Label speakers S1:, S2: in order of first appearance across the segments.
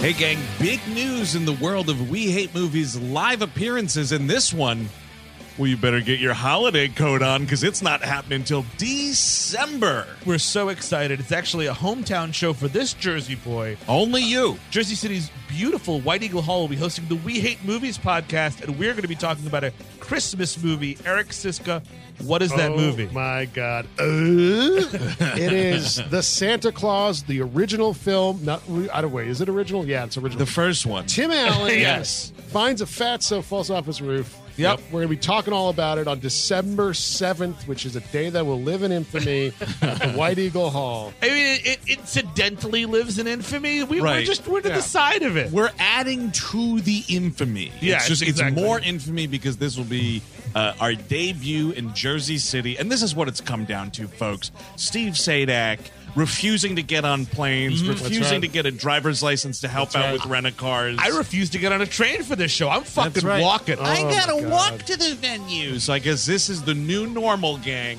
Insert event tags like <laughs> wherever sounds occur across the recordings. S1: Hey, gang, big news in the world of We Hate Movies live appearances. And this one, well, you better get your holiday coat on because it's not happening until December.
S2: We're so excited. It's actually a hometown show for this Jersey boy.
S1: Only you.
S2: Jersey City's beautiful White Eagle Hall will be hosting the We Hate Movies podcast, and we're going to be talking about a Christmas movie. Eric Siska, what is that
S3: Oh,
S2: movie?
S3: My God, Uh, <laughs> it is the Santa Claus, the original film. Not I don't wait. Is it original? Yeah, it's original.
S1: The first one.
S2: <laughs>
S3: Tim Allen
S2: Yes.
S3: finds a fatso falls off his roof.
S2: Yep.
S3: We're going to be talking all about it on December 7th, which is a day that will live in infamy at the White Eagle Hall.
S2: I mean, it, it incidentally lives in infamy. We, We're
S1: Right.
S2: just we're to
S3: Yeah.
S2: the side of it.
S1: We're adding to the infamy.
S2: Yeah,
S1: it's just
S2: exactly.
S1: it's more infamy because this will be uh, our debut in Jersey City, and this is what it's come down to, folks. Steve Sadak refusing to get on planes,
S2: Mm-hmm.
S1: refusing
S3: right.
S1: to get a driver's license to help out with rent a cars.
S2: I refuse to get on a train for this show. I'm fucking
S1: right.
S2: walking.
S1: I gotta walk to the venue. So I guess this is the new normal, gang.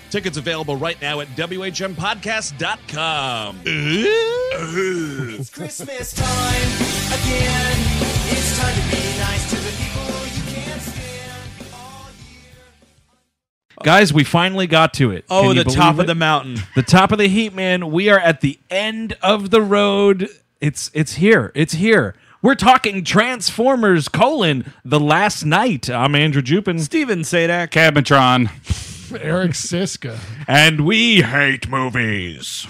S1: Tickets available right now at WHMPodcast.com.
S4: It's Christmas time again. It's time to be nice to the people you can't stand all year.
S5: Guys, we finally got to it. Can
S6: Oh,
S5: you
S6: the
S5: believe
S6: top
S5: it?
S6: of the mountain.
S5: The top of the heat, man. We are at the end of the road. It's it's here. It's here. We're talking Transformers: colon The Last Night. I'm Andrew Jupin,
S6: Steven Sadak.
S5: Cabotron,
S3: Eric Siska.
S5: and we hate movies.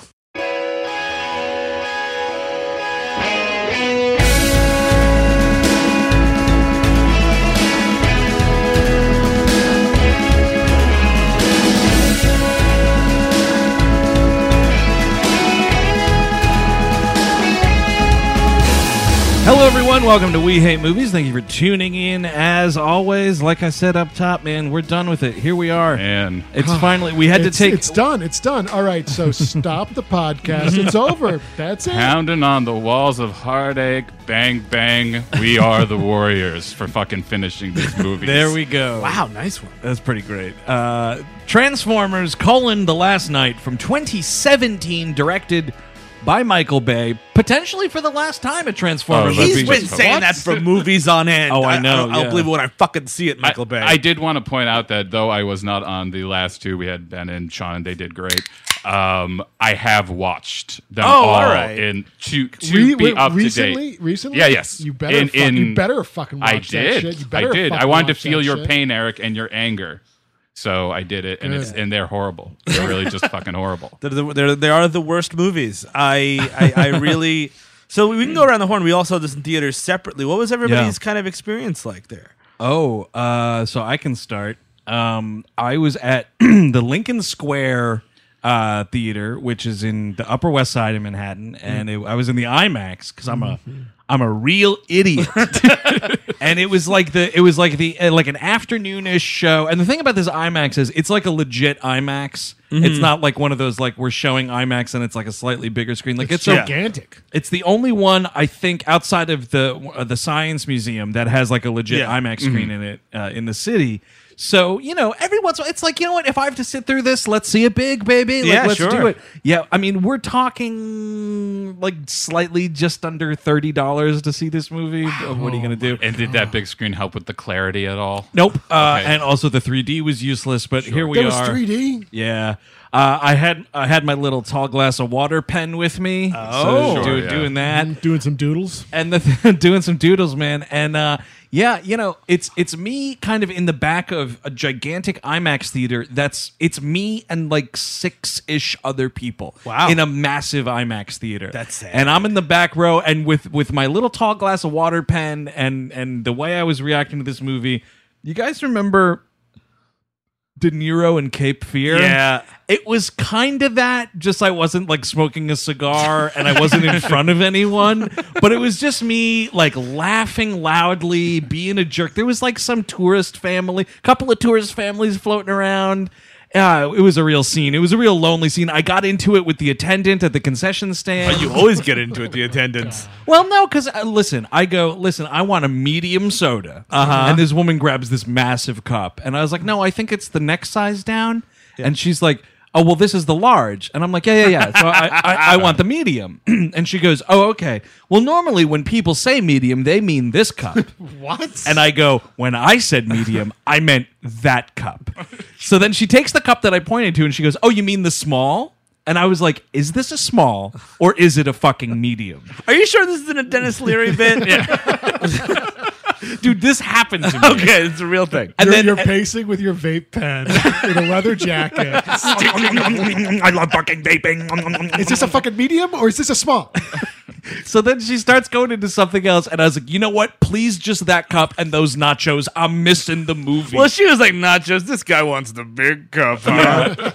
S5: Hello, everyone. Welcome to We Hate Movies. Thank you for tuning in. As always, like I said up top, man, we're done with it. Here we are. Man. It's finally, we had to
S3: It's,
S5: take.
S3: it's done. It's done. All right, so stop the podcast. It's over. That's it.
S7: Pounding on the walls of heartache, bang bang. We are the warriors for fucking
S3: <laughs>
S7: finishing this movie.
S5: There we go. Wow, nice one. That's pretty great. Uh, Transformers: colon, The Last Night from 2017, directed by Michael Bay, potentially for the last time at Transformers.
S7: Oh, let's
S6: He's
S7: be
S6: been
S7: just-
S6: saying
S7: What?
S6: that for movies on end.
S5: Oh, I know,
S6: I, will
S5: yeah.
S6: believe it when I fucking see it, Michael Bay.
S7: I did want to point out that though I was not on the last two, we had Ben and Sean, and they did great. Um, I have watched them
S6: Oh,
S7: all,
S6: all right.
S7: in to to
S3: Re-
S7: be
S3: wait,
S7: up
S3: recently,
S7: to date.
S3: recently.
S7: Yeah, yes.
S3: You better,
S7: In-
S3: fuck-
S7: in-
S3: you better fucking. Watch
S7: I did.
S3: That shit. You better
S7: I did. I
S3: fucking
S7: wanted to
S3: watch that
S7: feel your
S3: shit.
S7: pain, Eric, and your anger. So I did it, and it's and they're horrible. They're really
S3: <laughs>
S7: just fucking horrible.
S6: They're the, they're, they are the worst movies. I,
S5: <laughs>
S6: I, I really. So we can go around the horn. We all saw this in theaters separately. What was everybody's kind of experience like there?
S5: Oh, uh, so I can start. Um, I was at <clears throat> the Lincoln Square uh, theater, which is in the Upper West Side of Manhattan, and it, I was in the IMAX because I'm a I'm a real idiot. and it was like the it was like the uh, like an afternoonish show. And the thing about this IMAX is it's like a legit IMAX. It's not like one of those like we're showing IMAX and it's like a slightly bigger screen. Like it's, a-
S3: Gigantic.
S5: it's the only one I think outside of the uh, the Science Museum that has like a legit
S2: Mm-hmm.
S6: Yeah.
S5: IMAX screen in it uh, in the city. So you know, every once in a while, it's like you know what? If I have to sit through this, let's see it big, baby. Like,
S2: Yeah,
S5: let's do
S2: sure.
S5: it. Yeah, I mean, we're talking like slightly just under thirty dollars to see this movie. Uh, What are you gonna do?
S7: And did that big screen help with the clarity at all?
S5: Nope. Uh,
S7: Okay.
S5: And also, the 3D was useless. But here we
S8: That was
S5: are.
S8: 3D.
S5: Yeah. Uh, I had I had my little tall glass of water pen with me.
S2: Oh.
S5: so
S7: Sure,
S5: do-
S7: yeah.
S5: doing that
S3: doing some doodles.
S5: and the doing some doodles, man. And uh, yeah, you know, it's it's me kind of in the back of a gigantic IMAX theater. That's it's me and like six ish other people.
S2: Wow.
S5: in a massive IMAX theater.
S2: That's sad.
S5: And I'm in the back row, and with with my little tall glass of water pen, and and the way I was reacting to this movie. You guys remember De Niro and Cape Fear.
S2: Yeah.
S5: It was kind of that, just I wasn't like smoking a cigar and I wasn't in front of anyone, but it was just me like laughing loudly, being a jerk. There was like some tourist family, couple of tourist families floating around. Uh, it was a real scene. It was a real lonely scene. I got into it with the attendant at the concession stand.
S2: You always get into it, the
S6: <laughs>
S2: attendance.
S5: Well, no, because uh, listen, I go, listen, I want a medium soda. Uh-huh. And this woman grabs this massive cup. And I was like, no, I think it's the next size down. And she's like, oh, well, this is the large. And I'm like, yeah, yeah, yeah. So I, I,
S7: <laughs>
S5: I want the medium. and she goes, oh, okay. Well, normally when people say medium, they mean this cup.
S8: What?
S5: And I go, when I said medium, I meant that <laughs> cup. So then she takes the cup that I pointed to and she goes, Oh, you mean the small? And I was like, Is this a small or is it a fucking medium?
S2: Are you sure this isn't a Dennis Leary
S5: <laughs>
S2: bit? yeah.
S5: Dude, this happened to me.
S2: Okay, it's a real thing.
S5: And
S3: you're,
S5: then
S3: you're pacing with your vape pen in a leather jacket.
S5: <laughs> I love fucking vaping.
S8: Is this a fucking medium or is this a small?
S5: so then she starts going into something else, and I was like, you know what? Please just that cup and those nachos. Um, I'm missing the movie.
S2: Well, she was like nachos. This guy wants the big cup.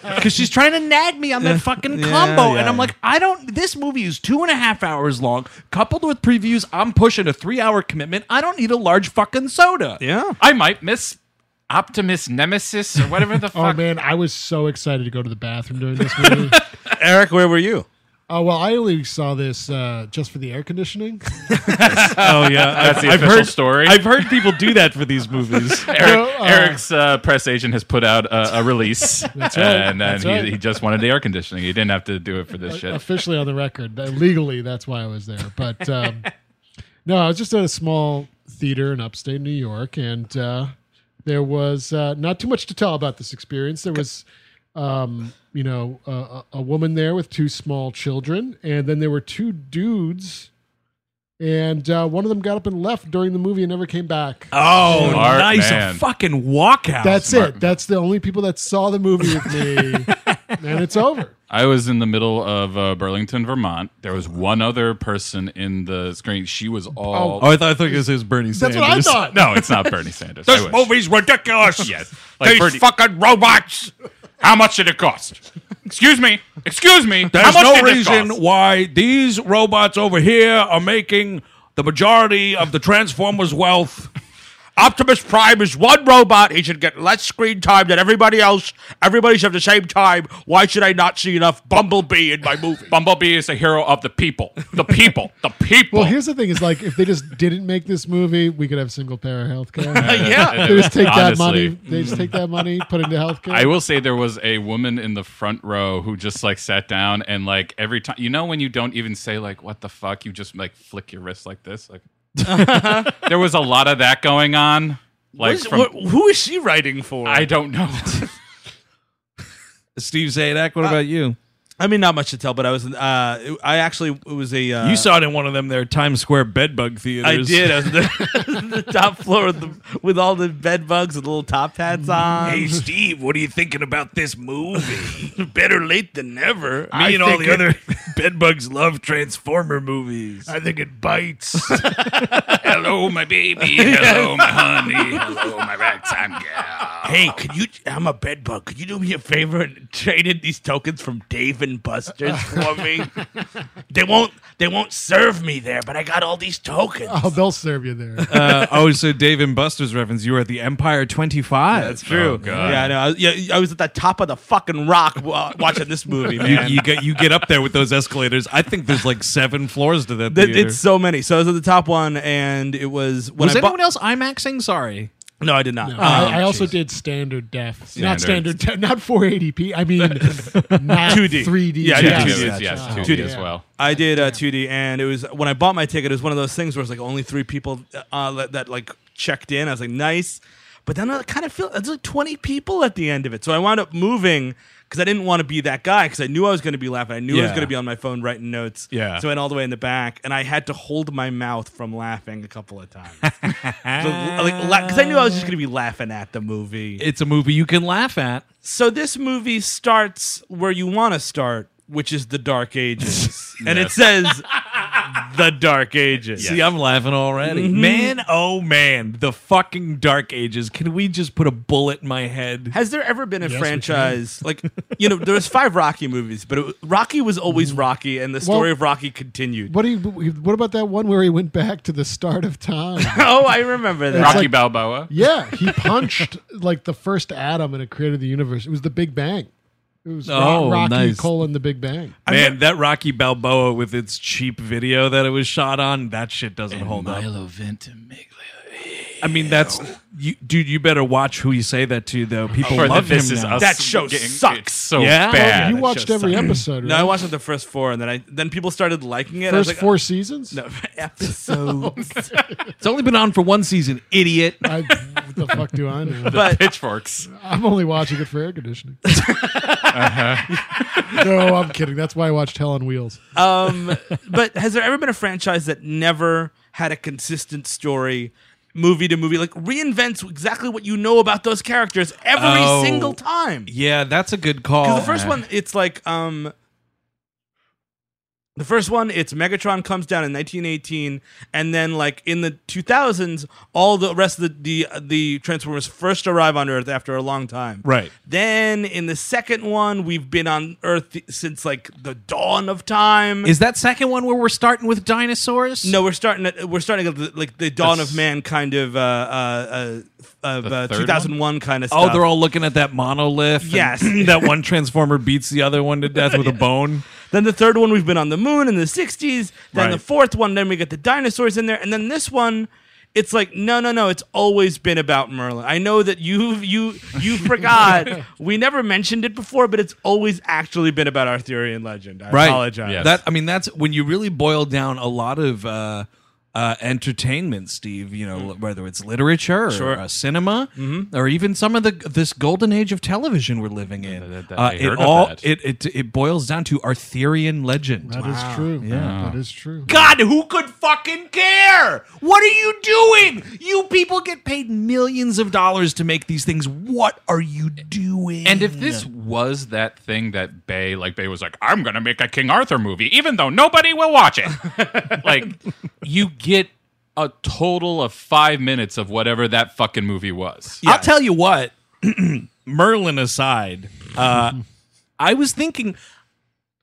S5: <laughs> because she's trying to nag me on that fucking
S2: Yeah,
S5: combo,
S2: yeah,
S5: and I'm
S2: yeah.
S5: like, I don't. This movie is two and a half hours long, coupled with previews. I'm pushing a three hour commitment. I don't need a large fucking soda.
S2: yeah.
S7: I might miss Optimus Nemesis or whatever
S3: <laughs>
S7: the
S3: Oh
S7: fuck.
S3: man, I was so excited to go to the bathroom during this movie.
S2: Eric, where were you?
S3: Oh well, I only saw this uh, just for the air conditioning.
S5: Oh yeah,
S7: That's the official story.
S5: I've heard people do that for these movies.
S7: <laughs> Eric,
S3: No, uh,
S7: Eric's uh, press agent has put out a, a
S5: <laughs>
S7: release,
S3: right,
S7: and, and
S3: that's
S7: he,
S3: right.
S7: he just wanted the air conditioning. He didn't have to do it for this <laughs> shit.
S3: officially on the record. Uh, Legally, that's why I was there. But um, no, I was just at a small theater in upstate New York, and uh, there was uh, not too much to tell about this experience. There was, um, you know, a, a- a woman there with two small children, and then there were two dudes. And uh, one of them got up and left during the movie and never came back.
S5: Oh,
S7: Smart
S5: nice
S7: man.
S5: a fucking walkout.
S3: That's it. That's the only people that saw the movie with me, and it's over.
S7: I was in the middle of uh, Burlington, Vermont. There was one other person in the screen. She was all.
S5: Oh, I thought, I thought this was Bernie
S3: That's
S5: Sanders.
S3: what I thought.
S7: no, it's not Bernie Sanders. I wish.
S5: ridiculous.
S7: <laughs> Yes. Like Bernie-
S5: fucking robots.
S7: How much did it cost? Excuse me. Excuse me.
S5: There's
S7: How much
S5: no
S7: did this
S5: reason
S7: cost?
S5: why these robots over here are making the majority of the Transformers' wealth.
S2: Optimus Prime is one robot. He should get less screen time than everybody else. Everybody should have the same time. Why should I not see enough Bumblebee in my movie?
S7: Bumblebee is a hero of the people. The people. The people.
S3: Well, here's the thing: is like if they just didn't make this movie, we could have single payer health care.
S7: yeah.
S3: they just take that money.
S7: Honestly.
S3: They just take that money, put it into healthcare.
S7: I will say there was a woman in the front row who just like sat down and like every time you know when you don't even say like what the fuck you just like flick your wrist like this <laughs> like there was a lot of that going on
S2: What
S7: like
S2: is-
S7: from,
S2: what- who is she writing for?
S7: I don't <laughs> know
S5: Steve Zadak, what
S2: Uh,
S5: about you?
S2: I mean, not much to tell, but I was. Uh, I actually it was a. Uh,
S5: you saw it in one of them there Times Square bedbug theaters.
S2: I did.
S5: <laughs>
S2: I was the, <laughs> the top floor with, the, with all the bed bugs and little top hats on.
S5: Steve, what are you thinking about this
S2: <laughs>
S5: movie?
S2: better late than never. Me
S5: <laughs> bedbugs love Transformer movies.
S2: I think it bites.
S5: <laughs>
S7: hello my baby hello my honey hello my ragtime girl
S2: hey, could you? I'm a bedbug. Could you do me a favor and trade in these tokens from Dave and Buster's for
S5: <laughs>
S2: me? they won't. They won't serve me there, but I got all these tokens.
S3: <laughs> oh, they'll serve you there.
S5: uh, oh, so Dave and Buster's reference. You were at the Empire 25.
S2: That's true.
S7: God.
S2: Oh, Yeah, I know. I was, yeah, I was at the top of the fucking rock wa- watching this movie,
S5: <laughs> You,
S2: man.
S5: you get you get up there with those escalators. I think there's like seven floors to that
S2: Th-
S5: theater.
S2: it's so many. So I was at the top one, and it was when
S5: was
S2: I bought-
S5: anyone else IMAXing? Sorry.
S9: No, I did not.
S3: No,
S9: Oh,
S3: I, I also
S9: jeez.
S3: did standard def, not
S9: Standard.
S3: standard, def, not 480p. I mean, not
S5: 2D.
S3: 3D.
S5: Yeah, I did 2D.
S3: Yes,
S5: yes,
S3: yes,
S5: 2D
S3: Oh, yeah.
S5: as well. I did uh, 2D, and it was when I bought my ticket. It was one of those things where it's like only three people uh, that, that like checked in. I was like, nice, but then I kind of feel it's like 20 people at the end of it. So I wound up moving because I didn't want to be that guy because I knew I was going to be laughing. I knew I was
S1: Yeah.
S5: going to be on my phone writing notes.
S1: Yeah.
S5: So I went all the way in the back, and I had to hold my mouth from laughing a couple of
S1: <laughs>
S5: times. so, like, because I knew I was just going to be laughing at the movie.
S1: It's a movie you can laugh at.
S5: So this movie starts where you want to start, which is the Dark Ages, and it
S1: Yes.
S5: <laughs> says the Dark Ages.
S1: See, I'm laughing already.
S5: Mhm.
S1: Man, oh man, the fucking Dark Ages. Can we just put a bullet in my head?
S5: Has there ever been a franchise like you know there was five
S2: <laughs>
S5: Rocky movies, but it, Rocky was always
S2: Mm-hmm.
S5: Rocky, and the
S3: Well-
S5: story of Rocky continued.
S3: What do you? What about that one where he went back to the start of time?
S5: <laughs> oh, I remember that.
S3: It's Rocky like-
S7: Balboa.
S3: yeah, he punched like the first atom, and it created the universe. It was the Big Bang. It was
S1: Oh,
S3: Ro- Rocky
S1: nice.
S3: colon the Big Bang.
S1: Man, that Rocky Balboa with its cheap video that it was shot on, that shit doesn't hold up. I mean, that's you, dude. You better watch who you say that to, though. People
S5: For the
S1: love
S5: This
S1: him.
S5: Is
S1: now.
S5: Us That show getting- sucks. it's so bad.
S3: You watched every episode. Right?
S5: <laughs> No, I watched like, the first four, and then I then people started liking it. I was
S3: First
S5: like,
S3: four seasons.
S5: No <laughs> episodes.
S1: <laughs> It's only been on for one season, idiot.
S3: I, what the fuck do I
S5: <laughs>
S3: know?
S7: pitchforks.
S3: I'm only watching it for air conditioning.
S5: Uh-huh.
S3: no, I'm kidding. That's why I watched Hell on Wheels.
S5: Um, but has there ever been a franchise that never had a consistent story, movie to movie, like reinvents exactly what you know about those characters every
S1: Oh.
S5: single time?
S1: Yeah, that's a good call.
S5: Because the first one, it's like um, the first one, it's Megatron comes down in 1918, and then like in the 2000s, all the rest of the the, the Transformers first arrive on Earth after a long time.
S1: Right.
S5: Then in the second one, we've been on Earth since like the dawn of time.
S1: Is that second one where we're starting with dinosaurs?
S5: No, we're starting at we're starting at the, like the dawn of man kind of uh uh, uh of
S1: The
S5: uh,
S1: third one?
S5: 2001 kind of
S1: Oh,
S5: stuff.
S1: they're all looking at that monolith. and
S5: Yes.
S1: <laughs> that one transformer beats the other one to death
S5: <laughs>
S1: with a bone.
S5: Then the third one, we've been on the moon in the 60s. Then the
S1: Right.
S5: fourth one, then we get the dinosaurs in there. And then this one, it's like, no, no, no, it's always been about Merlin. I know that you've, you, you
S1: <laughs>
S5: forgot. We never mentioned it before, but it's always actually been about Arthurian legend. I
S1: right.
S5: apologize.
S1: That um, I mean, that's when you really boil down a lot of uh, uh, entertainment, Steve. You know, whether it's literature or
S5: Mm-hmm. Sure. Mm-hmm.
S1: uh, cinema, or even some of the this golden age of television we're living in.
S5: Mm-hmm.
S7: that-
S1: uh,
S7: I
S1: it
S7: heard of
S1: all
S7: that.
S1: it it it boils down to Arthurian legend.
S3: That is true.
S1: Yeah.
S3: that is true.
S10: God, who could fucking care?
S1: What are you doing? You people get paid millions of dollars to make these things. What are you doing?
S7: And if this was that thing that Bay, like Bay was like, I'm going to make a King Arthur movie, even though nobody will watch
S5: <laughs>
S7: it. like, you get a total of five minutes of whatever that fucking movie was.
S1: I'll tell you what, <clears throat> Merlin aside, uh, I was thinking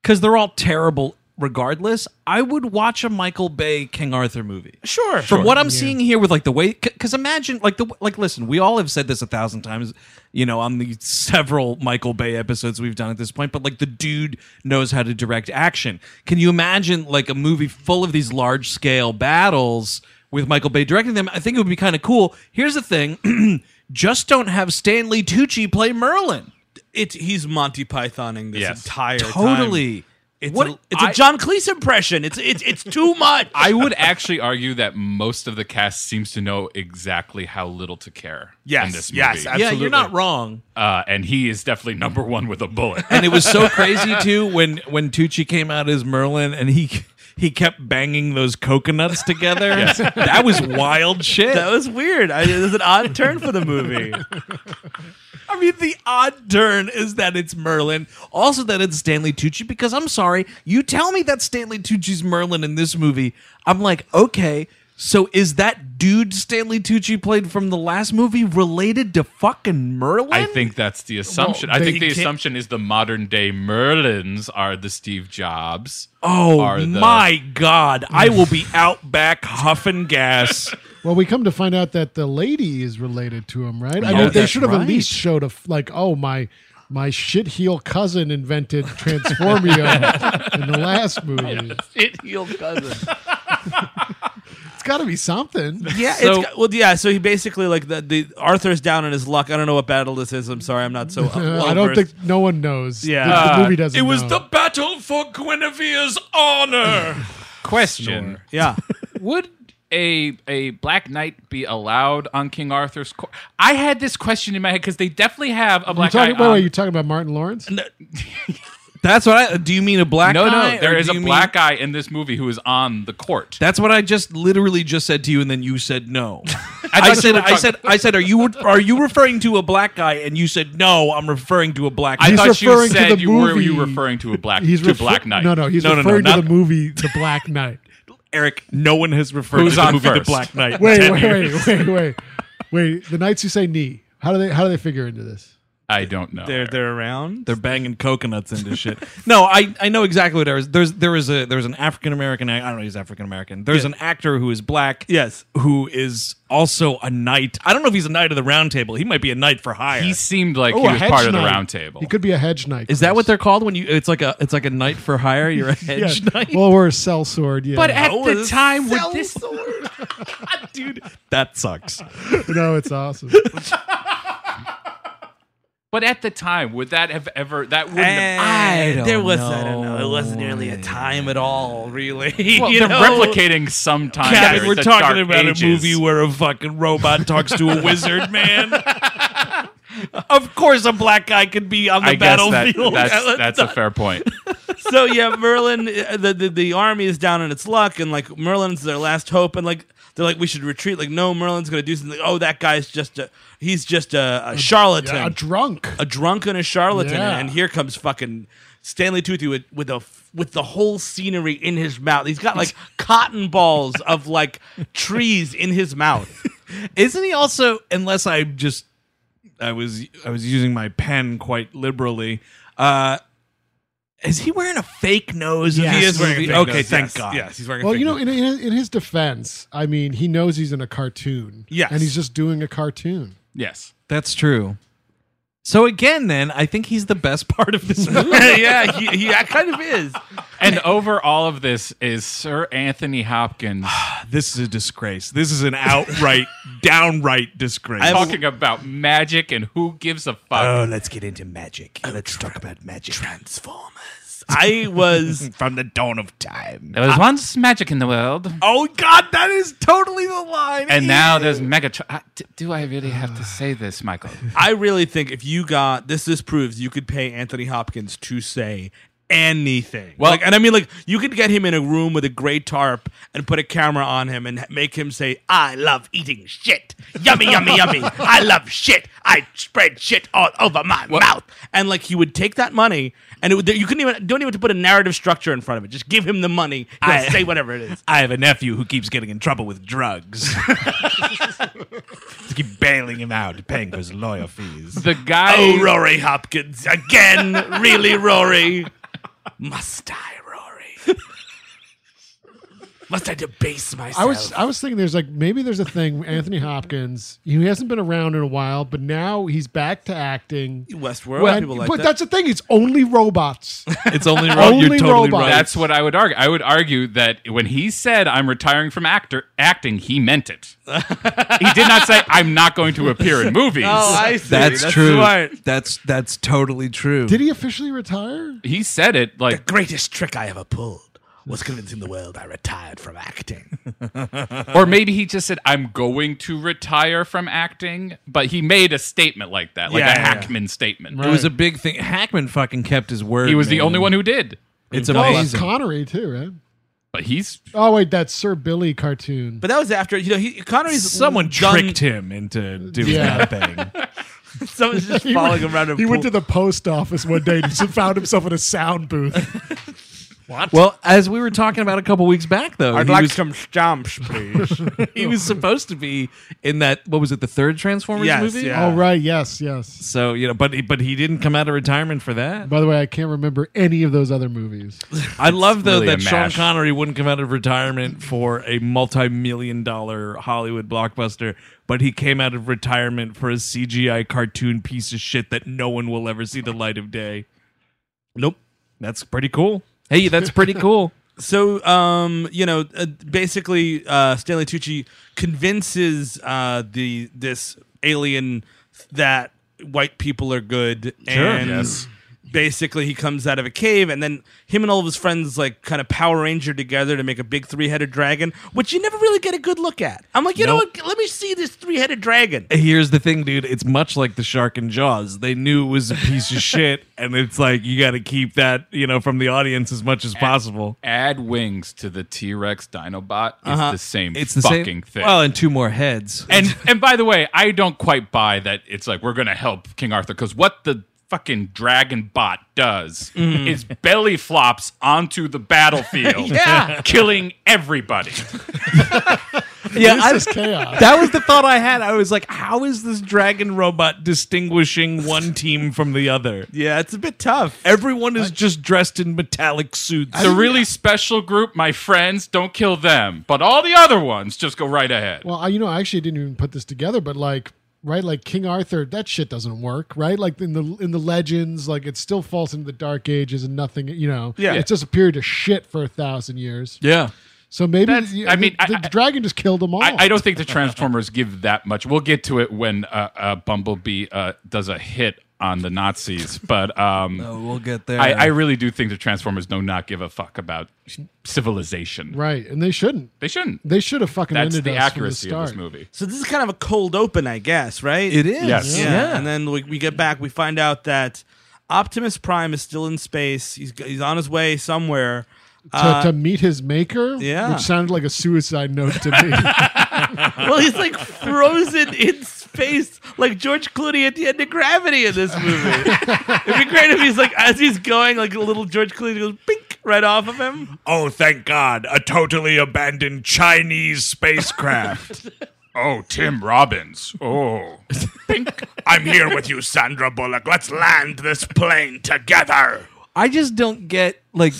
S1: because they're all terrible regardless, I would watch a Michael Bay King Arthur movie.
S5: Sure.
S1: From what I'm seeing here with like the way, because imagine like the like listen, we all have said this a thousand times, you know, on the several Michael Bay episodes we've done at this point. But like the dude knows how to direct action. Can you imagine like a movie full of these large scale battles with Michael Bay directing them? I think it would be kind of cool. Here's the thing: <clears throat> just don't have Stanley Tucci play Merlin.
S5: It's, he's Monty Pythoning this
S1: Yes.
S5: entire time.
S1: Totally.
S5: It's,
S1: What-
S5: a, it's a
S1: I-
S5: John Cleese impression. It's, it's, it's too much.
S7: I would actually argue that most of the cast seems to know exactly how little to care in
S1: Yes,
S7: this movie.
S1: yes, <laughs> Yeah, you're not absolutely. wrong.
S7: Uh, and he is definitely number one with
S1: <laughs>
S7: a bullet.
S1: and it was so crazy too when when Tucci came out as Merlin and he he kept banging those coconuts together.
S5: Yes.
S1: That was wild shit.
S5: That was weird. I, it was an odd turn for the movie.
S1: <laughs> I mean, the odd turn is that it's Merlin, also that it's Stanley Tucci. Because I'm sorry, you tell me that Stanley Tucci's Merlin in this movie, I'm like, okay, so is that dude Stanley Tucci played from the last movie related to fucking Merlin?
S7: I think that's the assumption. I
S1: they
S7: think the
S1: can't-
S7: assumption is the modern day Merlins are the Steve Jobs. are
S1: Oh
S7: the-
S1: my god! I will
S5: <laughs>
S1: be out back huffing gas.
S3: Well, we come to find out that the lady is related to him, right? I
S1: Yeah,
S3: mean, they
S1: that's
S3: should have
S1: right.
S3: at least showed a f- like, oh my, my shit heel cousin invented
S5: <laughs>
S3: Transformio in the last movie.
S9: It healed cousin.
S3: got to be something.
S5: Yeah, it's got- well, yeah. So he <laughs> basically like the, the Arthur's down on his luck. I don't know what battle this is. I'm sorry, I'm not so.
S3: <laughs> Uh,
S5: well
S3: I don't
S5: versed.
S3: think no one knows.
S5: Yeah.
S3: the, the movie
S5: Uh,
S3: doesn't.
S5: it was
S3: know.
S5: the
S7: battle for Guinevere's honor. <sighs> Question.
S2: <laughs>
S5: Yeah.
S7: Would a a black knight be allowed on King Arthur's court? I had this question in my head because they definitely have a
S3: You
S7: black
S3: talking,
S7: knight. um,
S3: wait,
S7: on-
S3: wait, you talking about Martin Lawrence?
S5: That's what I. Do you mean a black?
S7: no,
S5: guy,
S7: no, there
S5: or
S7: is
S5: do
S7: a
S5: you mean-
S7: black guy in this movie who is on the court.
S2: That's what I just literally just said to you, and then you said
S5: <laughs>
S2: no.
S7: thought
S2: I,
S7: you
S2: said,
S7: were
S2: I said, I said, are you are you referring to a black guy? And you said no, I'm referring to a black.
S7: I
S2: guy.
S7: thought you said you were you referring to a black
S2: He's
S7: to
S2: refer-
S7: Black Knight.
S3: No, no, he's
S2: No, no, no,
S3: referring to
S2: not-
S3: the movie The Black
S7: <laughs>
S3: Knight.
S2: Eric, no one has referred
S7: Who's
S2: to the
S7: on
S2: movie The
S7: first?
S2: Black Knight. in
S3: wait,
S2: 10
S3: wait,
S2: years.
S3: wait, wait, wait, wait. The knights who say knee. How do they? How do they figure into this?
S7: I don't know.
S5: They're they're around.
S2: They're banging coconuts into shit. No, Oh, I, I know exactly what there is. There's there is a there's an African American. I don't know. He's African American. There's
S11: Yeah.
S2: an actor who is black.
S5: Yes,
S2: who is also a knight. I don't know if he's a knight of the Round Table. He might be a knight for hire. He
S7: seemed like
S3: Oh, a hedge knight. He could be a hedge knight.
S2: Is that what they're called when you? It's like a it's like a knight for hire. You're a hedge
S3: yeah.
S2: knight.
S3: Well, we're a cell sword. Yeah,
S7: But at
S2: Oh,
S7: the
S2: this
S7: time, would this
S2: dude? That <laughs> sucks.
S3: <laughs> no, it's awesome.
S7: But at the time, would that have ever that would
S5: I
S7: have,
S5: there was I don't know. It wasn't really a time at all, really.
S2: <laughs>
S7: Well,
S5: you
S7: they're
S5: know?
S7: replicating sometime.
S5: Guys,
S7: during
S5: we're
S7: the
S5: talking
S7: Dark
S5: about a
S7: Ages.
S2: movie where a fucking robot talks <laughs> to a wizard,
S7: <laughs>
S2: man. of course, a black guy could be on the
S7: I guess that,
S2: battlefield.
S7: that's, that's a fair point.
S5: so yeah, Merlin, uh, the, the the army is down on its luck, and like Merlin's their last hope, and like they're like we should retreat. Like no, Merlin's gonna do something. Like, oh, that guy's just a he's just a, a charlatan,
S3: yeah, a drunk,
S5: a drunk and a charlatan.
S3: Yeah.
S5: And, and here comes fucking Stanley Tucci with with the with the whole scenery in his mouth. He's
S2: <laughs>
S5: got like cotton balls of like trees in his mouth.
S2: <laughs> Isn't he also? Unless I just, I was I was using my pen quite liberally. Uh, is he wearing a fake nose? in
S5: Yes. He
S2: this
S5: is wearing a
S2: movie?
S5: fake
S2: Okay,
S5: nose,
S2: thank
S5: yes.
S2: God.
S5: Yes, he's wearing
S3: Well, you know, in, in, in his defense, I mean, he knows he's in a cartoon.
S2: Yes.
S3: and he's just doing a cartoon.
S7: Yes,
S2: that's true. So again, then I think he's the best <laughs> part of
S5: <laughs>
S2: this movie.
S5: yeah, he, he kind of is.
S7: And over all of this is Sir Anthony Hopkins
S2: This is a disgrace. This is an
S5: <laughs>
S2: outright, downright disgrace.
S7: talking about magic and who gives a fuck.
S2: Oh, let's get into magic. Let's talk about magic.
S5: Transformers. <laughs> I was
S2: <laughs> from the dawn of time.
S7: There was once magic in the world,
S2: Oh God, that is totally the line.
S7: and now there's Megatron. I- d- Do I really have to say this, Michael?
S5: I really think if you got this, this proves you could pay Anthony Hopkins to say anything. Well, like, and I mean, like, you could get him in a room with a gray tarp and put a camera on him and make him say, "I love eating shit, yummy, yummy, yummy. I love shit. I spread shit all over my mouth." And like, he would take that money, and it would, you couldn't even don't even have to put a narrative structure in front of it. Just give him the money. He'll
S2: I-
S5: say whatever it is.
S2: I have a nephew who keeps getting in trouble with drugs. to keep bailing him out, paying for his lawyer fees.
S7: The guy.
S5: Oh, Rory Hopkins again, really, Rory. Must I, Rory? Must I uh, debase myself?
S3: I was I was thinking there's like maybe there's a thing Anthony Hopkins he hasn't been around in a while but now he's back to acting
S5: Westworld.
S3: And-
S5: people like
S3: but
S5: that.
S3: that's the thing it's only robots
S2: It's only
S3: ro- you're Only totally robots. right.
S7: That's what I would argue. I would argue that when he said I'm retiring from actor acting, he meant it. he did not say I'm not going to appear in movies.
S2: That's, true. That's that's totally true.
S3: did he officially retire
S7: He said it like
S5: greatest trick I ever pulled was convincing the world I retired from acting.
S7: or maybe he just said I'm going to retire from acting, but he made a statement like that, like
S2: Yeah,
S7: a
S2: yeah, yeah.
S7: Hackman statement.
S2: It was a big thing. Hackman fucking kept his word.
S7: He was the
S2: man.
S7: only one who did.
S2: It's
S3: oh, it's
S2: amazing.
S3: Connery too right
S7: But he's
S3: oh wait that's Sir Billy cartoon
S5: but that was after you know he Connery's
S2: Someone
S5: done-
S2: tricked him into doing
S3: Yeah.
S2: that thing.
S5: <laughs> Someone's <laughs> just
S3: He
S5: following
S3: went-
S5: him around. A
S3: he went
S5: pool.
S3: to the post office one day and just found himself in a sound booth
S2: Well, as we were talking about a couple weeks back, though,
S5: I'd
S2: he
S5: like
S2: was,
S5: some stamps, please.
S2: he was supposed to be in that. What was it? The third Transformers
S5: Yes,
S2: movie.
S5: yeah.
S3: oh right yes yes
S2: So you know, but he- but he didn't come out of retirement for that.
S3: by the way I can't remember any of those other movies
S2: I love though
S7: really a
S2: that Sean
S7: mash.
S2: Connery wouldn't come out of retirement for a multi-million dollar Hollywood blockbuster, but he came out of retirement for a CGI cartoon piece of shit that no one will ever see the light of day. Nope, that's pretty cool. Hey, that's pretty cool.
S5: So, um, you know, uh, basically, uh, Stanley Tucci convinces uh, the this alien that white people are good,
S12: Sure.
S5: and
S12: Yes.
S5: basically he comes out of a cave, and then him and all of his friends like kind of Power Ranger together to make a big three headed dragon, which you never really get a good look at. I'm like, you know
S1: Nope.
S5: what? Let me see this three headed dragon.
S1: Here's the thing, dude. It's much like the shark in Jaws. They knew it was a piece
S5: <laughs>
S1: of shit, and it's like you got to keep that, you know, from the audience as much as possible.
S7: Add wings to the T Rex Dinobot. It's
S1: Uh-huh.
S7: the same
S1: It's the
S7: fucking
S1: same-
S7: thing.
S6: Well, and two more heads.
S7: And and by the way, I don't quite buy that it's like we're gonna help King Arthur because what the fucking dragon bot does
S5: Mhm.
S7: is belly flops onto the battlefield,
S5: Yeah.
S7: killing everybody.
S1: Yeah,
S7: This
S1: I-
S7: is chaos.
S1: That was the thought I had. I was like, how is this dragon robot distinguishing one team from the other?
S5: Yeah, it's a bit tough.
S1: Everyone is just dressed in metallic suits.
S7: The really special group, my friends, don't kill them, but all the other ones just go right ahead.
S3: Well, I, you know, I actually didn't even put this together, but like, right, like King Arthur, that shit doesn't work, right? Like in the in the legends, like it still falls into the dark ages and nothing, you know,
S7: Yeah.
S3: it's just a period of shit for a thousand years.
S7: Yeah.
S3: So maybe
S7: I mean,
S3: the, the dragon just killed them all.
S7: I, I don't think the Transformers give that much. We'll get to it when uh, uh, Bumblebee uh, does a hit on the Nazis, but
S6: <laughs>
S7: um,
S6: No, Oh, we'll get there.
S7: I, I really do think the Transformers do not give a fuck about civilization.
S3: right, and they shouldn't.
S7: They shouldn't.
S3: They should have fucking
S7: That's
S3: ended
S7: the
S3: us
S7: accuracy
S3: from the
S7: of
S3: start.
S7: this movie. <laughs>
S5: So this is kind of a cold open, I guess, right?
S7: It is. Yes.
S5: Yeah.
S7: Yeah.
S5: And then we, we get back, we find out that Optimus Prime is still in space. He's he's on his way somewhere.
S3: To,
S5: Uh,
S3: to meet his maker,
S5: yeah.
S3: which sounded like a suicide note to
S7: <laughs>
S3: me.
S5: well, he's like frozen in space, like George Clooney at the end of Gravity in this movie. It'd be great if he's like as he's going, like a little George Clooney goes bink right off of him.
S1: Oh, thank God. A totally abandoned Chinese
S5: <laughs>
S1: spacecraft.
S7: oh, Tim Robbins. Oh.
S13: I'm here with you, Sandra Bullock. Let's land this plane together.
S6: I just don't get like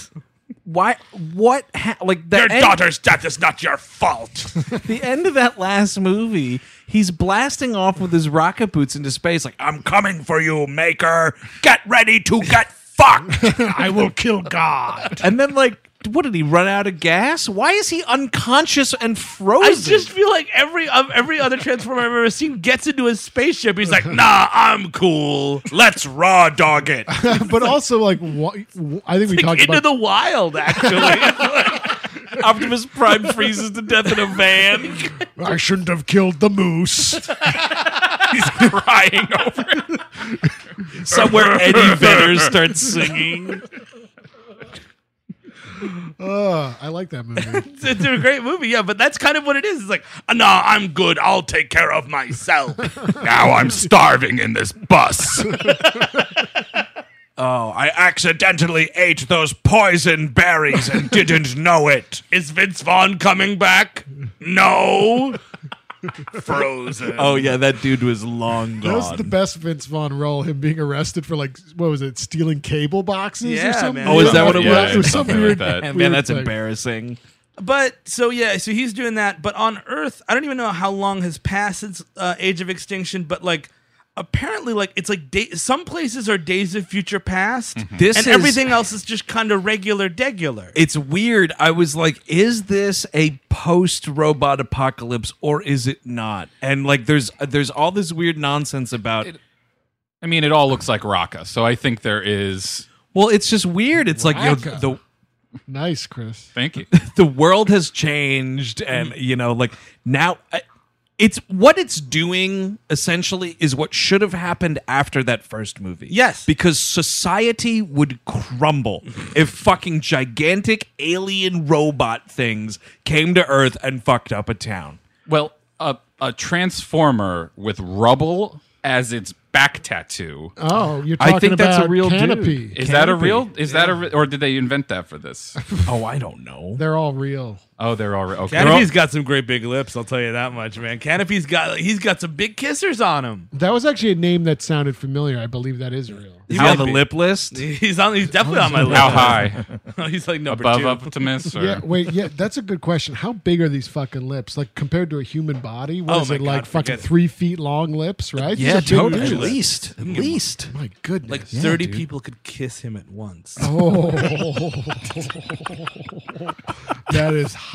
S6: why what ha- like the
S13: Your
S6: end-
S13: daughter's death is not your fault.
S6: <laughs> the end of that last movie. He's blasting off with his rocket boots into space. Like I'm coming for you, Maker. Get ready to get fucked. I will kill God. And then like. What did he run out of gas? Why is he unconscious and frozen?
S5: I just feel like every of every other Transformer I've ever seen gets into a spaceship. He's like, nah, I'm cool. Let's raw dog it.
S3: <laughs> but also, like, wha- wha- I think we
S5: Like,
S3: talked
S5: into
S3: about
S5: the wild, actually.
S1: Optimus Prime freezes to death in a
S5: <laughs>
S1: van.
S3: I shouldn't have killed the moose. <laughs>
S1: He's crying over it. Somewhere Eddie Vedder starts singing.
S3: Uh, I like that movie.
S5: it's, it's a great movie, yeah, but that's kind of what it is. It's like,
S13: Uh, no, I'm good. I'll take care of
S1: <laughs>
S13: myself. now I'm starving in this bus.
S1: Oh, I accidentally ate those poison berries and didn't know it.
S13: <laughs> Is Vince Vaughn coming back?
S1: <laughs>
S13: No. Frozen.
S1: Oh yeah, that dude was long
S3: That was
S1: gone.
S3: the best Vince Vaughn role, him being arrested for like what was it, stealing cable boxes or
S5: Yeah,
S3: something?
S5: man. Oh, is that what
S1: it
S3: Yeah,
S1: was?
S3: It was some
S1: Something like
S3: weird,
S1: that. Man,
S3: weird
S1: that's
S3: thing.
S1: embarrassing.
S5: But so yeah, so he's doing that. But on Earth, I don't even know how long has passed since uh, Age of Extinction. But like, apparently, like it's like day- some places are Days of Future Past,
S1: Mm-hmm.
S6: This
S5: and
S6: is-
S5: everything else is just kind of regular, degular.
S6: It's weird. I was like, is this a post robot apocalypse or is it not? And like there's there's all this weird nonsense about
S7: I mean, it all looks like Raka, so I think there is.
S6: Well, it's just weird. It's like you know,
S7: Raka.
S6: the
S3: Nice, Chris.
S7: <laughs> Thank you.
S6: the world has changed
S1: Mm-hmm.
S6: and you know like now I- it's what it's doing essentially is what should have happened after that first movie. Yes. Because society would crumble
S1: Mm-hmm.
S6: if fucking gigantic alien robot things came to Earth and fucked up a town.
S7: Well, a, a transformer with rubble as its back tattoo.
S3: Oh, you're
S7: I
S3: talking
S7: think
S3: about
S7: that's a real dude.
S3: canopy.
S7: Is that a
S3: Canopy.
S7: real? Is that a? re- Or did they invent that for this?
S6: oh, I don't know.
S3: They're all real.
S7: <laughs> Oh, they're all re- okay.
S5: Canopy's got some great big lips. I'll tell you that much, man. Canopy's got he's got some big kissers on him.
S3: That was actually a name that sounded familiar. I believe that is real.
S5: He's on
S6: the lip list?
S5: He's on. He's definitely
S1: Oh,
S5: on my list.
S7: How high?
S5: he's like number
S7: Above
S5: two.
S7: Optimus or-
S3: Yeah, wait, yeah, that's a good question. How big are these fucking lips? Like compared to a human body, what
S5: Oh
S3: is
S5: my
S3: it like?
S5: God,
S3: fucking
S5: forget it.
S3: three feet long lips, right?
S6: Yeah,
S3: It's a big
S6: totally.
S3: dude.
S5: that.
S2: least, at
S5: You can get-
S2: least. My goodness.
S5: like <laughs>
S2: Yeah,
S5: thirty
S2: dude.
S5: people could kiss him at once.
S3: Oh. that is hot.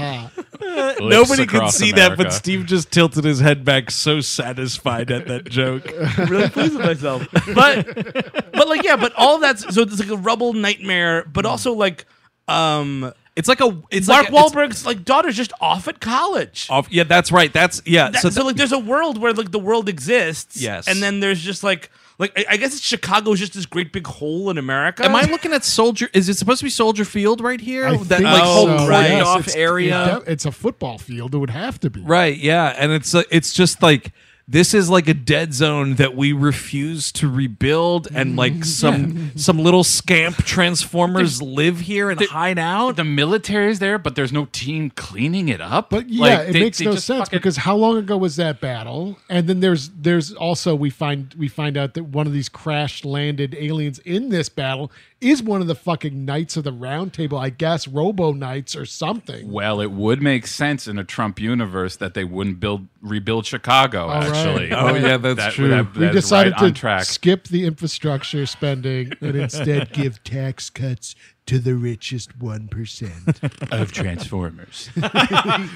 S1: Nobody could see that, but Steve just tilted his head back so satisfied at that joke.
S6: <laughs>
S5: really pleased with myself. <laughs> But but like yeah, but all that's so it's like a rubble nightmare, but also like um
S1: Hmm. it's like a it's like
S5: Mark
S1: a- it's-
S5: Wahlberg's like daughter's just off at college.
S1: Off- yeah, that's right. That's yeah.
S5: That-
S1: so
S5: so,
S1: th-
S5: like there's a world where like the world exists.
S1: Yes.
S5: And then there's just like like I, I guess it's Chicago's just this great big hole in America.
S1: Am I looking at Soldier? Is it supposed to be Soldier Field right here?
S3: I
S1: that
S3: think
S1: like whole
S3: so.
S1: cordoned
S3: Yes,
S1: off
S3: it's-
S1: area,
S3: it's de- It's a football field. It would have to be.
S1: right? Yeah, and it's uh, it's just like this is like a dead zone that we refuse to rebuild, and
S5: <laughs>
S1: like some some little scamp transformers live here and hide out.
S7: The military's there, but there's no team cleaning it up. But
S3: Yeah, it makes no sense because how long ago was that battle? And then there's there's also we find we find out that one of these crash landed aliens in this battle is one of the fucking knights of the round table, I guess Robo Knights or something.
S7: Well, it would make sense in a Trump universe that they wouldn't build rebuild Chicago.
S3: All right.
S7: actually,
S3: Oh,
S1: yeah, that's true.
S7: that-
S3: we
S7: that is
S3: decided
S7: right on
S3: to
S7: track.
S3: skip the infrastructure spending and instead <laughs> give tax cuts to the richest
S1: <laughs>
S3: one percent
S7: of Transformers.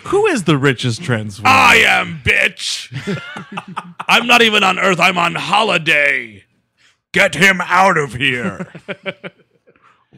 S1: Who is the richest transformer?
S13: I am, bitch. <laughs> I'm not even on Earth. I'm on holiday. Get him out of
S7: <laughs>
S13: here.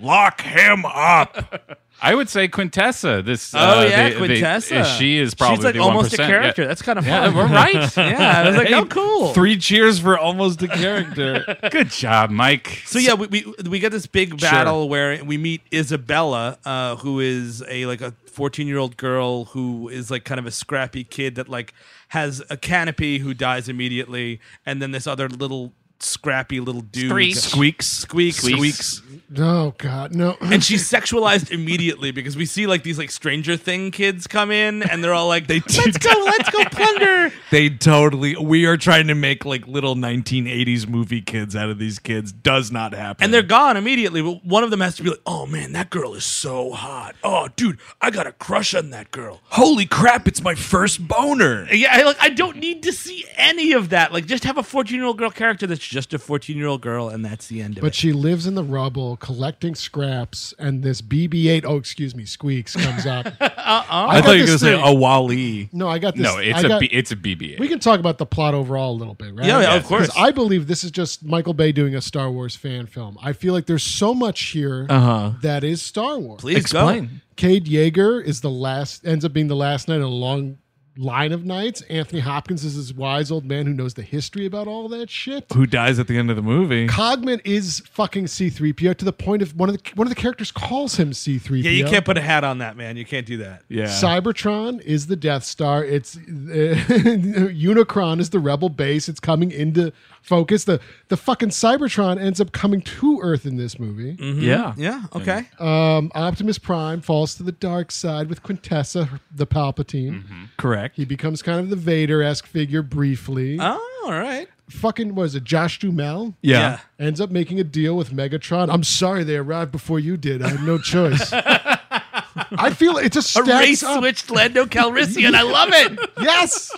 S13: Lock him up.
S7: I would say Quintessa. This.
S13: Oh,
S7: uh,
S13: yeah,
S7: the- the-
S13: Quintessa.
S7: she is
S13: She's,
S7: probably
S5: like,
S7: the
S5: almost a
S7: 1%,
S5: character.
S7: yeah.
S5: That's kinda
S7: Yeah,
S5: fun.
S7: we're right.
S5: <laughs> Yeah, I was like, oh, cool.
S1: Three cheers for almost a character.
S7: <laughs> Good job, Mike.
S5: So yeah, we we, we get this big battle where we meet Isabella, uh, who is a like a fourteen year old girl who is like kind of a scrappy kid that like has a canopy who dies immediately, and then this other little scrappy little dude
S1: Streak. Squeaks.
S5: squeaks,
S1: Squeaks.
S3: Oh
S1: <clears throat>
S3: God, no!
S5: and she's sexualized immediately because we see like these like Stranger Thing kids come in and they're all like, "Let's go, let's go plunder."
S1: They totally. We are trying to make like little 1980s movie kids out of these kids. Does not happen.
S5: And they're gone immediately, but one of them has to be like, "Oh man, that girl is
S13: So hot. Oh, dude, I got a crush on that girl.
S1: Holy crap! It's my first boner.
S5: Yeah, I, like I don't need to see any of that. Like, just have a fourteen-year-old girl character that's just a fourteen-year-old girl, and that's the end of
S3: But
S5: it.
S3: she lives in the rubble collecting scraps, and this BB-8, oh excuse me, squeaks comes up.
S7: Uh-uh.
S3: I I got thought you were this gonna say thing. a
S1: Wally.
S3: No, I got this.
S7: No, it's
S3: I
S7: a
S3: got-
S7: B- it's a BB-8.
S3: We can talk about the plot overall a little bit, right?
S7: Yeah, yeah, of
S3: 'Cause
S7: course.
S3: I believe this is just Michael Bay doing a Star Wars fan film. I feel like there's so much here
S1: Uh-huh.
S3: that is Star Wars.
S1: Please Explain. go.
S3: Cade Yeager is the last, ends up being the last night in a long line of nights. Anthony Hopkins is this wise old man who knows the history about all that shit.
S1: Who dies at the end of the movie?
S3: Cogman is fucking C3PO to the point of one of the one of the characters calls him C3PO.
S5: yeah, you can't put a hat on that, man. You can't do that.
S3: Cybertron is the Death Star. It's uh, <laughs> Unicron is the Rebel base. It's coming into focus. The the fucking Cybertron ends up coming to Earth in this movie.
S5: Mhm. Yeah. Yeah, okay.
S3: Um, Optimus Prime falls to the dark side with Quintessa, the Palpatine.
S1: Correct.
S3: He becomes kind of the Vader esque figure briefly.
S2: Uh,
S5: Oh, all right.
S3: Fucking was it Josh Dumel?
S1: Yeah. Yeah.
S3: <laughs> Ends up making a deal with Megatron. I'm sorry they arrived before you did. I had no
S5: <laughs>
S3: choice. I feel it just
S5: a
S3: stacks
S5: race
S3: up.
S5: switched Lando Calrissian. I love it.
S3: <laughs> Yes.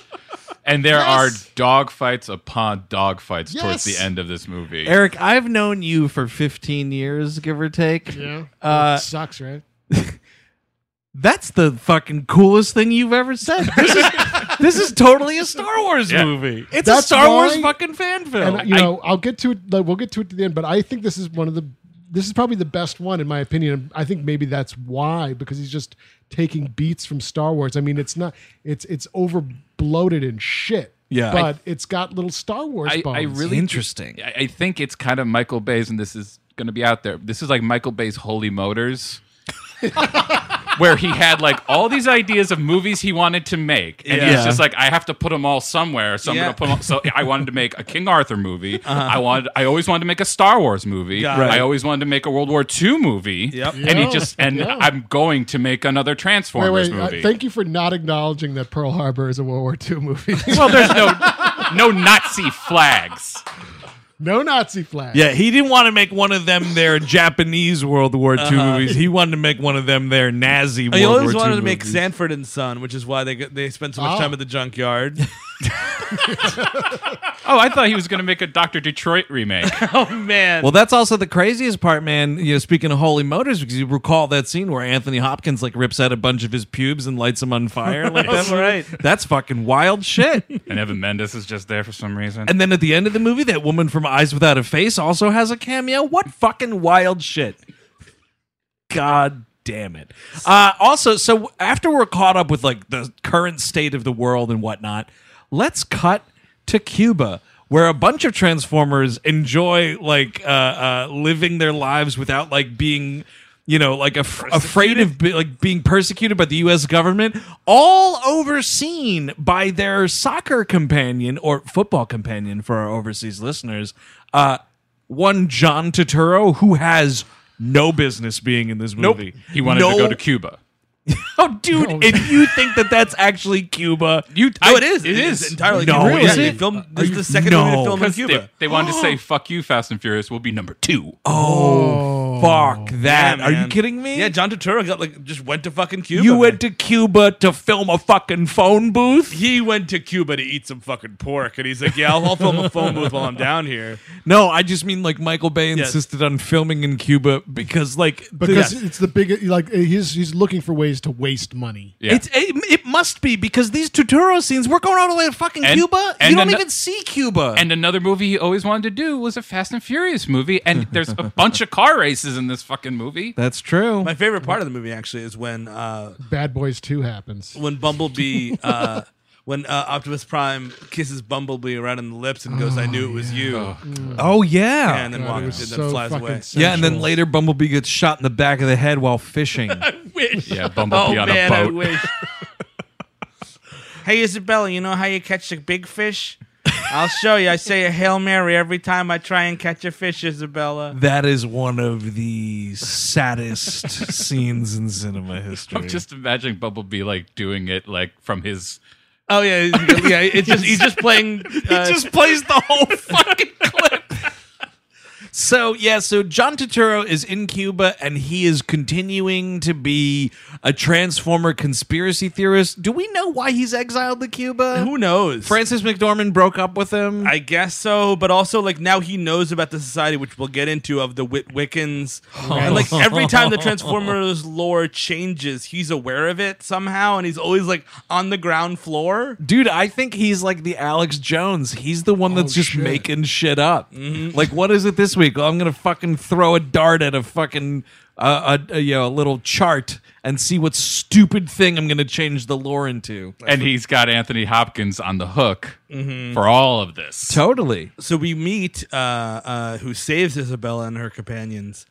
S7: And there are dog fights upon dog fights towards the
S1: Yes.
S7: end of this movie.
S1: Eric, I've known you for 15 years, give or take.
S3: Yeah.
S1: Uh,
S3: it sucks, right?
S1: <laughs> That's the fucking coolest thing you've ever said. This is <laughs> this is totally a Star Wars
S3: Yeah.
S1: movie. It's a
S3: That's
S1: Star Wars
S3: why-
S1: fucking fan film.
S3: And uh, you know, I, will get to it. Like, we'll get to it to the end. But I think this is one of the. This is probably the best one in my opinion. I think maybe that's why because he's just taking beats from Star Wars. I mean, it's not. It's it's over bloated and shit.
S7: Yeah.
S3: but it's got little Star Wars
S7: I,
S3: bones.
S7: I really I, I think it's kind of Michael Bay's, and this is going to be out there. This is like Michael Bay's Holy Motors, <laughs> where he had like all these ideas of movies he wanted to make, and
S5: Yeah.
S7: he's just like, I have to put them all somewhere. So
S5: Yeah. Uh-huh.
S7: I'm going to put 'em all-" So I wanted to make a King Arthur movie. I wanted. I always wanted to make a Star Wars movie.
S5: Yeah. Right.
S7: I always wanted to make a World War II movie.
S5: Yep.
S7: And he
S3: Yeah.
S7: just and
S3: Yeah.
S7: I'm going to make another
S3: Wait,
S7: Transformers
S3: wait. uh,
S7: movie.
S3: thank you for not acknowledging that Pearl Harbor is a World War II movie.
S7: <laughs>
S3: <laughs>
S7: well, there's no no Nazi flags.
S3: no Nazi flag.
S1: yeah, he didn't want to make one of them their <laughs> Japanese World War II
S5: Uh-huh.
S1: movies. He wanted to make one of them their Nazi World
S5: I
S1: War II
S5: always wanted to make
S1: movies. <laughs>
S5: Sanford and Son, which is why they they spent so much
S1: Oh.
S5: time at the junkyard.
S7: Oh, I thought he was going to make a Doctor Detroit remake.
S5: oh man.
S1: Well, that's also the craziest part, man. You know, speaking of holy motors, because you recall that scene where Anthony Hopkins like rips out a bunch of his pubes and lights them on fire. Like
S7: That's right.
S1: That's fucking wild shit.
S7: and Evan Mendes is just there for some reason.
S1: And then at the end of the movie, that woman from Eyes Without a Face also has a cameo. What fucking wild shit! God damn it. Uh, also, so after we're caught up with like the current state of the world and whatnot, let's cut to Cuba. Where a bunch of Transformers enjoy like uh, uh, living their lives without like being, you know, like af- afraid of be- like being persecuted by the U.S. government, all overseen by their soccer companion or football companion for our overseas listeners. Uh, one John Turturro who has no business being in this
S7: Nope.
S1: movie.
S7: He wanted to go to Cuba.
S1: Oh, dude! If you think that that's actually Cuba, you
S5: No, it is. It is entirely
S1: no,
S5: Cuba.
S1: Is
S5: Yeah, they
S1: it?
S5: filmed-
S1: Are
S5: this is
S1: you-
S5: the second
S1: no.
S5: movie to film in
S7: 'Cause
S5: Cuba.
S7: They, they wanted to <gasps> say "fuck you, Fast and Furious." We'll be number two.
S1: Oh, fuck that! Are you
S5: man.
S1: kidding me?
S5: Yeah, John Turturro got like just went to fucking Cuba.
S1: you went to Cuba to film a fucking phone booth.
S5: he went to Cuba to eat some fucking pork, and he's like, "Yeah, I'll, I'll film a phone booth while I'm down here."
S1: No, I just mean like Michael Bay
S5: Yes.
S1: insisted on filming in Cuba because like
S3: because
S1: the-
S3: it's the big like he's he's looking for ways to waste money.
S1: It's it, it must be because these Totoro scenes we're going all the way to fucking
S7: And-
S1: Cuba.
S7: and
S1: you don't
S7: ano-
S1: even see Cuba.
S7: And another movie he always wanted to do was a Fast and Furious movie, <laughs> and there's a bunch of car races in this fucking movie.
S1: That's true.
S5: My favorite part of the movie actually is when uh,
S3: Bad Boys Two happens.
S5: when Bumblebee. Uh, <laughs> When uh, Optimus Prime kisses Bumblebee around on the lips and goes, "I knew it was you."
S1: Oh yeah,
S5: and then walks and then flies away.
S1: Yeah, and then later Bumblebee gets shot in the back of the head while
S5: <laughs>
S1: fishing.
S7: <laughs>
S5: wish.
S7: Yeah, Bumblebee
S5: oh,
S7: on a
S5: man, I
S7: boat.
S5: wish. hey, Isabella, you know how you catch a big fish? I'll show you. I say a Hail Mary every time I try and catch a fish, Isabella.
S1: that is one of the saddest scenes in
S5: <laughs>
S1: cinema history.
S7: I'm just imagining Bumblebee like doing it like from his.
S5: Oh yeah, yeah. It's just he's just playing.
S1: he just plays the whole <laughs> fucking clip. So yeah, so John Turturro is in Cuba and he is continuing to be a transformer conspiracy theorist. Do we know why he's exiled to Cuba?
S5: Who knows?
S1: Francis McDormand broke up with him.
S5: I guess so, but also like now he knows about the society, which we'll get into of the Wit Wiccans. And like every time the Transformers lore changes, he's aware of it somehow, and he's always like on the ground floor.
S1: Dude, I think he's like the Alex Jones. He's the one that's just making Oh, shit Mm-hmm. up. Like, what is it this week? Well, I'm gonna fucking throw a dart at a fucking uh, a, a you know a little chart and see what stupid thing I'm gonna change the lore into.
S7: And he's got Anthony Hopkins on the hook for all of this.
S1: Totally.
S5: So we meet uh, uh, who saves Isabella and her companions.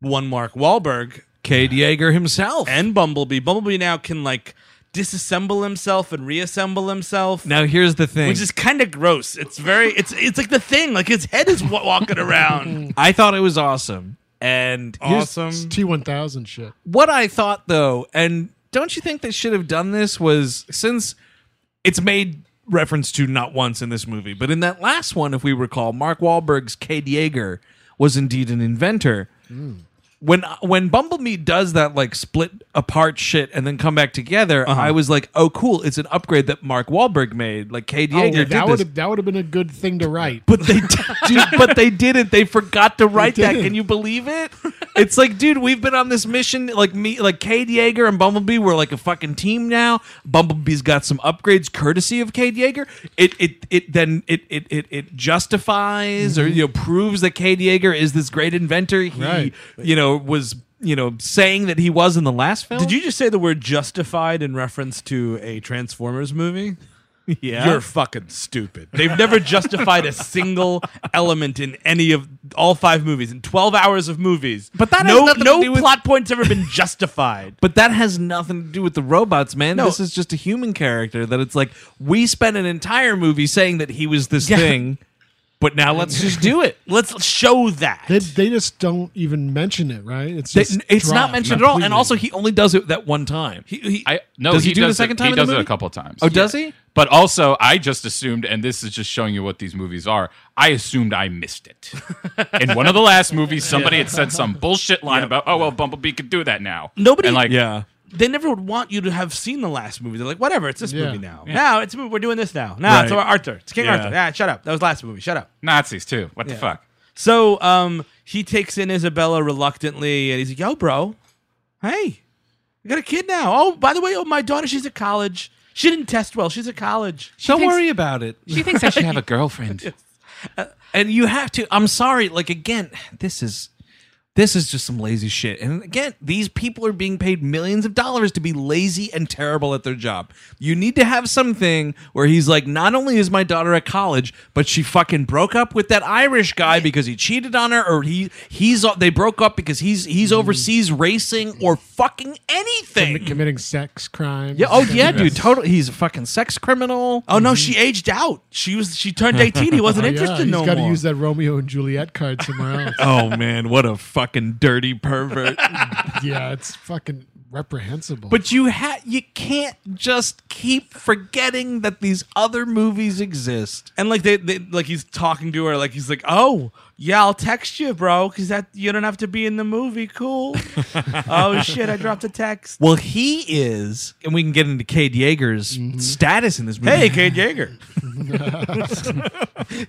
S5: One Mark Wahlberg
S1: Cade Yeager himself.
S5: and Bumblebee. Bumblebee now can like disassemble himself and reassemble himself.
S1: Now here's the thing.
S5: Which is kind of gross. It's very, it's it's like the thing. Like his head is wa- walking around.
S1: I thought it was awesome. <laughs> And here's
S3: T one thousand shit.
S1: what I thought though, and don't you think they should have done this was since it's made reference to not once in this movie, but in that last one, if we recall, Mark Wahlberg's Cade Yeager was indeed an inventor.
S3: Mm.
S1: When when Bumblebee does that like split apart shit and then come back together, I was like, oh cool, it's an upgrade that Mark Wahlberg made. Like Cade
S3: Oh,
S1: Yeager did
S3: that
S1: this.
S3: would have that would have been a good thing to write.
S1: But they, <laughs> dude, but they didn't. They forgot to write that.
S3: didn't.
S1: Can you believe it? It's like, dude, we've been on this mission. Like me, like Cade Yeager and Bumblebee, we're like a fucking team now. Bumblebee's got some upgrades courtesy of Cade Yeager. It, it, it then it, it, it, it justifies or you know, proves that Cade Yeager is this great inventor. He,
S3: Right.
S1: you know, was you know saying that he was in the last film.
S5: Did you just say the word justified in reference to a Transformers movie?
S1: Yeah.
S5: You're fucking stupid. They've never justified a single element in any of all five movies in 12 hours of movies.
S1: But that has
S5: no
S1: nothing to
S5: no
S1: do with-
S5: plot points ever been justified.
S1: But that has nothing to do with the robots, man.
S5: No.
S1: This is just a human character that it's like we spent an entire movie saying that he was this thing, but now let's just do it.
S5: <laughs> Let's show that.
S3: They, they just don't even mention it, right? It's
S1: They-
S3: just
S1: it's not
S3: dropped
S1: mentioned at all. And
S3: completely.
S1: also, he only does it that one time.
S7: I no.
S1: Does he do the
S7: does
S1: second
S7: it,
S1: time
S7: He
S1: in the
S7: does it
S1: movie?
S7: a couple times.
S1: Oh, does he?
S7: But also, I just assumed, and this is just showing you what these movies are. I assumed I
S1: <laughs>
S7: missed it. In one of the last movies, somebody had said some bullshit line about, "Oh well, Bumblebee could do that now."
S5: Nobody-
S7: and like,
S1: Yeah.
S5: they never would want you to have seen the last movie. They're like, whatever, it's this
S7: Yeah.
S5: movie now.
S7: Yeah.
S5: Now it's we're doing this now. Now it's
S7: Right.
S5: Arthur. It's King
S7: Yeah.
S5: Arthur. Yeah, shut up. That was last movie. Shut up.
S7: Nazis too. What the
S5: Yeah.
S7: fuck?
S5: So um, he takes in Isabella reluctantly, and he's like, "Yo, bro, hey, I got a kid now. Oh, by the way, oh my daughter, she's at college. She didn't test well. She's at college.
S1: Don't worry about it. Uh,
S7: She thinks I
S1: <laughs>
S7: should have a girlfriend.
S1: and you have to i'm sorry like again this is this is just some lazy shit and again these people are being paid millions of dollars to be lazy and terrible at their job you need to have something where he's like not only is my daughter at college but she fucking broke up with that irish guy because he cheated on her or he he's they broke up because he's
S7: Mm.
S1: he's overseas racing or fucking anything
S3: committing sex crimes.
S1: yeah oh yeah dude totally he's a fucking sex criminal Mm-hmm.
S5: oh no she aged out she was she turned 18 he wasn't
S3: Oh,
S5: interested
S3: yeah,
S5: no
S3: He's got to
S5: more
S3: use that Romeo and Juliet card somewhere else.
S1: <laughs> oh man what a fucking dirty pervert
S3: <laughs> yeah, it's fucking reprehensible.
S1: But you ha- you can't just keep forgetting that these other movies exist.
S5: And like they, they like he's talking to her like he's like oh yeah I'll text you bro because that you don't have to be in the
S1: <laughs>
S5: movie cool oh shit I dropped a text
S1: Well, he is, Mm-hmm. and we can get into Cade Yeager's status in this movie.
S5: hey Kate Yeager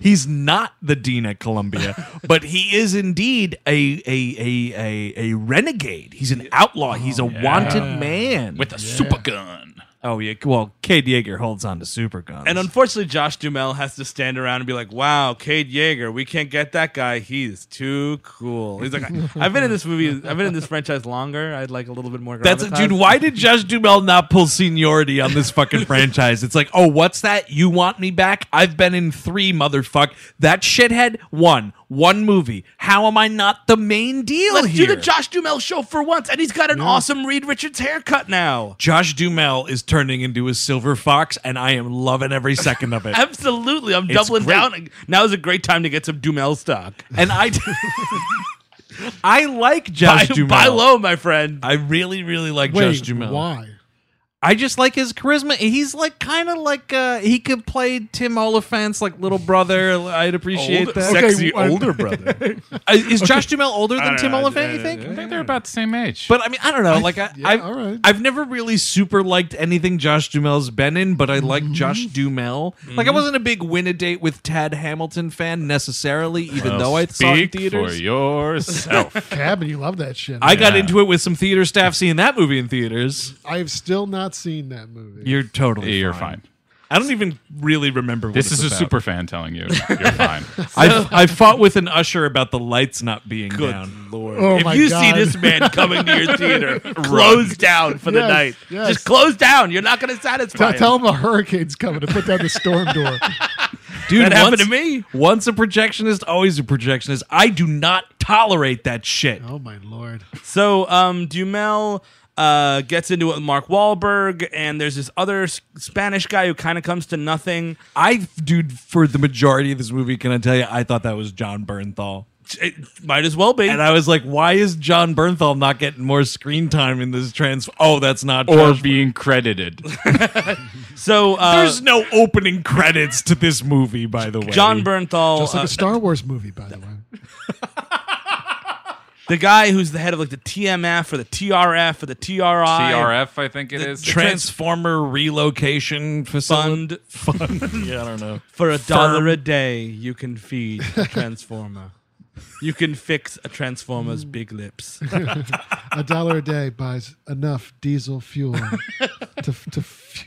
S1: <laughs> He's not the dean at Columbia, but he is indeed a a a a, a renegade. He's an outlaw. He's a wanted man
S7: with a super gun.
S1: Oh yeah. Well, Cade Yeager holds on to super guns.
S5: and unfortunately Josh Dumel has to stand around and be like wow Cade Yeager we can't get that guy he's too cool he's like I've been in this movie I've been in this franchise longer I'd like a little bit more
S1: That's
S5: gravitas.
S1: dude. Why did Josh Dumel not pull seniority on this
S5: <laughs>
S1: fucking franchise? It's like, oh, what's that? You want me back? I've been in three, motherfuck. That shithead won one movie. How am I not the main deal
S5: Let's
S1: here?
S5: do the Josh Dumel show for once, and he's got an awesome Reed Richards haircut now.
S1: Josh Dumel is turning into a silver fox, and I am loving every second
S5: <laughs>
S1: of it.
S5: Absolutely, I'm
S1: It's
S5: doubling
S1: great.
S5: down. Now is a great time to get some Dumel stock.
S1: and I, I like Josh
S5: buy,
S1: Dumel.
S5: Buy low, my friend.
S1: I really, really like
S3: Wait,
S1: Josh Dumel.
S3: why?
S1: I just like his charisma. He's like kind of like uh he could play Tim Oliphant's like little brother. I'd appreciate
S7: Old-
S1: that.
S7: sexy Okay, I- older brother.
S1: Uh, Is Josh Duhamel older
S7: I
S1: than
S7: don't
S1: Tim
S7: know.
S1: Oliphant? You think?
S7: I think they're about the same age.
S1: But I mean, I don't know. Like I, I've, I've never really super liked anything Josh Dumel's been in, but I like Josh Dumel. Like I
S7: Mhm.
S1: wasn't a big Win a Date with Tad Hamilton fan necessarily, even
S7: Well,
S1: though I saw it in
S7: speak
S1: theaters.
S7: for
S1: <laughs>
S7: yourself.
S3: Cabin, you love that shit.
S1: I got
S3: Yeah.
S1: into it with some theater staff seeing that movie in theaters.
S3: I have still not seen that movie.
S1: You're totally
S7: <laughs> You're fine.
S1: I don't even really remember. What
S7: This
S1: it's
S7: is a
S1: about.
S7: super fan
S1: <laughs>
S7: telling you you're fine.
S1: I I fought with an usher about the lights not being down.
S5: Lord.
S1: Oh
S5: if
S1: my
S5: you see
S1: God.
S5: this man coming to
S1: <laughs>
S5: your theater, close down for the
S3: Yes,
S5: night.
S3: yes.
S5: Just close down. You're not going to satisfy.
S3: Tell,
S5: him.
S3: tell him a hurricane's coming to put down the storm
S1: <laughs>
S3: door.
S1: Dude,
S3: That happened
S1: once- Once a projectionist, always a projectionist. I do not tolerate that shit.
S3: Oh my lord.
S5: So um, Dumel uh, gets into it with Mark Wahlberg, and there's this other S- Spanish guy who kind of comes to nothing.
S1: I, dude, for the majority of this movie, can I tell you, I thought that was John Bernthal.
S5: It might as well be.
S1: And I was like, why is John Bernthal not getting more screen time in this trans? Oh, that's not
S7: or
S1: Josh.
S7: being credited.
S5: So uh,
S1: There's no opening credits to this movie, by the way.
S5: John Bernthal,
S1: Oh,
S3: Just like
S5: uh,
S3: a Star Wars movie, by the way.
S5: the guy who's the head of like the TMF or the TRF or the TRI.
S7: TRF, I think it is.
S1: Transformer Relocation Fund. Fund. yeah, I don't know.
S5: For a
S1: Firm.
S5: dollar a day, you can feed a transformer. you can fix a transformer's big lips.
S3: a dollar a day buys enough
S1: <laughs>
S3: diesel fuel to f- to, f-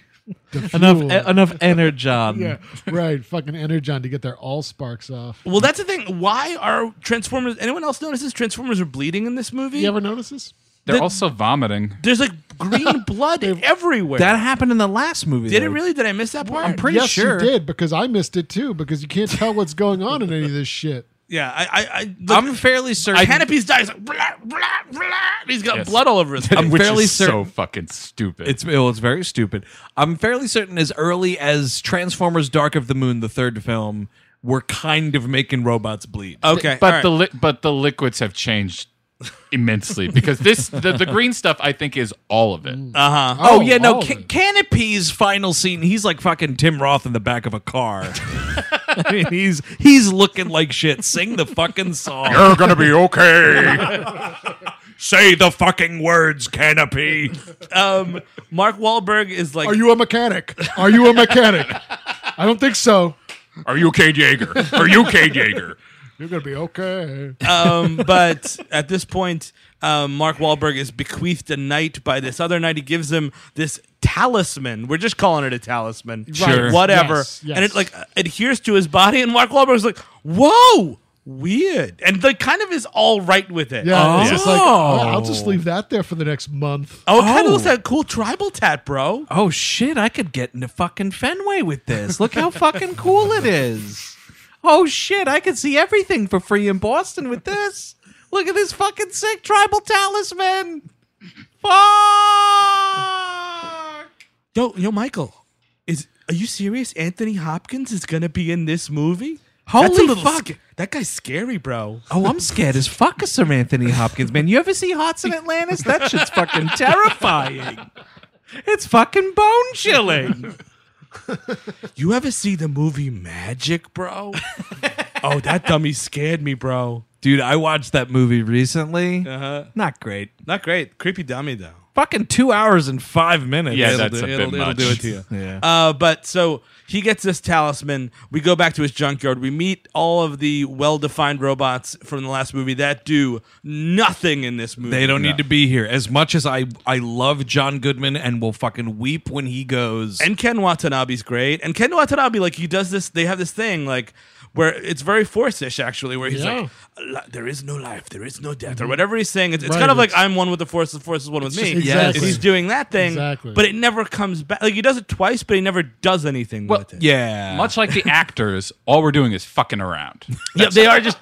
S3: to
S1: Enough-
S3: fuel.
S1: e- enough energon.
S3: yeah, right. Fucking energon to get their all sparks off.
S5: well, that's the thing. Why are transformers? Anyone else notices transformers are bleeding in this movie?
S3: You ever notice this?
S7: They're
S5: The-
S7: also vomiting.
S5: There's like green blood everywhere.
S1: That happened in the last movie.
S5: Did it
S1: though.
S5: really? Did I miss that part?
S1: I'm pretty
S3: yes,
S1: sure.
S3: you did because I missed it too because you can't tell what's going on in any of this shit.
S5: Yeah, I, I, I
S1: I'm fairly certain.
S5: Canopy's dies. Like, blah, blah, blah, and he's got
S7: Yes.
S5: blood
S7: <laughs>
S5: all over his.
S1: I'm
S7: Which
S1: fairly
S7: is so
S1: certain-
S7: fucking stupid.
S1: It's well, it's very stupid. I'm fairly certain as early as Transformers: Dark of the Moon, the third film, we're kind of making robots bleed.
S5: Okay,
S7: but the li- but the liquids have changed immensely because this the, the green stuff I think is all of it.
S5: Uh huh.
S1: <laughs> Oh,
S3: Oh,
S1: yeah,
S3: all
S1: no.
S3: of
S1: Ca-
S3: it.
S1: Canopy's final scene, he's like fucking Tim Roth in the back of a
S5: <laughs>
S1: car. I mean, he's he's looking like shit. Sing the fucking song.
S14: You're gonna be okay.
S1: Say the fucking words, Canopy.
S5: Um, Mark Wahlberg is like.
S3: Are you a mechanic? Are you a mechanic? <laughs> I don't think so.
S1: Are you Cade Yeager? Are you Cade Yeager?
S3: You're gonna be okay.
S5: um, but at this point, um, Mark Wahlberg is bequeathed a knight by this other knight. He gives him this talisman. We're just calling it a talisman.
S3: Sure.
S5: Whatever.
S3: Yes, yes.
S5: And it like uh, adheres to his body, and Mark Wahlberg's like, whoa, weird. And like kind of is all right with it.
S3: yeah, it's just like oh, I'll just leave that there for the next month.
S5: Oh, it kind of looks like a cool tribal tat, bro.
S15: Oh shit! I could get into fucking Fenway with this. Look how fucking cool it is. Oh shit! I could see everything for free in Boston with this. Look at this fucking sick tribal talisman. Fuck!
S5: Yo, yo, Michael, is are you serious? Anthony Hopkins is gonna be in this movie? That's a
S15: Holy
S5: little
S15: fuck.
S5: sc- that guy's scary, bro.
S15: Oh, I'm scared as fuck of Sir Anthony Hopkins, man. You ever see Hearts in Atlantis? That shit's fucking terrifying. It's fucking bone chilling.
S5: You ever see the movie Magic, <laughs> bro? oh, that dummy scared me, bro.
S15: Dude, I watched that movie recently.
S5: Uh-huh.
S15: Not great.
S5: Not great. Creepy dummy though.
S15: Fucking two hours and five minutes.
S7: Yeah, that's a bit much.
S5: It'll do it to you.
S15: Yeah.
S5: Uh, but so he gets this talisman. We go back to his junkyard. We meet all of the well-defined robots from the last movie that do nothing in this movie.
S2: They don't need to be here. As much as I, I love John Goodman and will fucking weep when he goes.
S5: And Ken Watanabe's great. And Ken Watanabe, like, he does this, they have this thing, like, where it's very force ish, actually, where he's
S3: Yeah.
S5: like, "Li- there is no life, there is no death, or whatever he's saying. It's, it's
S3: Right,
S5: kind of like,
S3: it's-
S5: I'm one with the force, the force is one with me.
S3: just- Yes.
S5: He's doing that thing,
S3: Exactly.
S5: but it never comes back. Like, he does it twice, but he never does anything with it.
S2: yeah.
S7: Much like the actors, all we're doing is fucking <laughs> around.
S5: Yeah, they are just.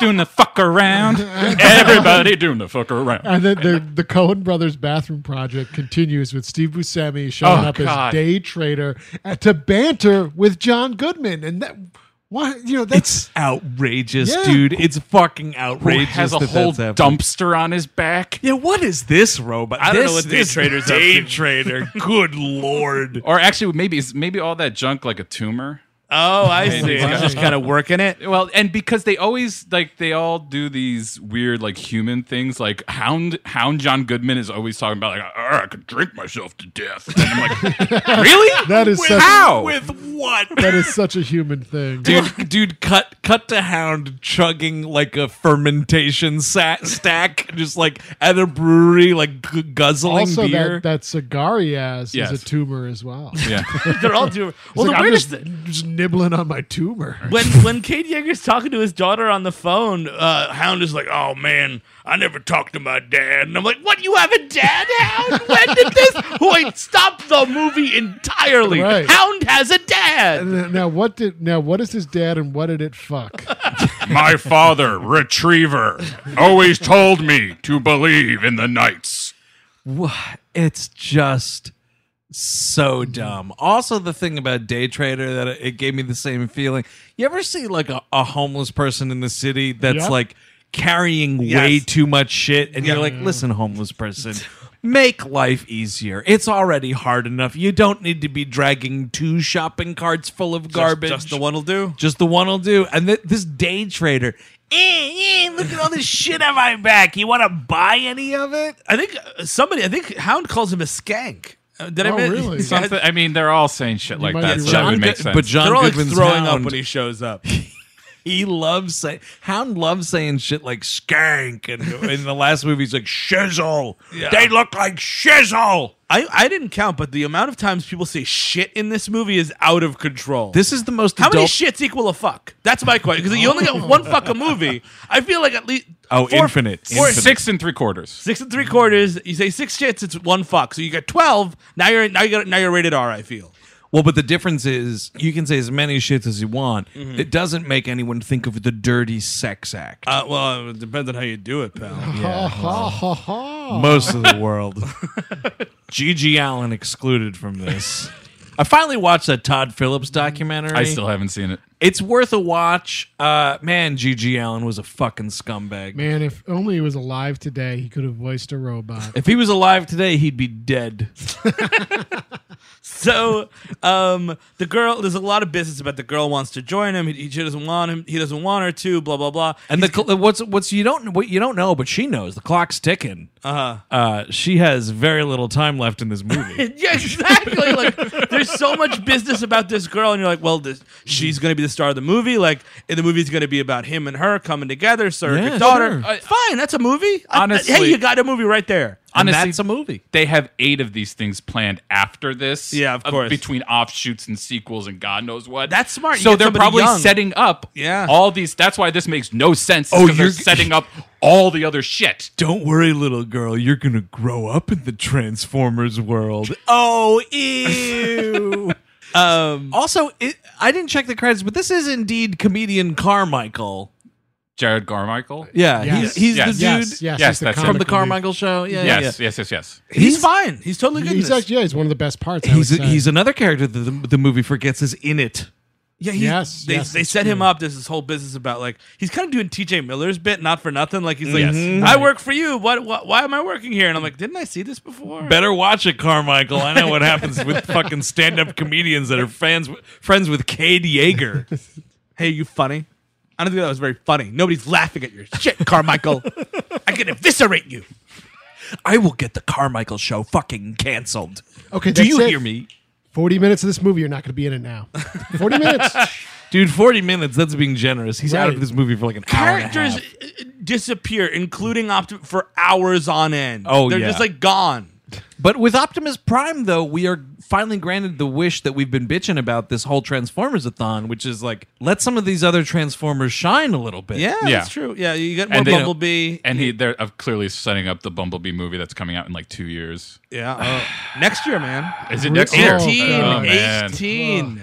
S7: doing the fuck around. Everybody doing the fuck around.
S3: And then the the Cohen brothers bathroom project continues with Steve Buscemi showing
S7: Oh,
S3: up
S7: God.
S3: as day trader at, to banter with John Goodman, and that why you know that's
S2: outrageous,
S3: Yeah.
S2: dude. It's fucking
S7: Who
S2: outrageous.
S7: has a
S2: that
S7: whole
S2: that's happening.
S7: dumpster on his back?
S2: Yeah, what is this robot?
S5: I don't
S2: This-
S5: know what day
S2: this
S5: traders are
S2: day
S5: up to. <laughs>
S2: trader. Good lord.
S7: Or actually, maybe is maybe all that junk like a tumor.
S5: Oh, I see. He's just kind of working it.
S7: Well, and because they always like they all do these weird like human things. Like Hound Hound John Goodman is always talking about like "Arr, I could drink myself to death. And I'm like, <laughs> really?
S3: <laughs> That is
S7: With
S1: <laughs>
S3: such-
S7: how?
S2: With what?
S3: that is such a human
S1: <laughs>
S3: thing.
S2: Dude, dude, cut, cut to hound chugging like a fermentation sa- stack, just like at a brewery, like g- guzzling
S3: also,
S2: beer.
S3: that that cigar he has
S7: Yes.
S3: is a tumor as well.
S7: yeah.
S5: They're all doing.
S3: Well,
S5: Well, the
S3: like, I'm
S5: weirdest
S3: just,
S5: thing.
S3: just nibbling on my tumor.
S5: when when Kate Yeager's talking to his daughter on the phone, uh, Hound is like, "Oh man, I never talked to my dad." And I'm like, "What? You have a dad, Hound? When did this? <laughs> Wait, stop the movie entirely.
S3: Right.
S5: Hound has a dad."
S3: And then- now what did now what is his dad and what did it fuck?
S1: My father, Retriever, always told me to believe in the knights.
S2: Wha- it's just so dumb. Also, the thing about day trader that it gave me the same feeling. You ever see like a, a homeless person in the city that's
S3: Yeah.
S2: like carrying way too much shit, and you're like, listen, homeless person. Make life easier. It's already hard enough. You don't need to be dragging two shopping carts full of garbage.
S5: Just the one will do.
S2: Just the one will do. And th- this day trader, eh, eh, look at all this shit on my back. You want to buy any of it?
S5: I think uh, somebody. I think Hound calls him a skank. Uh, did I
S3: Oh,
S5: miss- <laughs>
S3: really?
S7: Something. I mean, they're all saying shit like
S3: might
S7: that.
S3: be
S7: So that
S3: right.
S7: would make
S2: Good-
S7: sense.
S2: But John
S5: They're all like
S2: Goodman's
S5: throwing
S2: Hound,
S5: up when he shows up.
S2: <laughs> he loves saying Hound loves saying shit like skank, and in the last movie he's like shizzle. They look like shizzle.
S5: I, I didn't count, but the amount of times people say shit in this movie is out of control.
S2: This is the most
S5: How many
S2: adult-
S5: shits equal a fuck? That's my question. Because you only got one fuck a movie. I feel like at least
S2: Oh,
S5: four-
S2: infinite.
S5: four-
S2: Infinite.
S7: Six and three quarters.
S5: six and three quarters. You say six shits, it's one fuck. So you got twelve. Now you're now you got now you're rated R. I feel.
S2: Well, but the difference is you can say as many shits as you want.
S5: Mm-hmm.
S2: It doesn't make anyone think of the dirty sex act.
S5: Uh, well, it depends on how you do it, pal.
S3: Ha ha ha ha.
S2: most of
S5: <laughs>
S2: the world. Gigi Allen excluded from
S5: <laughs>
S2: this. I finally watched that Todd Phillips documentary.
S7: Mm-hmm. I still haven't seen it.
S2: It's worth a watch. Uh, man, Gigi Allen was a fucking scumbag.
S3: Man, if only he was alive today, he could have voiced a robot.
S2: If he was alive today, he'd be dead.
S5: so um, the girl, there's a lot of business about the girl wants to join him. He, he doesn't want him. He doesn't want her to. Blah blah blah.
S1: And the cl- what's what's you don't what you don't know, but she knows the clock's ticking.
S5: Uh-huh.
S1: Uh, she has very little time left in
S5: <laughs>
S1: this movie.
S5: yeah, exactly. Like, there's so much business about this girl, and you're like, well, this, she's going to be the star of the movie. Like, and the movie's going to be about him and her coming together, surrogate
S1: Yeah,
S5: daughter.
S1: sure.
S5: Uh, Fine, that's a movie. I-
S7: Honestly-
S5: hey, you got a movie right there.
S1: movie.
S7: They have eight of these things planned after this. Yeah, of
S5: course.
S7: Between offshoots and sequels and God knows what.
S5: That's smart. You
S7: So
S5: get
S7: they're
S5: somebody
S7: probably
S5: young.
S7: setting up
S5: Yeah.
S7: all these. That's why this makes no sense.
S1: Oh,
S7: Oh, you're
S1: you're-
S7: setting up all the other shit.
S1: Don't worry, little girl. You're gonna grow up in the Transformers world. <laughs> Oh, <laughs> ew.
S5: um,
S1: also, it, I didn't check the credits, but this is indeed comedian Carmichael.
S7: Jared Garmichael.
S1: Yeah, he's, he's the dude
S7: that's
S1: from
S7: it.
S1: the Carmichael show. Yeah, yeah,
S7: yes,
S1: yeah.
S7: yes, yes, yes.
S3: He's
S5: fine. He's totally
S3: good. He's actually, yeah, he's one of the best parts. I
S1: He's
S3: would say.
S1: he's another character that the, the movie forgets is in it.
S5: Yeah, he,
S3: Yes,
S5: they,
S3: yes,
S5: they
S3: it's
S5: set
S3: true.
S5: him up. There's this whole business about like he's kind of doing TJ Miller's bit, not for nothing. Like he's like,
S1: Yes.
S5: I work for you. What, what? Why am I working here? And I'm like, didn't I see this before?
S1: Better watch it, Carmichael. I know what happens
S5: <laughs>
S1: with fucking stand-up comedians that are fans friends with Cade Yeager.
S5: <laughs> Hey, you funny? I don't think that was very funny. Nobody's laughing at your shit,
S1: <laughs>
S5: Carmichael. I can eviscerate you.
S1: I will get the Carmichael show fucking canceled.
S3: Okay,
S1: do
S3: that's
S1: you
S3: it.
S1: hear me,
S3: Forty minutes of this movie, you're not going to be in it now. Forty minutes.
S1: dude? Forty minutes. That's being generous. He's out
S3: Right.
S1: of this movie for like an hour and a
S5: Characters
S1: half.
S5: uh, uh, disappear, including Optimus, for hours on end.
S1: Oh,
S5: they're
S1: yeah.
S5: just like gone.
S1: But with Optimus Prime, though, we are finally granted the wish that we've been bitching about this whole Transformers a thon, which is like, let some of these other Transformers shine a little bit.
S5: Yeah, that's true. Yeah, you get more
S7: they-
S5: Bumblebee.
S7: and he, they're uh, clearly setting up the Bumblebee movie that's coming out in like two years.
S5: Yeah, uh, next year, man.
S7: Is it <laughs> next year?
S5: 18,
S7: Oh, man.
S5: 18.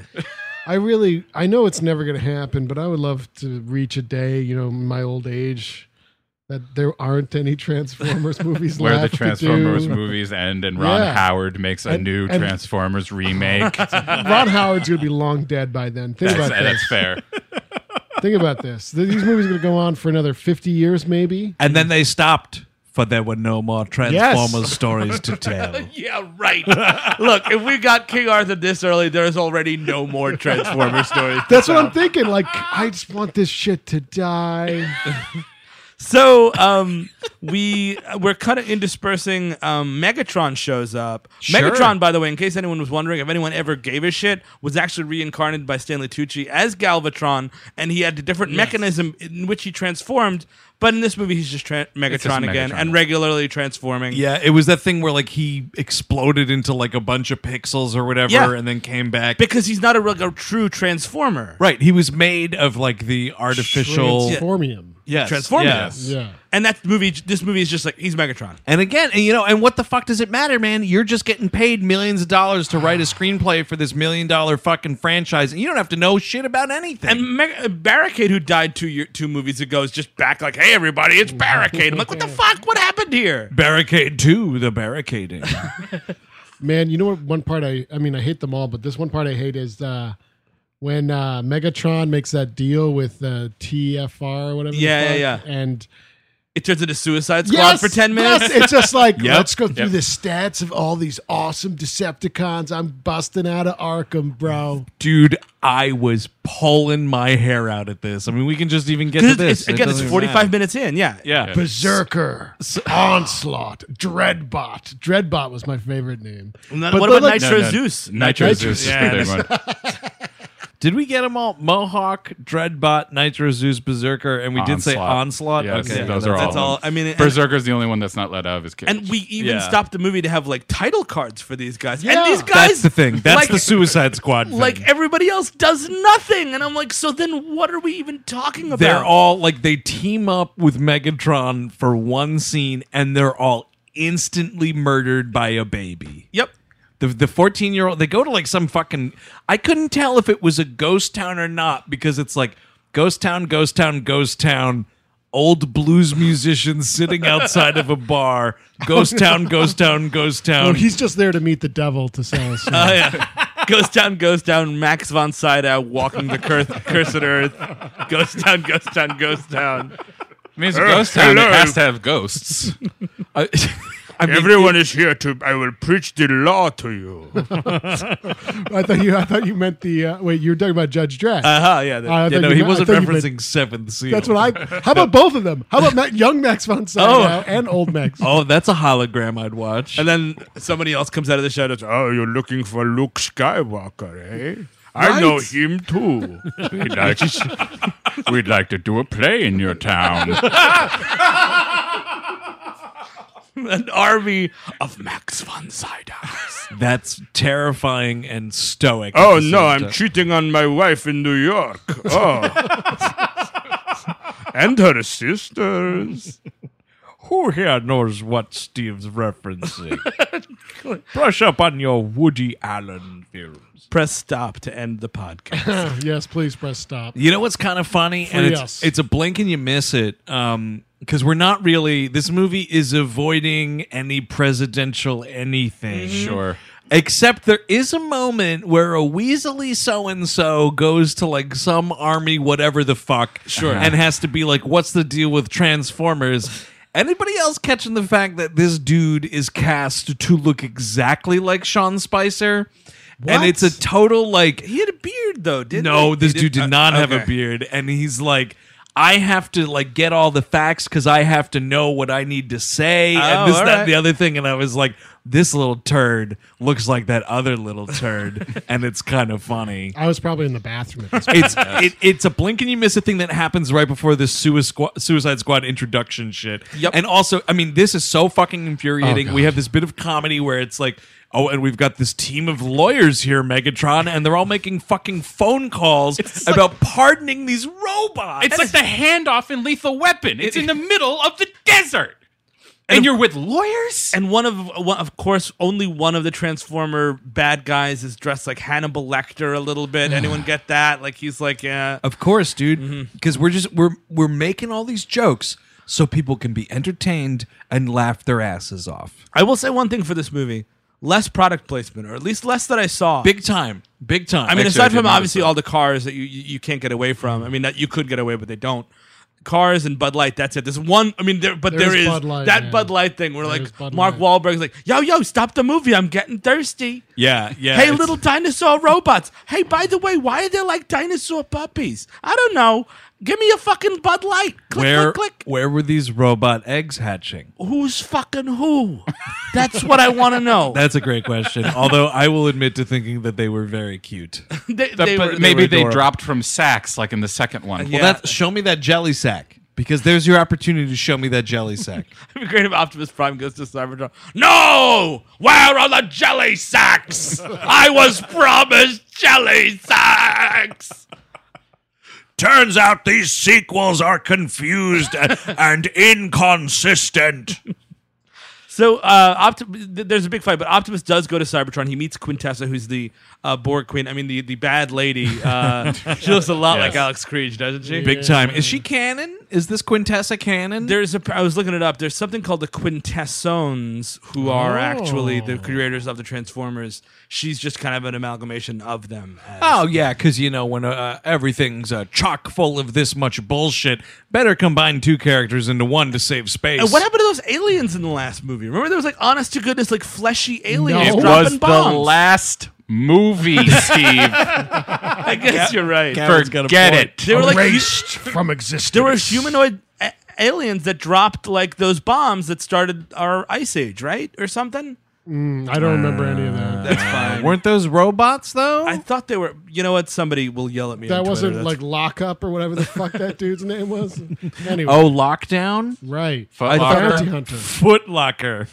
S3: I really, I know it's never going to happen, but I would love to reach a day, you know, in my old age, that there aren't any Transformers movies
S7: Where the
S3: left to
S7: Transformers
S3: do.
S7: movies end and Ron
S3: Yeah.
S7: Howard makes a
S3: And-
S7: new
S3: and-
S7: Transformers remake.
S3: Ron Howard's going to be long dead by then. Think
S7: that's,
S3: about this.
S7: that's fair.
S3: Think about this. Th- These movies are going to go on for another 50 years, maybe.
S1: And then they stopped, for there were no more Transformers
S3: Yes.
S1: stories to tell.
S5: Yeah, <laughs> right. Look, if we got King Arthur this early, there's already
S1: <laughs>
S5: no more Transformer stories.
S3: That's what I'm thinking. Like, I just want this shit to die.
S5: So um, we we're kind of interspersing. Um, Megatron shows up.
S1: Sure.
S5: Megatron, by the way, in case anyone was wondering, if anyone ever gave a shit, was actually reincarnated by Stanley Tucci as Galvatron, and he had a different mechanism in which he transformed. But in this movie, he's just tran
S1: just
S5: Megatron again
S1: Megatron.
S5: and regularly transforming.
S1: Yeah, it was that thing where like he exploded into like a bunch of pixels or whatever,
S5: Yeah.
S1: and then came back.
S5: because he's not a, real- a true transformer.
S1: right, he was made of like the artificial
S3: Transformium.
S1: Yes,
S5: Transformium.
S1: yes.
S3: Yeah.
S5: And that movie, this movie is just like he's Megatron.
S1: And again, and you know, and what the fuck does it matter, man? You're just getting paid millions of dollars to write a screenplay for this million dollar fucking franchise, and you don't have to know shit about anything.
S5: And Meg- uh, Barricade, who died two year, two movies ago, is just back like, "Hey, everybody,
S2: <laughs>
S5: it's Barricade." I'm like, "What the fuck? What happened here?"
S1: barricade two, the barricading.
S3: Man, you know what? One part I, I mean, I hate them all, but this one part I hate is uh, when uh, Megatron makes that deal with uh, TFR or whatever. the
S5: Yeah, yeah,
S3: fuck, And
S5: It turns into Suicide Squad for ten minutes.
S3: yes, it's just like
S5: <laughs> Yep,
S3: let's go through
S5: yep.
S3: the stats of all these awesome Decepticons. I'm busting out of Arkham, bro.
S1: Dude, I was pulling my hair out at this. I mean, we can just even get to
S5: Because
S1: this.
S5: it's, again, it's
S1: doesn't even
S5: 45
S1: matter.
S5: minutes in. Yeah,
S1: Yeah.
S3: Berserker, Onslaught, Dreadbot. Dreadbot was my favorite name.
S5: And then
S3: But
S5: what
S3: the,
S5: about
S3: like-
S5: Nitro Zeus?
S7: Nitro, Zeus is
S1: Yeah,
S7: <laughs> the big
S1: that's-
S7: one.
S1: Did we get them all? Mohawk, Dreadbot, Nitro Zeus, Berserker, and we did say Onslaught.
S7: Yes,
S1: okay,
S7: those
S1: yeah,
S7: are all.
S1: that's-
S5: that's all. I mean, and-
S7: Berserker's the only one that's not let out of his cage.
S5: And we even
S7: Yeah.
S5: stopped the movie to have like title cards for these guys.
S7: Yeah.
S5: And these
S1: That's
S5: guys,
S1: the thing. That's
S5: like-
S1: the Suicide Squad. Thing.
S5: like everybody else does nothing. And I'm like, so then what are we even talking about?
S1: They're all like they team up with Megatron for one scene, and they're all instantly murdered by a baby.
S5: Yep.
S1: The the fourteen year old they go to like some fucking I couldn't tell if it was a ghost town or not because it's like ghost town, ghost town, ghost town. Old blues musician sitting outside of a bar. Ghost town, ghost town, ghost town.
S2: Um,
S3: Oh, he's just there to meet the devil to
S2: <laughs>
S3: sell us.
S5: Oh yeah. goes down, goes down. Max von Sydow walking the cur- <laughs> cursed earth. Goes down, goes down, goes down.
S7: <laughs> I mean, it's a ghost town. It has to have ghosts.
S1: I,
S2: I mean,
S16: Everyone
S2: it-
S16: is here to. I will preach the law to you.
S3: I thought you. I thought you meant the. Uh, wait, you were talking about Judge Dredd.
S2: Uh-huh, yeah, the-
S3: I
S2: yeah,
S3: thought
S2: no,
S3: you
S2: he
S3: meant- I
S2: wasn't
S3: thought you
S2: referencing Seventh Seal.
S3: That's what I. How about both of them? How about Ma- young Max von Sydow
S2: Oh.
S3: and old Max?
S2: <laughs> Oh, that's a hologram I'd watch.
S5: And then somebody else comes out of the shadows.
S16: Oh, you're looking for Luke Skywalker, eh? I know
S5: Right.
S16: him too.
S7: We'd like, we'd like to do a play in your town.
S5: <laughs> An army of Max von
S2: <laughs>
S5: Sydows.
S2: That's terrifying and stoic.
S16: Oh no, I'm cheating on my wife in New York.
S2: <laughs>
S16: Oh. and her sisters.
S2: Who here knows what Steve's referencing? Brush up on your Woody Allen films.
S5: Press stop to end the
S3: <laughs>
S5: podcast.
S3: yes, please press stop.
S2: Oh. You know what's kind of funny, and
S3: Free
S2: it's,
S3: us.
S2: it's a blink and you miss it, because we're not really. This movie is avoiding any presidential anything.
S7: Sure.
S2: Except there is a moment where a Weasley so and so goes to like some army, whatever the fuck,
S5: Sure.
S2: and has to be like, "What's the deal with Transformers?" Anybody else catching the fact that this dude is cast to look exactly like Sean Spicer? And
S5: What?
S2: it's a total like
S5: He had a beard though, didn't he?
S2: no, this
S5: He
S2: dude did
S5: uh,
S2: not have
S5: okay.
S2: a beard, and he's like, I have to like get all the facts because I have to know what I need to say,
S5: Oh,
S2: and this,
S5: all
S2: that, and
S5: right.
S2: the other thing. And I was like, this little turd looks like that other little
S5: <laughs>
S2: turd, and it's kind of funny.
S3: I was probably in the bathroom. At this point.
S2: <laughs> It's it, it's a blink and you miss a thing that happens right before this Suicide Squad, Suicide Squad introduction shit. Yep. And also, I mean, this is so fucking infuriating.
S3: Oh, God.
S2: we have this bit of comedy where it's like, oh, and we've got this team of lawyers here, Megatron, and they're all making fucking phone calls about pardoning these robots.
S7: <laughs> It's like the handoff in Lethal Weapon. It's in the middle of the desert. And, you're with lawyers?
S5: And one of one, of course, only one of the Transformer bad guys is dressed like Hannibal Lecter a little bit. <sighs> Anyone get that? Like he's like, yeah.
S2: Of course, dude,
S3: Mm-hmm.
S2: because we're just we're we're making all these jokes so people can be entertained and laugh their asses off.
S5: I will say one thing for this movie: less product placement, or at least less that I saw.
S2: Big time, big time.
S5: I
S7: Actually,
S5: mean,
S7: I
S5: aside
S7: did
S5: from
S7: notice
S5: obviously
S7: that.
S5: all the cars that you, you you can't get away from. I mean, that you could get away, but they don't. Cars and Bud Light. That's it. There's one. I mean, there, but
S3: There
S5: there
S3: is
S5: is
S3: Bud Light,
S5: that
S3: man.
S5: Bud Light thing where
S3: There is
S5: like
S3: Bud
S5: Mark Wahlberg's like, "Yo, yo, stop the movie! I'm getting thirsty."
S2: yeah, yeah.
S5: hey,
S2: it's-
S5: little dinosaur robots. Hey, by the way, why are they like dinosaur puppies? I don't know. Give me a fucking Bud Light. Click,
S2: where
S5: click, click.
S2: where were these robot eggs hatching?
S5: Who's fucking who? That's what I want to <laughs> know.
S2: That's a great <laughs> question. Although I will admit to thinking that they were very cute.
S5: They-
S7: That-
S5: they
S7: but
S5: were-
S7: maybe
S5: were
S7: they,
S5: adorable.
S7: dropped from sacks like in the second one.
S5: yeah.
S2: Well, that show me that jelly sack because there's your opportunity to show me that jelly sack.
S5: It'd be great if Optimus Prime goes to Cybertron. No! Where are the jelly <laughs> sacks? I was promised jelly sacks!
S16: Turns out these sequels are confused and, and inconsistent.
S5: So uh, Opti- th- there's a big fight, but Optimus does go to Cybertron. He meets Quintessa, who's the uh, Borg Queen. I mean, the, the bad lady. <laughs> Uh, she looks a lot like Alex Creed, doesn't she?
S2: Big time. Is she canon? Is this Quintessa canon?
S5: There's a. I was looking it up. There's something called the Quintessones, who are actually the creators of the Transformers. She's just kind of an amalgamation of them. as-
S2: Oh yeah, because you know when uh, everything's uh, chock full of this much bullshit, better combine two characters into one to save space.
S5: And what happened to those aliens in the last movie? Remember, there was like honest to goodness, like fleshy aliens
S3: No. It
S5: dropping
S7: was the
S5: bombs.
S7: last movie, Steve.
S5: I guess you're right.
S7: Forget it.
S5: They were like
S17: erased from existence.
S5: there were humanoid a- aliens that dropped like those bombs that started our ice age, right, or something.
S3: Mm, I don't remember any of
S2: Uh,
S3: that.
S5: That's fine.
S2: Weren't those robots though?
S5: I thought they were. You know what? Somebody will yell at me. on
S3: Oh. that
S5: Twitter.
S3: wasn't
S5: That's-
S3: like lockup or whatever the fuck that
S5: <laughs>
S3: dude's name was. Anyway,
S2: oh, lockdown.
S3: right.
S7: Foot
S3: Bounty
S7: Locker.
S3: hunter.
S2: Foot
S3: <laughs>
S2: Locker.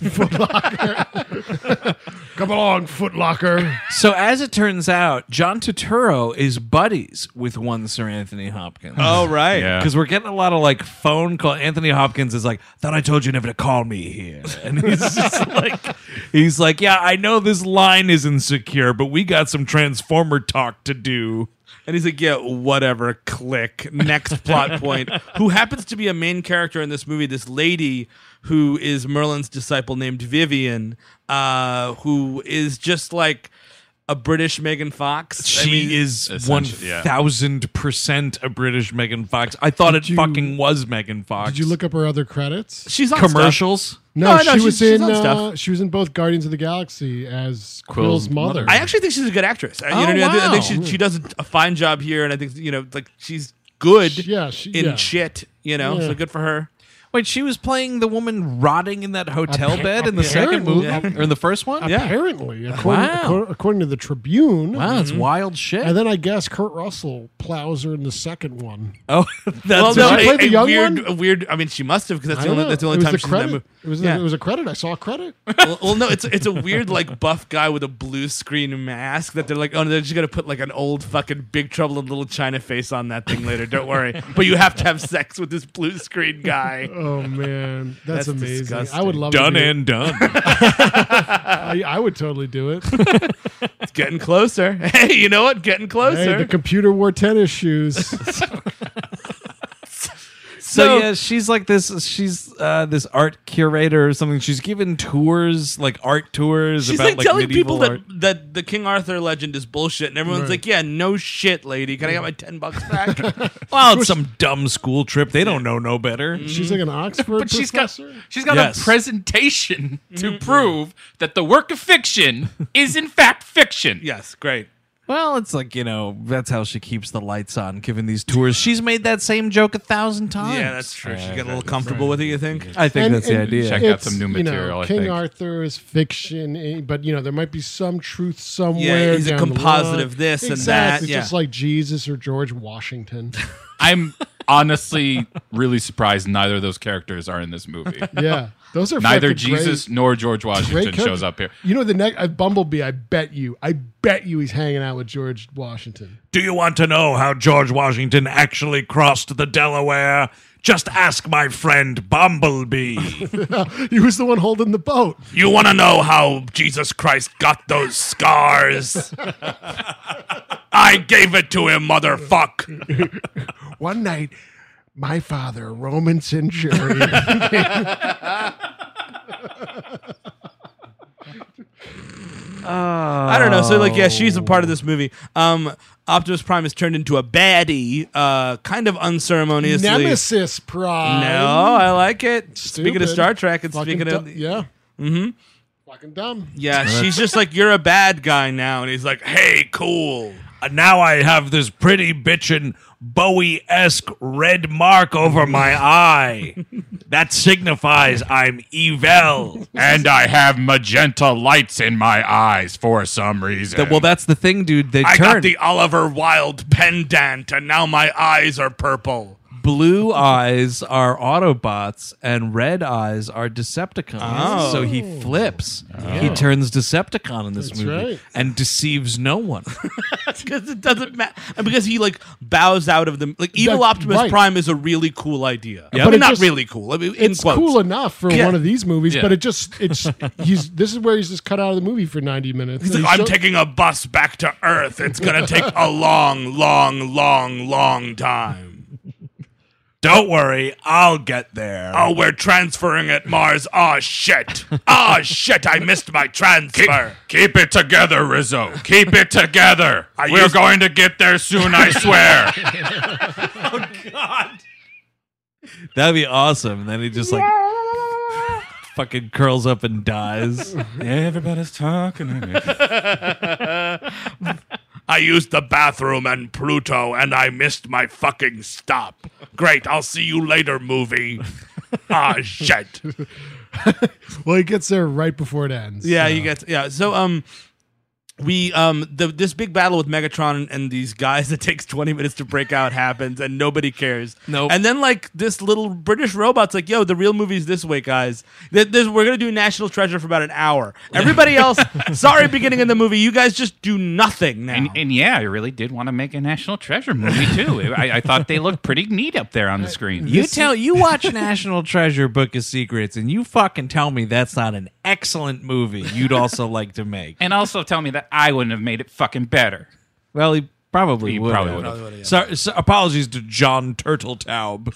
S17: Come along, Footlocker.
S2: so as it turns out, John Turturro is buddies with one Sir Anthony Hopkins.
S5: Oh right.
S7: Yeah.
S2: Because we're getting a lot of like phone call. Anthony Hopkins is like, "Thought I told you never to call me here," and he's just like, <laughs> "He's like, yeah, I know this line is insecure, but we got some Transformer talk to do."
S5: And he's like, yeah, whatever, click. Next plot point. Who happens to be a main character in this movie, this lady who is Merlin's disciple named Vivian, uh, who is just like a British Megan Fox?
S1: She is one thousand percent a British Megan Fox. I thought it fucking was Megan Fox.
S3: Did you look up her other credits?
S5: She's on
S1: commercials.
S3: No,
S5: No, no,
S3: she
S5: she's-
S3: was
S5: she's
S3: in
S5: on
S3: uh,
S5: stuff.
S3: she was in both Guardians of the Galaxy as Quill's,
S5: Quill's
S3: mother.
S5: I actually think she's a good actress. I, you
S3: Oh,
S5: know, what I mean? I, think, I
S3: wow.
S5: think she, she does a fine job here, and I think you know, like she's good.
S3: yeah, she-
S5: in
S3: yeah.
S5: shit. You know,
S3: Yeah.
S5: so good for her.
S1: Wait, she was playing the woman rotting in that
S2: <laughs>
S1: hotel
S3: Appa-
S1: bed in the second movie
S5: <laughs>
S3: apparently-
S1: or in the first one?
S3: Apparently, according, accor- according to the Tribune.
S1: Wow, it's Mhm. wild shit.
S3: And then I guess Kurt Russell plows her in the second one.
S1: Oh,
S5: well,
S3: that's
S5: no,
S3: right. Did she play
S5: a,
S3: the
S5: a
S3: young
S5: weird,
S3: one?
S5: a weird. I mean, she must have because that's
S3: I
S5: the only
S3: don't know.
S5: that's the only
S3: It was
S5: time
S3: the
S5: she's
S3: credit.
S5: in that movie.
S3: It was,
S5: Yeah.
S3: it was a credit. I saw a credit.
S5: well, well, no, it's it's
S3: <laughs>
S5: a weird like buff guy with a blue screen mask that they're like, oh, no, they're just gonna put like an old fucking Big Trouble in Little China face on that thing later.
S3: <laughs>
S5: Don't worry, but you have to have sex with this blue screen guy.
S3: Oh man, that's,
S5: That's
S3: amazing.
S5: disgusting.
S3: I would love
S5: Done
S3: to be-
S5: and done.
S3: I, I would totally do it.
S5: It's getting closer. <laughs> Hey, you know what? Getting
S3: Hey,
S5: closer.
S3: the computer wore tennis shoes.
S1: So, yeah, she's like this. She's uh, this art curator or something. She's given tours, like art tours
S5: She's
S1: about
S5: like,
S1: like,
S5: telling
S1: medieval
S5: people that,
S1: art.
S5: that the King Arthur legend is bullshit, and everyone's
S1: Right.
S5: like, "Yeah, no shit, lady. Can I get my ten bucks
S3: <laughs>
S5: back?" <laughs>
S1: Well, it's some dumb school trip. They don't know Oh, no
S5: Mm.
S1: better.
S3: She's like an Oxford
S7: But she's got
S3: professor.
S7: she's got
S1: Yes.
S7: a presentation to prove that the work of fiction is in fact fiction.
S5: Yes, great.
S1: Well, it's like you know that's how she keeps the lights on, giving these tours. She's made that same joke a thousand times.
S5: yeah, that's true. She got a little comfortable with it. You think?
S1: I think that's the idea.
S7: Check out
S3: it's,
S7: some new
S3: you know,
S7: material, I
S3: King
S7: think.
S3: Arthur is fiction, eh, but you know there might be some truth somewhere.
S5: he's a
S3: down the
S5: composite
S3: line.
S5: of this and that,
S3: Exactly,
S5: yeah.
S3: just like Jesus or George Washington.
S7: I'm honestly really surprised neither of those characters are in this movie.
S3: Yeah, those are
S7: neither
S3: fucking
S7: Jesus
S3: great-
S7: nor George
S3: great
S7: Washington
S3: character.
S7: shows up here.
S3: You know the next uh, Bumblebee. I bet you. I bet you he's hanging out with George Washington. <laughs>
S13: Do you want to know how George Washington actually crossed the Delaware? Just ask my friend Bumblebee.
S3: he was the one holding the boat.
S13: you want to know how Jesus Christ got those scars? <laughs> I gave it to him, motherfuck.
S3: One night, my father, a Roman centurion.
S5: <laughs> I don't know. So like, yeah, she's a part
S3: Oh.
S5: of this movie. Um, Optimus Prime is turned into a baddie, uh, kind of unceremoniously.
S3: Nemesis Prime.
S5: No, I like it. Speaking of
S3: Stupid.
S5: Star Trek, and
S3: Fucking
S5: speaking of
S3: du- yeah,
S5: hmm
S3: fucking dumb.
S5: yeah, she's just like you're a bad guy now, and he's like, hey, cool.
S13: And now I have this pretty bitchin' Bowie esque red mark over my eye. that signifies I'm evil.
S7: And I have magenta lights in my eyes for some reason.
S1: That- well, that's the thing, dude. They
S13: I
S1: turn
S13: got the Oliver Wilde pendant, and now my eyes are purple.
S1: blue eyes are Autobots and red eyes are Decepticons.
S13: Oh.
S1: So he flips. He
S5: Yeah.
S1: turns Decepticon in this
S5: That's
S1: movie
S5: right.
S1: and deceives no
S5: <laughs>
S1: one.
S5: because it doesn't matter. And because he like bows out of the like evil
S3: That-
S5: Optimus
S3: right.
S5: Prime is a really cool idea.
S3: Yeah.
S5: But
S3: But it
S5: not
S3: just-
S5: really cool. I mean, in
S3: it's
S5: quotes.
S3: cool enough for
S5: Yeah.
S3: one of these movies,
S5: Yeah.
S3: but it just it's he's this is where he's just cut out of the movie for ninety minutes.
S13: He's
S3: And
S13: like, I'm
S3: so-
S13: taking a bus back to Earth. It's going to take a long, long, long, long time. Don't worry, I'll get there. Oh, we're transferring at Mars. Oh, shit. Oh, shit, I missed my transfer.
S7: Keep it together, Rizzo. Keep it together.
S13: <laughs> I
S7: We're
S13: used-
S7: going to get there soon, I <laughs> swear. Oh,
S1: That'd be awesome. And then he just like fucking curls up and dies. Everybody's
S7: <laughs>
S1: talking.
S13: I used the bathroom and Pluto, and I missed my fucking stop. Great, I'll see you later, movie. Ah, shit.
S3: well, he gets there right before it ends.
S5: Yeah, you get yeah. So um we um the this big battle with Megatron and these guys <laughs> that takes 20 minutes to break out happens and nobody cares. No. And then like this little British robot's like, "Yo, the real movie's this way, guys. Th- this- we're going to do National Treasure for about an hour. Everybody else, sorry beginning in the movie, you guys just do nothing now."
S7: And, and yeah, I really did want to make a National Treasure movie too. I, I thought they looked pretty neat up there on the screen.
S1: You tell you watch National Treasure Book of Secrets and you fucking tell me that's not an excellent movie you'd also like to make.
S7: and also tell me that I wouldn't have made it fucking better.
S1: Well, he
S5: probably
S7: He
S5: would.
S7: probably
S5: have.
S7: would've. Probably
S5: So, so apologies to John Turtletaub.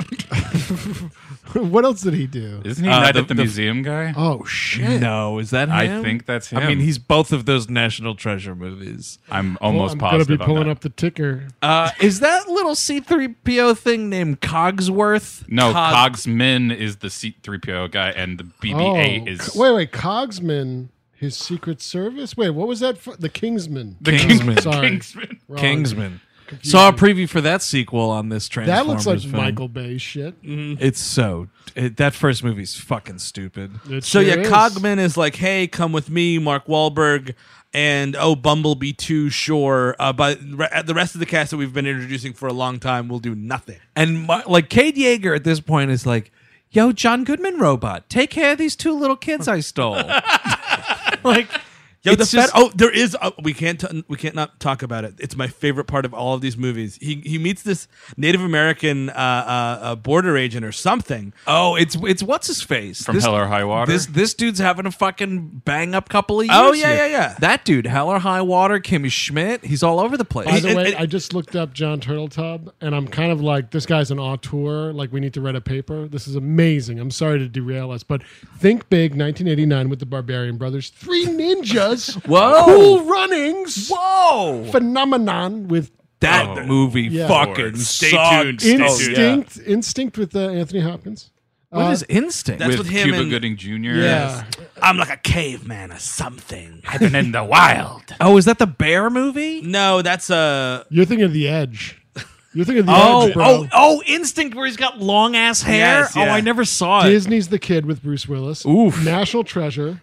S3: <laughs> what else did he do?
S7: Isn't he not at Uh, the museum guy?
S3: Oh shit!
S5: No, is that him?
S7: I think that's
S5: I mean,
S7: him.
S5: he's Oh, both of those National Treasure movies.
S7: I'm
S3: Oh, I'm gonna be pulling up the ticker.
S5: Uh, is that little C3PO thing named Cogsworth?
S7: No,
S5: Cog-
S7: Cogsmin is the C3PO guy, and the BB-8
S3: Oh,
S7: is
S3: c- wait, wait, Cogsman, his Secret Service. Wait, what was that? For? The Kingsman.
S5: The Kingsman.
S3: <laughs> Sorry,
S7: Kingsman.
S3: Wrong.
S5: Kingsman. Saw a preview for that sequel on this
S3: That looks
S5: Transformers
S3: like
S5: film.
S3: Michael Bay shit.
S5: It's so it, that first movie's fucking stupid.
S18: so yeah, Cogman is like, "Hey, come with me, Mark Wahlberg." And oh, Bumblebee Two, sure, uh, but re- the rest of the cast that we've been introducing for a long time will do nothing.
S5: And my, like Cade Yeager at this point is like, "Yo, John Goodman robot, take care of these two little kids
S18: <laughs>
S5: I stole." like,
S18: Yo, the
S5: it's
S18: fed-
S5: just-
S18: oh, there is. A, we can't. T- we can't not talk about it. It's my favorite part of all of these movies. He he meets this Native American uh, uh, uh, border agent or something.
S5: Oh, it's it's what's his face
S7: from Hell or High Water.
S5: This this dude's having a fucking bang up couple of years.
S18: Oh, yeah,
S5: here.
S18: yeah, yeah.
S5: That dude, Hell or High Water, Kimmy Schmidt, he's all over the place.
S3: By the way, I just looked up John Turtletub, and I'm kind of like, this guy's an auteur. Like, we need to write a paper. This is amazing. I'm sorry to derail us, but Think Big, 1989, with the Barbarian Brothers, three ninjas,
S5: <laughs> Whoa.
S3: cool runnings,
S5: whoa,
S3: phenomenon with
S5: that movie
S3: Yeah.
S5: fucking
S19: Stay
S5: sucked.
S19: tuned, stay tuned.
S3: instinct. Instinct with uh, Anthony Hopkins.
S5: What
S3: Uh,
S5: is instinct?
S18: That's with him
S7: Cuba
S18: and-
S7: Gooding Jr.
S3: Yeah.
S18: I'm like a caveman or something.
S7: I've been in the wild.
S5: <laughs> Oh, is that the bear movie?
S18: No, that's
S5: uh,
S18: a.
S3: You're thinking of The Edge. You're thinking of The
S5: Oh,
S3: Edge, bro.
S5: oh, oh, instinct where he's got long ass hair.
S18: Yes,
S5: Oh,
S18: yeah.
S5: I never saw it.
S3: Disney's The Kid with Bruce Willis.
S5: Oof.
S3: National Treasure.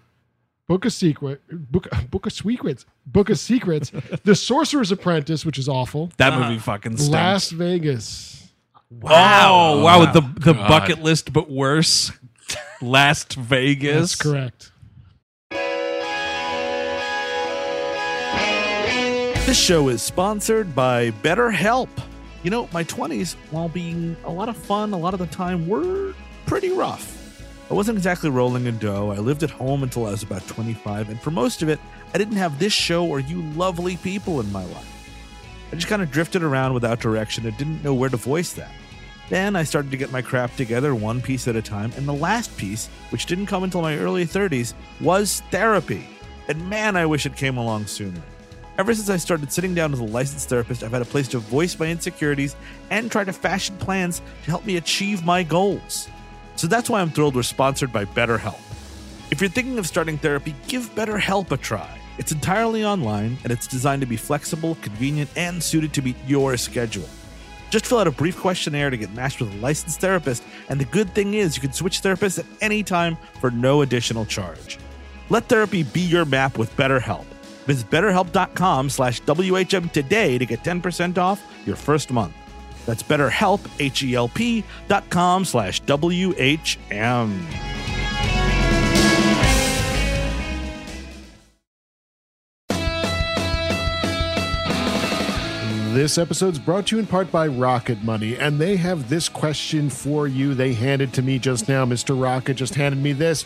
S3: Book of Secret. Book, Book of Secrets. Book of
S5: <laughs>
S3: Secrets. the Sorcerer's Apprentice, which is awful.
S5: That movie fucking stinks.
S3: Las Vegas.
S5: wow,
S7: Oh,
S5: wow,
S7: wow.
S5: the the
S7: God.
S5: bucket list, but worse. Last
S3: That's
S5: Vegas.
S3: correct.
S2: This show is sponsored by BetterHelp. You know, my 20s, while being a lot of fun, a lot of the time were pretty rough. I wasn't exactly rolling in dough. I lived at home until I was about 25, and for most of it, I didn't have this show or you lovely people in my life. I just kind of drifted around without direction and didn't know where to voice that. Then I started to get my crap together one piece at a time, and the last piece, which didn't come until my early 30s, was therapy. And man, I wish it came along sooner. Ever since I started sitting down with a licensed therapist, I've had a place to voice my insecurities and try to fashion plans to help me achieve my goals. So that's why I'm thrilled we're sponsored by BetterHelp. If you're thinking of starting therapy, give BetterHelp a try. It's entirely online and it's designed to be flexible, convenient, and suited to meet your schedule. Just fill out a brief questionnaire to get matched with a licensed therapist, and the good thing is you can switch therapists at any time for no additional charge. Let therapy be your map with BetterHelp. Visit betterhelp.com slash WHM today to get 10% off your first month. That's betterhelp, H-E-L-P dot com slash W-H-M.
S1: This episode's brought to you in part by Rocket Money, and they have this question for you. They handed to me just now. Mr. Rocket just handed me this.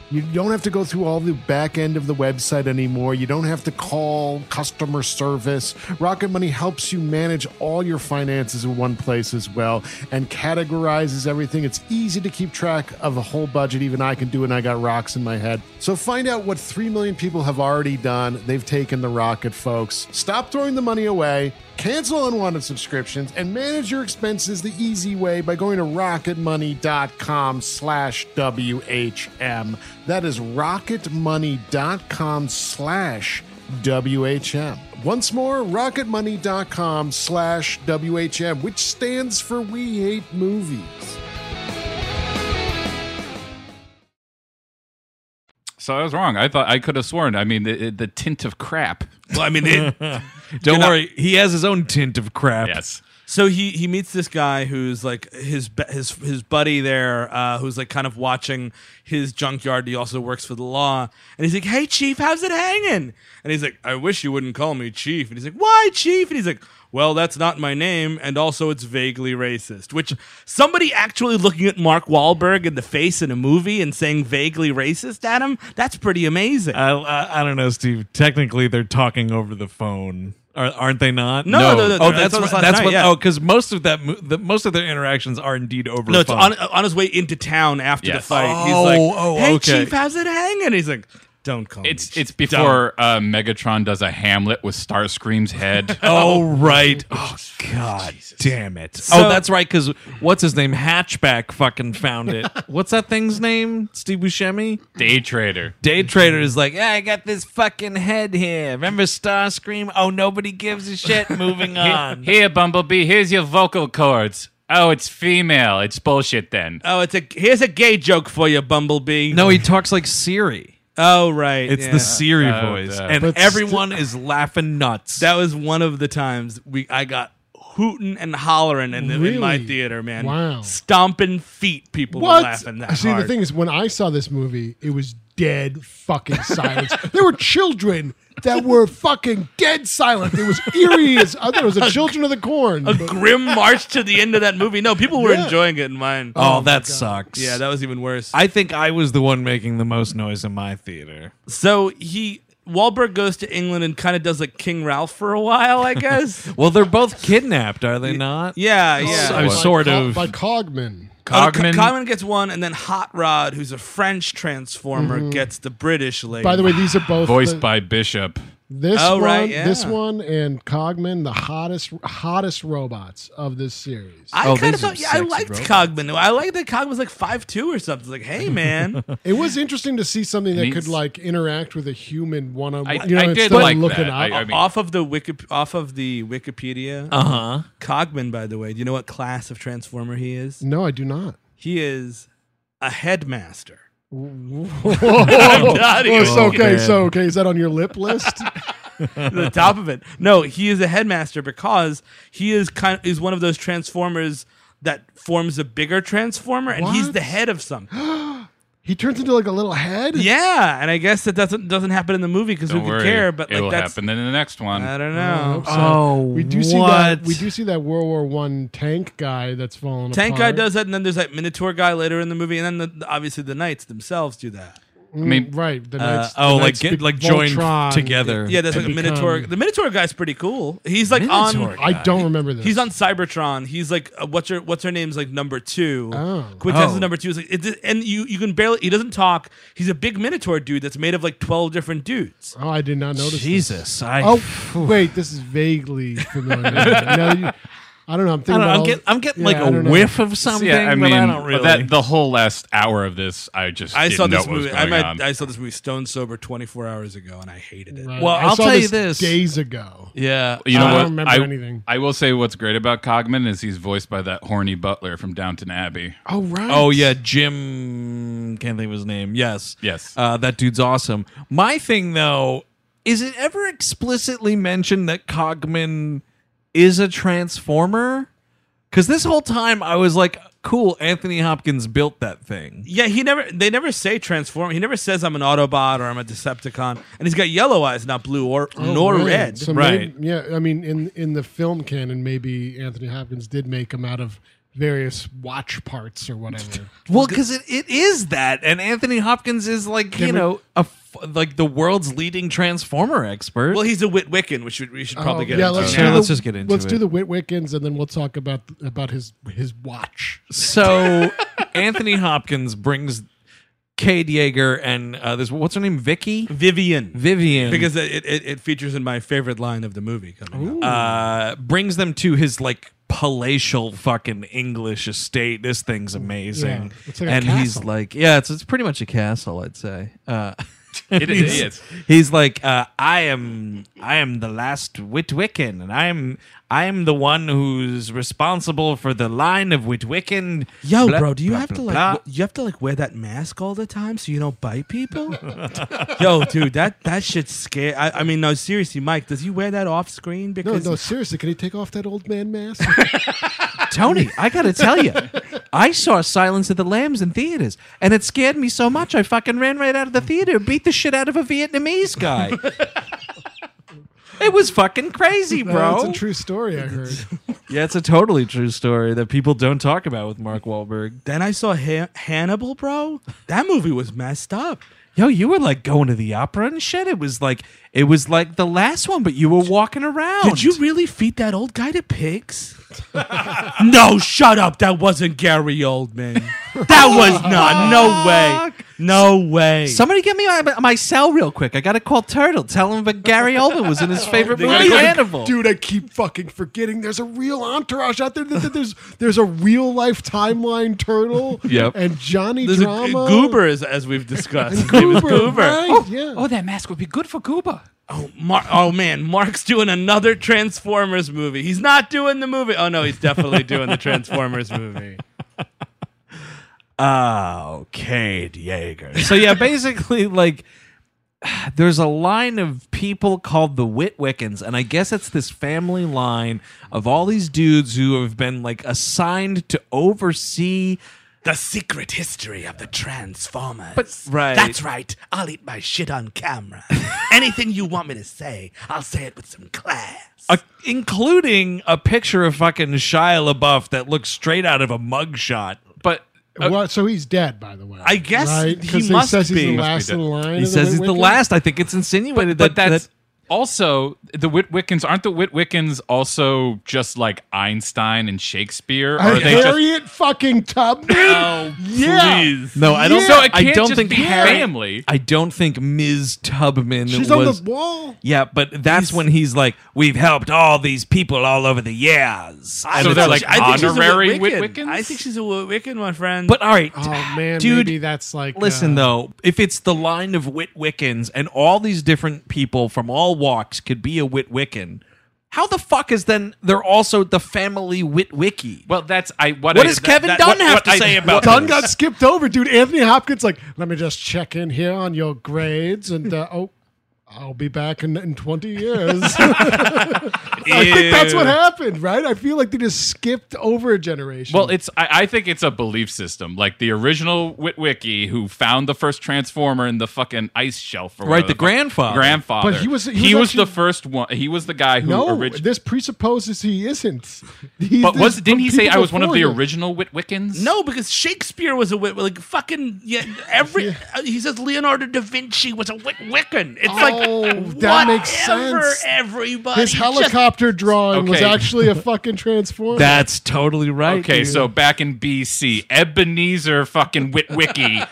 S1: You don't have to go through all the back end of the website anymore. You don't have to call customer service. Rocket Money helps you manage all your finances in one place as well and categorizes everything. It's easy to keep track of a whole budget. Even I can do it, and I got rocks in my head. So find out what 3 million people have already done. They've taken the rocket, folks. Stop throwing the money away, cancel unwanted subscriptions, and manage your expenses the easy way by going to rocketmoney.com slash WHM. That is rocketmoney.com slash WHM.
S20: Once more, rocketmoney.com slash WHM, which stands for We Hate Movies.
S7: So I was wrong. I thought I could have sworn. I mean, the, the tint of crap.
S5: Well, I mean,
S7: <laughs>
S5: it-
S1: Don't
S5: <laughs> You're not-
S1: worry, he has his own tint of crap.
S7: Yes.
S5: So he he meets this guy who's like his be- his his buddy there, uh, who's like kind of watching his junkyard. He also works for the law, and he's like, "Hey, chief, how's it hanging?" And he's like, "I wish you wouldn't call me chief." And he's like, "Why, chief?" And he's like, "Well, that's not my name, and also it's vaguely racist." Which somebody actually looking at Mark Wahlberg in the face in a movie and saying vaguely racist at him, that's pretty amazing.
S1: I, I, I don't know, Steve. Technically, they're talking over the phone, Are, aren't they? Not.
S5: No, no, no,
S1: oh, that's
S5: that's what it
S1: what,
S5: was last
S1: that's
S5: night,
S1: what.
S5: yeah.
S1: Oh, because most of that, mo- the, most of their interactions are indeed over.
S5: no,
S1: the
S5: it's
S1: phone.
S5: on, on his way into town after the
S1: Yes.
S5: fight.
S1: uh, Oh,
S5: he's like,
S1: oh,
S5: "Hey,
S1: okay.
S5: chief, how's it hanging?" He's like, "Don't call." me
S7: It's it's before uh, Megatron does a Hamlet with Starscream's
S5: <laughs>
S7: head.
S1: Oh right. Oh god. Damn it.
S7: So-
S1: oh, that's right. Because what's his name? Hatchback fucking found it. <laughs> what's that thing's name? Steve Buscemi.
S7: Day Trader.
S1: Day Trader is like, yeah, I got this fucking head here. Remember Starscream? Oh, nobody gives a
S5: <laughs>
S1: shit. Moving on.
S7: Here, Bumblebee. Here's your vocal cords. Oh, it's female. It's bullshit. Then.
S5: Oh, it's a here's a gay joke for you, Bumblebee.
S1: No, he talks like Siri.
S5: Oh, right.
S1: It's
S5: yeah.
S1: the Siri voice,
S7: uh,
S1: and
S5: But
S1: everyone is laughing nuts.
S5: That was one of the times we I got hooting and hollering in, the, in my
S3: Really?
S5: theater, man.
S3: Wow.
S5: Stomping feet people
S3: What?
S5: were laughing that
S3: See,
S5: hard.
S3: the thing is, when I saw this movie, it was dead fucking silence. there were children that were fucking dead silent. It was eerie as I thought it was the Children of the Corn.
S5: a grim march to the end of that movie. No, people were
S3: Yeah.
S5: enjoying it in mine.
S1: Oh, that sucks.
S5: Yeah, that was even worse.
S1: I think I was the one making the most noise in my theater.
S5: So he Wahlberg goes to England and kind of does like King Ralph for a while, I guess.
S3: <laughs>
S1: Well, they're both kidnapped, are they not?
S5: Yeah, yeah.
S1: So- sort
S3: Co-
S1: of.
S3: by Cogman.
S5: Oh, Co- Cogman gets one, and then Hot Rod, who's a French transformer,
S3: Mhm.
S5: gets the British lady.
S3: By the way, these are both
S7: voiced
S3: the-
S7: by Bishop.
S3: This
S5: Oh,
S3: one,
S5: right, yeah.
S3: this one, and Cogman, the hottest hottest robots of this series.
S5: I kind of thought, yeah, I liked Cogman. I liked that Cogman was like five two or something. Like, hey man,
S3: It was interesting to see something that
S5: Means-
S3: could like interact with a human one on
S5: I,
S3: one. You know, instead of looking up.
S5: off of the Wiki, off of the Wikipedia.
S3: Uh-huh.
S5: Cogman, by the way, do you know what class of transformer he is?
S3: no, I do not.
S5: He is a headmaster. <laughs>
S3: Whoa.
S5: not
S3: Well,
S5: even
S3: Oh, so, okay,
S5: kidding.
S3: so okay, is that on your lip list?
S5: the top of it. No, Oh, he is a headmaster because he is kind is one of those transformers that forms a bigger transformer, and he's
S3: What?
S5: the head of something.
S3: he turns into like a little head.
S5: <gasps> yeah, and I guess that doesn't doesn't happen in the movie because who
S7: Don't
S5: could
S7: worry.
S5: care? But
S7: it
S5: like
S7: will
S5: that's
S7: happen in the next one.
S5: I don't
S3: I
S5: know.
S3: hope so. Oh, we do see that. We do see that World War One tank guy that's falling.
S5: Tank guy
S3: apart.
S5: does that, and then there's that Minotaur guy later in the movie, and then the, obviously the knights themselves do that.
S3: Mm, mean- right, the knights- the
S1: oh, like
S3: knights
S1: get,
S3: be-
S1: like joined
S3: Voltron.
S1: together.
S5: Yeah, there's
S1: and
S5: like a Minotaur.
S1: become-
S5: The Minotaur guy's pretty cool. He's like
S3: Minotaur
S5: on.
S3: guy. I don't remember this.
S5: He's on Cybertron. He's like uh, what's her what's her name's like number two.
S3: Oh.
S5: Quintessence
S3: Oh.
S5: number two is like it, and you you can barely he doesn't talk. He's a big Minotaur dude that's made of like twelve different dudes.
S3: Oh, I did not notice. this.
S1: Jesus, I-
S3: oh wait, this is
S1: <laughs>
S3: vaguely familiar. Now that you- I don't know. I'm thinking.
S1: I don't know,
S3: about
S1: I'm
S3: all-
S1: get- I'm getting,
S3: yeah,
S1: like,
S3: I
S1: a
S3: don't know.
S1: whiff of something,
S7: yeah, I
S1: but
S7: mean
S1: I don't really.
S7: that the whole last hour of this, I just
S5: I
S7: didn't
S5: saw
S7: know
S5: this
S7: what was
S5: movie. I
S7: going
S5: might,
S7: on.
S5: I saw this movie stone sober 24 hours ago, and I hated it.
S3: Right.
S1: Well,
S3: I
S1: I'll
S3: saw
S1: tell you
S3: this
S1: this.
S3: days ago.
S5: Yeah,
S7: you
S3: I
S7: know
S3: don't
S7: what?
S3: remember
S7: I,
S3: anything.
S7: I will say what's great about Cogman is he's voiced by that horny butler from Downton Abbey.
S3: Oh right.
S1: Oh yeah, Jim. Can't think of his name. Yes, yes. Uh, that dude's awesome. My thing though is it ever explicitly mentioned that Cogman is a transformer? Because this whole time I was like, cool. Anthony Hopkins built that thing.
S5: Yeah, he never. They never say transform. He never says I'm an Autobot or I'm a Decepticon, and he's got yellow eyes, not blue or
S3: Oh,
S5: nor
S3: right.
S5: red.
S3: So maybe- yeah, I mean, in in the film canon, maybe Anthony Hopkins did make him out of various watch parts or whatever.
S1: Well, because it, it is that, and Anthony Hopkins is like you
S3: Can we-
S1: know a f- like the world's leading transformer expert.
S5: Well, he's a Witwicken, which we should <laughs> probably
S3: Oh,
S5: get.
S3: yeah,
S5: into
S3: let's
S5: now.
S3: do
S1: let's
S3: the-
S1: just get into
S3: Let's do
S1: it.
S3: the Witwickens, and then we'll talk about about his his watch.
S5: <laughs>
S1: So Anthony Hopkins brings Kate Yeager and uh, this what's her name? Vicky
S5: Vivian.
S1: Vivian
S5: because it, it, it features in my favorite line of the movie coming up.
S1: uh, brings them to his like palatial fucking English estate. This thing's amazing,
S5: Yeah, it's like a
S1: and he's
S5: castle.
S1: like, yeah, it's it's pretty much a castle, I'd say. Uh,
S7: It is- it is.
S1: He's like, uh, I am, I am the last Witwicken, and I'm, I am the one who's responsible for the line of Witwicken.
S5: Yo,
S1: blah,
S5: bro, do you
S1: blah,
S5: have to
S1: blah,
S5: like
S1: blah."
S5: w- you have to like wear that mask all the time so you don't bite people? <laughs> Yo, dude, that that shit's scary. I, I mean, no, seriously, Mike, does he wear that off screen?
S3: No,
S5: Because
S3: no, seriously, can he take off that old man
S5: <laughs>
S3: mask?
S1: Tony,
S3: <laughs>
S1: I gotta tell you, I saw Silence of the Lambs in theaters, and it scared me so much I fucking ran right out of the theater, beat the shit out of a Vietnamese
S3: <laughs>
S1: guy. it was fucking crazy,
S3: No,
S1: bro.
S3: It's a true story I
S5: <laughs>
S3: heard.
S1: yeah, it's a totally true story that people don't talk about with Mark Wahlberg.
S5: Then I saw ha- Hannibal, bro. That movie was messed up.
S1: Yo, you were like going to the opera and shit. It was like it was like the last one, but you were walking around.
S5: Did you really feed that old guy
S1: <laughs>
S5: to pigs? no, shut up. That wasn't Gary Oldman. That was not. No way. No way.
S1: Somebody get me my, my cell real quick. I gotta call Turtle. Tell him that Gary Oldman was in his favorite
S3: They
S1: movie,
S3: gotta go-
S1: Hannibal.
S3: Dude, I keep fucking forgetting. There's a real entourage out there. Th- th- There's there's a real life timeline turtle.
S5: <laughs> Yep.
S3: And Johnny
S5: There's a g-
S3: Drama.
S5: Goober, as, as
S3: <laughs>
S5: we've discussed.
S3: And
S5: It was
S3: Goober,
S5: Goober.
S3: right,
S5: Oh,
S3: yeah.
S1: oh, that mask would be good for Goober.
S5: Mar- oh, man. Mark's doing another Transformers movie. He's not doing the movie. Oh, no. He's definitely doing the Transformers
S3: <laughs>
S5: movie.
S1: Oh, Cade Yeager. So yeah, basically like there's a line of people called the Witwickens, and I guess it's this family line of all these dudes who have been like assigned to oversee
S5: The secret history of the Transformers.
S1: Right.
S5: That's right. I'll eat my shit on camera. Anything you want me to say, I'll say it with some class.
S1: a, including a picture of fucking Shia LaBeouf that looks straight out of a mugshot. But
S3: Well, so he's dead, by the way.
S1: I guess
S3: right?
S1: he
S3: 'Cause
S1: must
S3: says
S1: be.
S3: He's
S1: He
S3: the
S1: must be
S3: last in
S1: dead.
S3: line.
S1: He
S3: of
S1: says he's the
S3: Witwickens?
S1: last. I think it's insinuated
S7: but
S1: that
S7: that's also the Witwickens. Aren't the Witwickens also just like Einstein and Shakespeare? Or
S3: Uh,
S7: are they just
S3: Harriet fucking Tubman. yeah.
S1: No, I don't.
S3: Yeah.
S1: I don't think Harry- I don't think Ms. Tubman.
S3: She's on the
S1: was,
S3: wall.
S1: Yeah, but that's when he's like, "We've helped all these people all over the years." And it's
S5: I think she's a Wiccan, my friend.
S1: But all right,
S3: Oh man,
S1: dude,
S3: maybe that's like
S1: Listen
S3: uh,
S1: though, if it's the line of Witwickens and all these different people from all walks could be a Witwicken, how the fuck is then they're also the family Witwicky?
S7: Well, that's I. What,
S1: what
S7: I-
S1: does
S7: that-
S1: Kevin
S7: that-
S1: Dunn
S7: what-
S1: have
S7: what
S1: to
S7: I-
S1: say
S7: what-
S1: about
S3: Dunn
S1: this?
S3: got skipped over, dude. Anthony Hopkins, like, let me just check in here on your grades, and uh, oh, I'll be back in, in twenty years. <laughs> I think that's what
S7: Ew.
S3: happened, right? I feel like they just skipped over a generation.
S7: Well, it's I, I think it's a belief system, like the original Witwicky who found the first Transformer in the fucking ice shelf, or
S1: Right,
S7: whatever
S1: the
S7: fuck-
S1: grandfather.
S7: grandfather.
S3: But he was- he
S7: he
S3: was
S7: was the
S3: actually-
S7: first one. He was the guy who
S3: no,
S7: originally.
S3: this presupposes he isn't. He's
S7: But was
S3: this
S7: didn't he say I
S3: people
S7: was one of
S3: before
S7: the
S3: you.
S7: original Witwickens?
S5: No, because Shakespeare was a Wit. Like fucking yeah. Every uh, he says Leonardo da Vinci was a Wit Wiccan. It's
S3: Oh,
S5: like
S3: that makes
S5: whatever,
S3: sense.
S5: <laughs> Everybody,
S3: His
S5: just-
S3: helicopter drawing was
S7: Okay.
S3: actually <laughs> a fucking transformer.
S1: That's totally right.
S7: Okay,
S1: dude.
S7: so back in BC, Ebenezer fucking Witwicky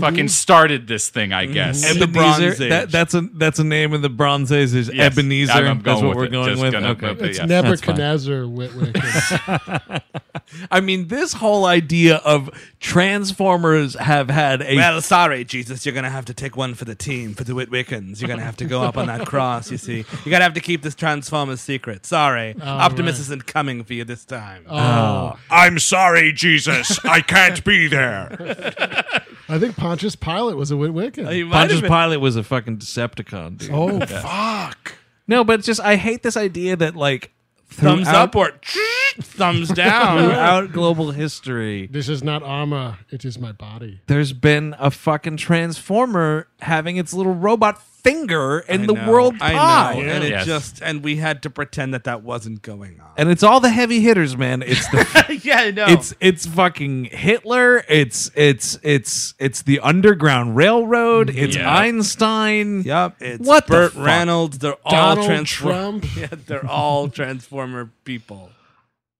S7: fucking started this thing, I guess.
S5: Mm-hmm.
S1: Ebenezer, that- that's a that's a name in the Bronze Age. Is
S7: Yes,
S1: Ebenezer?
S7: I'm- I'm
S1: that's
S7: going
S1: what
S7: with
S1: we're
S7: it.
S1: going
S7: Just
S1: with.
S7: gonna
S1: Okay,
S7: move it,
S3: it's
S7: yeah.
S3: Nebuchadnezzar Whitwick.
S1: I mean, this whole idea of Transformers have had a
S5: Well, sorry, Jesus, you're gonna have to take one for the team for the Witwickens. You're gonna have to go up
S1: <laughs>
S5: on that cross. You see, you're gonna have to keep this Transformers secret.
S1: Oh,
S5: Sorry, Optimus
S3: right.
S5: isn't coming for you this time.
S1: Uh,
S3: Oh.
S13: I'm sorry, Jesus. I can't be there.
S3: I think Pontius Pilate was a Whitwick.
S1: Pontius Pilate was a fucking Decepticon. Dude.
S3: Oh
S5: <laughs>
S1: Yeah.
S3: fuck!
S1: No, but it's just I hate this idea that like
S3: Thumbs up
S5: or <laughs> thumbs
S1: throughout <laughs> global history,
S3: This is not armor; it is my body.
S1: there's been a fucking transformer having its little robot finger in
S5: I
S1: the
S5: know,
S1: world
S5: I
S1: pie,
S5: know, and it just and we had to pretend that that wasn't going on.
S1: And it's all the heavy hitters, man. It's the
S5: <laughs> yeah, I know.
S1: It's it's fucking Hitler. It's it's it's it's the Underground Railroad. It's
S5: Yep.
S1: Einstein.
S5: Yep. It's
S1: what the
S5: Burt
S1: fuck?
S5: Reynolds. They're all
S1: Donald
S5: transform-
S1: Trump.
S5: <laughs> Yeah, they're all Transformer people.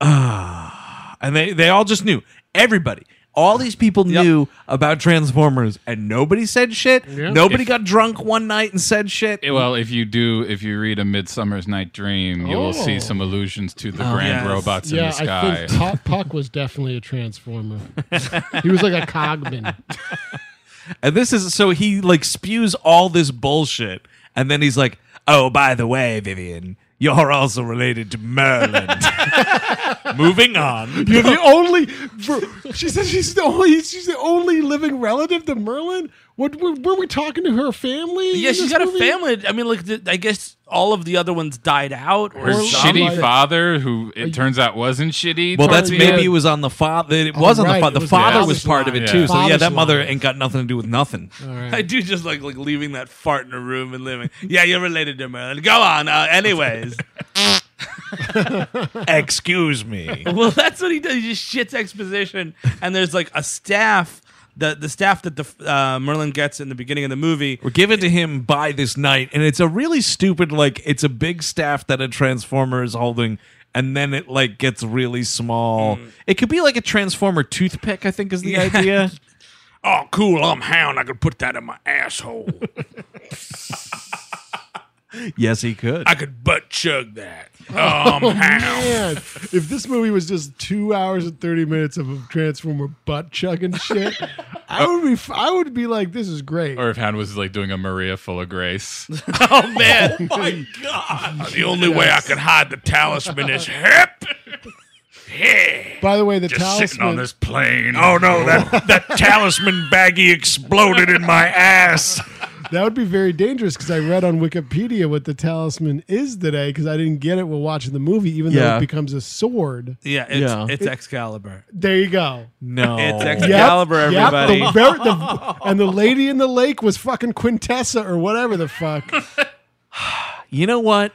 S1: Ah. and they they all just knew everybody. All these people knew about Transformers, and nobody said shit. Nobody
S7: If-
S1: got drunk one night and said shit.
S7: Eh, Well, if you do, if you read A Midsummer's Night Dream, you will see
S3: Oh.
S7: some allusions to the
S3: Oh,
S7: grand
S3: yes.
S7: robots in
S3: yeah,
S7: the
S3: I
S7: sky.
S3: think Puck, Puck was definitely a transformer. he was like a cogman.
S1: And this is so he like spews all this bullshit, and then he's like, "Oh, by the way, Vivian, you're also related to Merlin." <laughs> Moving on.
S3: <laughs> You're the only. for- She says she's the only. She's the only living relative to Merlin. What were, were we talking to her family?
S5: Yeah,
S3: in
S5: she's
S3: this
S5: got
S3: movie?
S5: a family. I mean, like, th- I guess all of the other ones died out. Or,
S7: Her
S5: something.
S7: shitty father, who it turns out wasn't shitty.
S1: Well, that's
S7: towards the
S1: maybe
S7: end.
S1: it was on the father. It
S7: Oh,
S1: was on
S7: right,
S1: the father. The
S7: it was the
S1: father was
S7: father's
S1: part of
S7: line.
S1: it too. So yeah,
S7: Father's
S1: that mother
S7: line.
S1: ain't got nothing to do with nothing.
S5: <laughs> I do just like like leaving that fart in a room and living. Yeah, you're related to Merlin. Go on. Uh, anyways,
S1: Excuse me.
S5: <laughs> well, that's what he does. He just shits exposition, and there's like a staff. The, the staff that the uh, Merlin gets in the beginning of the movie.
S1: We're given to him by this knight, and it's a really stupid. Like it's a big staff that a transformer is holding, and then it like gets really small. It could be like a transformer toothpick. I think is the
S21: Yeah.
S1: idea.
S21: Oh, cool. I'm hound. I could put that in my asshole.
S1: <laughs> Yes, he could.
S21: I could butt chug
S5: <laughs>
S21: that. Oh, I'm hound.
S3: man. If this movie was just two hours and thirty minutes of a Transformer butt chugging shit, I would be. f- I would be like, this is great.
S7: Or if Hound was like doing a Maria full of grace.
S21: Oh, man. my God. The only way I can hide the talisman is hip.
S3: By the way, the
S21: Just
S3: talisman.
S21: sitting on this plane. Oh, no. That, that talisman baggie exploded in my ass.
S3: That would be very dangerous because I read on Wikipedia what the talisman is today because I didn't get it while watching the movie, even though
S5: Yeah.
S3: it becomes a sword.
S5: Yeah, it's, it's Excalibur.
S3: There you go.
S1: No.
S5: It's
S3: Yep,
S5: Excalibur,
S3: yep, the
S5: everybody.
S3: ver- the- and the lady in the lake was fucking Quintessa or whatever the fuck.
S1: You know what?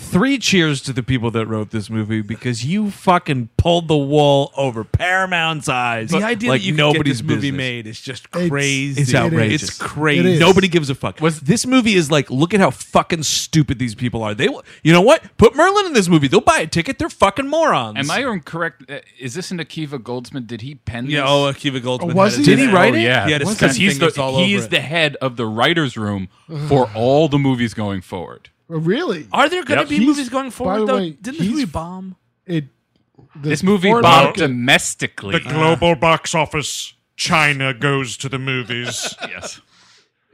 S1: Three cheers to the people that wrote this movie because you fucking pulled the wool over Paramount's eyes.
S5: The idea
S1: like
S5: that you could get
S1: nobody's
S5: this movie
S1: business.
S5: made is just
S1: It's-
S5: crazy.
S1: It's outrageous.
S5: It's crazy.
S1: Nobody gives a fuck. this movie is like, look at how fucking stupid these people are. They, will- you know what? Put Merlin in this movie. They'll buy a ticket. They're fucking morons.
S7: Am I incorrect? Uh, Is this an Akiva Goldsman? Did he pen this?
S5: Yeah, oh, Akiva Goldsman
S1: Was had his he? name. Did he write it?
S7: Oh, Yeah,
S1: Yeah,
S7: yeah
S1: this
S7: because
S1: fucking
S7: he's
S1: thing
S7: the
S1: is all
S7: he
S1: over
S7: is
S1: it.
S7: the head of the writers' room <sighs> for all the movies going forward.
S3: really?
S5: Are there going to
S7: Yep.
S5: be
S7: He's-
S5: movies going
S3: by the
S5: forward, though?
S3: way,
S5: Didn't this movie bomb?
S3: It. the
S7: This movie
S3: foreign
S7: bombed
S3: market-
S7: domestically.
S13: The global box office. China goes to the movies.
S7: yes.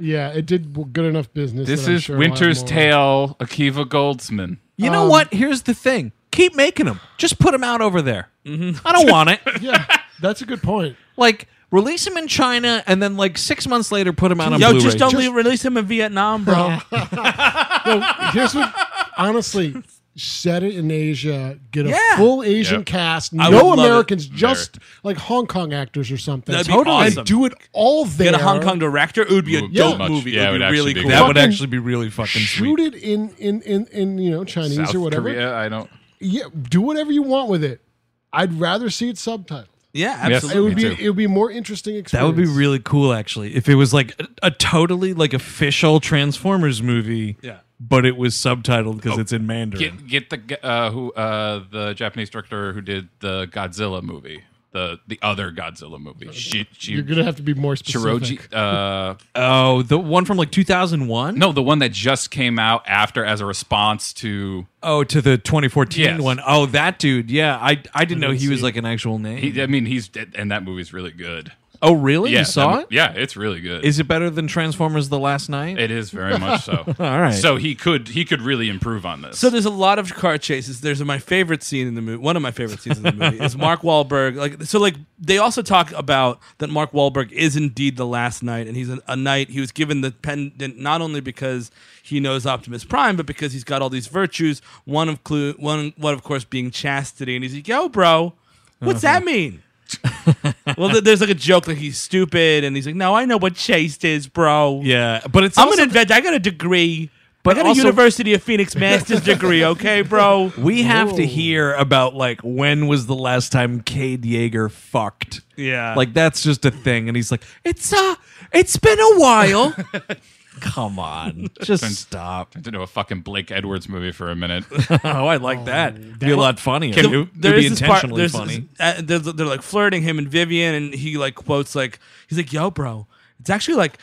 S3: Yeah, it did w- good enough business.
S7: This
S3: that I'm
S7: is
S3: sure we'll have
S7: Winter's
S3: more.
S7: Tale, Akiva Goldsman.
S1: You
S5: um,
S1: know what? Here's the thing. Keep making them. Just put them out over there.
S7: Mhm.
S5: Mm-hmm.
S1: I don't want it.
S3: Yeah, that's a good point.
S1: Like release them in China and then like six months later put them out on
S5: Yo,
S1: Blu-ray.
S5: just only release him in Vietnam, bro.
S3: No, here's what. Honestly, set it in Asia. Get a
S5: Yeah.
S3: full Asian
S5: Yeah.
S3: cast.
S5: I
S3: No
S5: would love it
S3: Americans,
S5: there.
S3: just like Hong Kong actors or something.
S5: That'd be Totally. awesome.
S3: And do it all there.
S5: Get a Hong Kong director. It would be a
S3: Would be
S5: dope
S3: much-
S5: movie.
S7: yeah,
S5: it would be
S7: it would
S5: really
S7: actually be
S5: cool.
S7: good.
S1: That would
S3: Fucking
S1: actually be really fucking sweet.
S3: Shoot it in in in in you know Chinese
S7: South
S3: or whatever.
S7: Korea, I don't.
S3: Yeah, do whatever you want with it. I'd rather see it subtitled.
S5: Yeah,
S7: Yes,
S3: It would
S7: me
S3: be
S7: too.
S3: it would be a more interesting experience.
S1: That would be really cool, actually, if it was like a, a totally like official Transformers movie.
S7: Yeah.
S1: But it was subtitled because it's in Mandarin.
S7: Get get the g- uh, who uh, the Japanese director who did the Godzilla movie, the the other Godzilla movie. She, she,
S3: You're gonna have to be more
S7: Shiroji.
S1: <laughs>
S3: specific.
S7: Uh,
S1: oh, the one from like 2001.
S7: No, the one that just came out after as a response to.
S1: Oh, to the 2014
S7: Yes.
S1: one. Oh, that dude. Yeah, I I didn't know
S7: didn't
S1: he was
S7: see
S1: like an actual name.
S7: He, I mean, he's dead, and that movie's really good.
S1: oh, really?
S7: Yeah,
S1: you saw
S7: that mo-
S1: it?
S7: Yeah, it's really good.
S1: Is it better than Transformers: The Last Night?
S7: It is very much so.
S1: All right.
S7: So he could he could really improve on this.
S5: So there's a lot of car chases. There's my favorite scene in the movie. One of my favorite scenes in the movie is Mark Wahlberg. Like so, like they also talk about that Mark Wahlberg is indeed the last knight, and he's a, a knight. He was given the pendant not only because he knows Optimus Prime, but because he's got all these virtues. One of clue, one one of course being chastity, and he's like, "Yo, bro, what's that mean?" <laughs> well, th- there's like a joke like he's stupid, and he's like, "No, I know what chaste is, bro."
S1: Yeah, but it's
S5: I'm
S1: also
S5: an invent. I got a degree.
S1: But
S5: I got
S1: also-
S5: a University of Phoenix master's degree. Okay,
S1: <laughs>
S5: bro.
S1: <laughs> We have to
S5: Whoa.
S1: hear about like when was the last time Cade Yeager fucked?
S5: Yeah.
S1: like that's just a thing. And he's like, it's uh, it's been a while. <laughs> Come on, <laughs> just
S7: Turned-
S1: stop.
S7: Turned into a fucking Blake Edwards movie for a minute.
S1: oh, I like that. It'd be a lot funnier.
S5: There-
S1: it would
S5: there
S1: be
S5: is this part-
S1: intentionally
S5: there's
S1: funny.
S5: this- uh, they're, they're, like flirting him and Vivian, and he like quotes like he's like, "Yo, bro, it's actually like,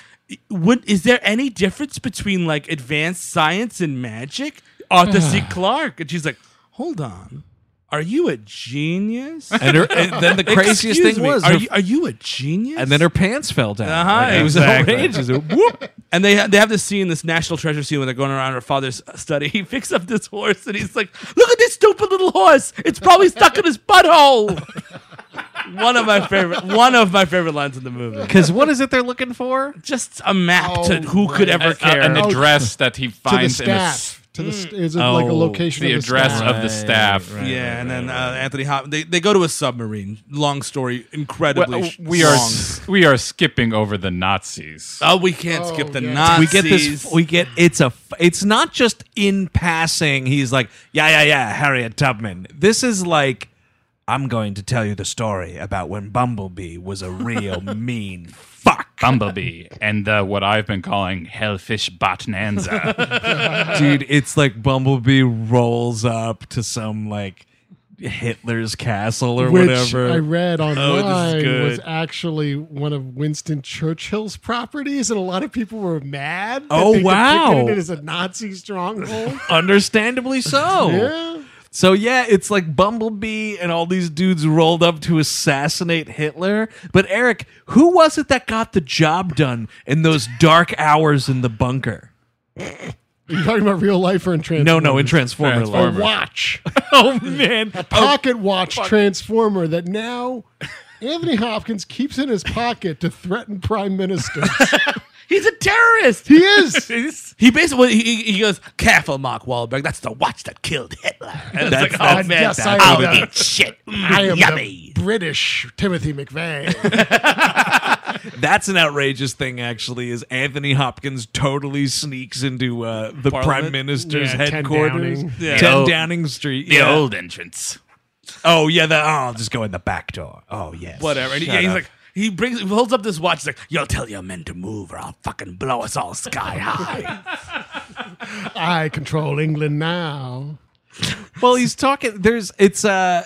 S5: would is there any difference between
S1: <sighs>
S5: like advanced science and magic?" Arthur C. Clarke, and she's like, "Hold on, Are you a genius?
S1: And her- and then the craziest
S5: <laughs> Excuse
S1: thing
S5: me,
S1: was
S5: are
S1: her-
S5: you, are you a genius?
S1: And then her pants fell down.
S5: Uh-huh,
S1: Like, it was
S5: exactly.
S1: outrageous. It- whoop.
S5: And they they have this scene, this national treasure scene, when they're going around her father's study. <laughs> He picks up this horse and he's like, "Look at this stupid little horse! It's probably stuck in his butthole." <laughs> one of my favorite, one of my favorite lines in the movie.
S1: Because what is it they're looking for?
S5: Just a map
S7: Oh,
S3: Oh
S5: to who could
S7: Uh,
S5: ever care.
S7: an address that he finds
S5: in Oh,
S7: in a
S3: To the st- is it like a location?
S7: the
S3: of
S7: address
S3: staff?
S7: of the staff.
S5: yeah, and then uh, Anthony Hop. They, they go to a submarine. Long story, incredibly.
S7: Well,
S5: sh-
S7: we are
S5: long.
S7: s- we are skipping over the Nazis.
S1: Uh,
S5: Oh, we can't skip the
S1: We
S5: Nazis.
S1: get this. We get it's a. f- It's not just in passing. He's like, yeah, yeah, yeah, Harriet Tubman. This is like, I'm going to tell you the story about when Bumblebee was a <laughs> real mean fuck.
S7: Bumblebee and the, what I've been calling Hellfish
S1: <laughs>
S7: Botnanza. <laughs>
S1: dude. It's like Bumblebee rolls up to some like Hitler's castle or
S3: Which
S1: whatever.
S3: I read
S1: Oh,
S3: online
S1: this is
S3: was
S1: good.
S3: actually one of Winston Churchill's properties, and a lot of people were mad. that
S1: Oh,
S3: they depicted
S1: wow.
S3: It as a Nazi stronghold.
S1: Understandably so.
S3: Yeah.
S1: So yeah, it's like Bumblebee and all these dudes rolled up to assassinate Hitler. But Eric, who was it that got the job done in those dark hours in the bunker?
S3: Are you talking about real life or in Transformers?
S1: No, no, in Transformer life.
S3: A
S1: <laughs>
S3: watch.
S1: oh man,
S3: a pocket watch transformer that now Anthony Hopkins keeps in his pocket to threaten
S1: <laughs>
S3: prime ministers.
S5: He's a terrorist.
S3: He is.
S5: he basically he, he goes, "Careful, Mark Wahlberg. That's the watch that killed Hitler." And
S3: That's
S5: it's like,
S3: the-
S5: "Oh man,
S3: yes, I
S5: I'll
S3: am the-
S5: eat shit. Mm,
S3: I am
S5: yummy."
S3: the British Timothy McVeigh.
S1: That's an outrageous thing, actually. Is Anthony Hopkins totally sneaks into uh, the prime
S7: Parliament?
S1: minister's
S7: Yeah, 10
S1: headquarters,
S7: Downing.
S1: ten,
S7: Yeah. The old-
S1: Downing Street,
S7: the old
S1: entrance. Oh yeah, the, oh, I'll just go in the back door. Oh yeah,
S5: Whatever. And he- yeah, he's like, he brings, he holds up this watch. He's like, "Yo, tell your men to move, or I'll fucking blow us all sky high."
S3: I control England now.
S1: <laughs> well, he's talking. There's it's a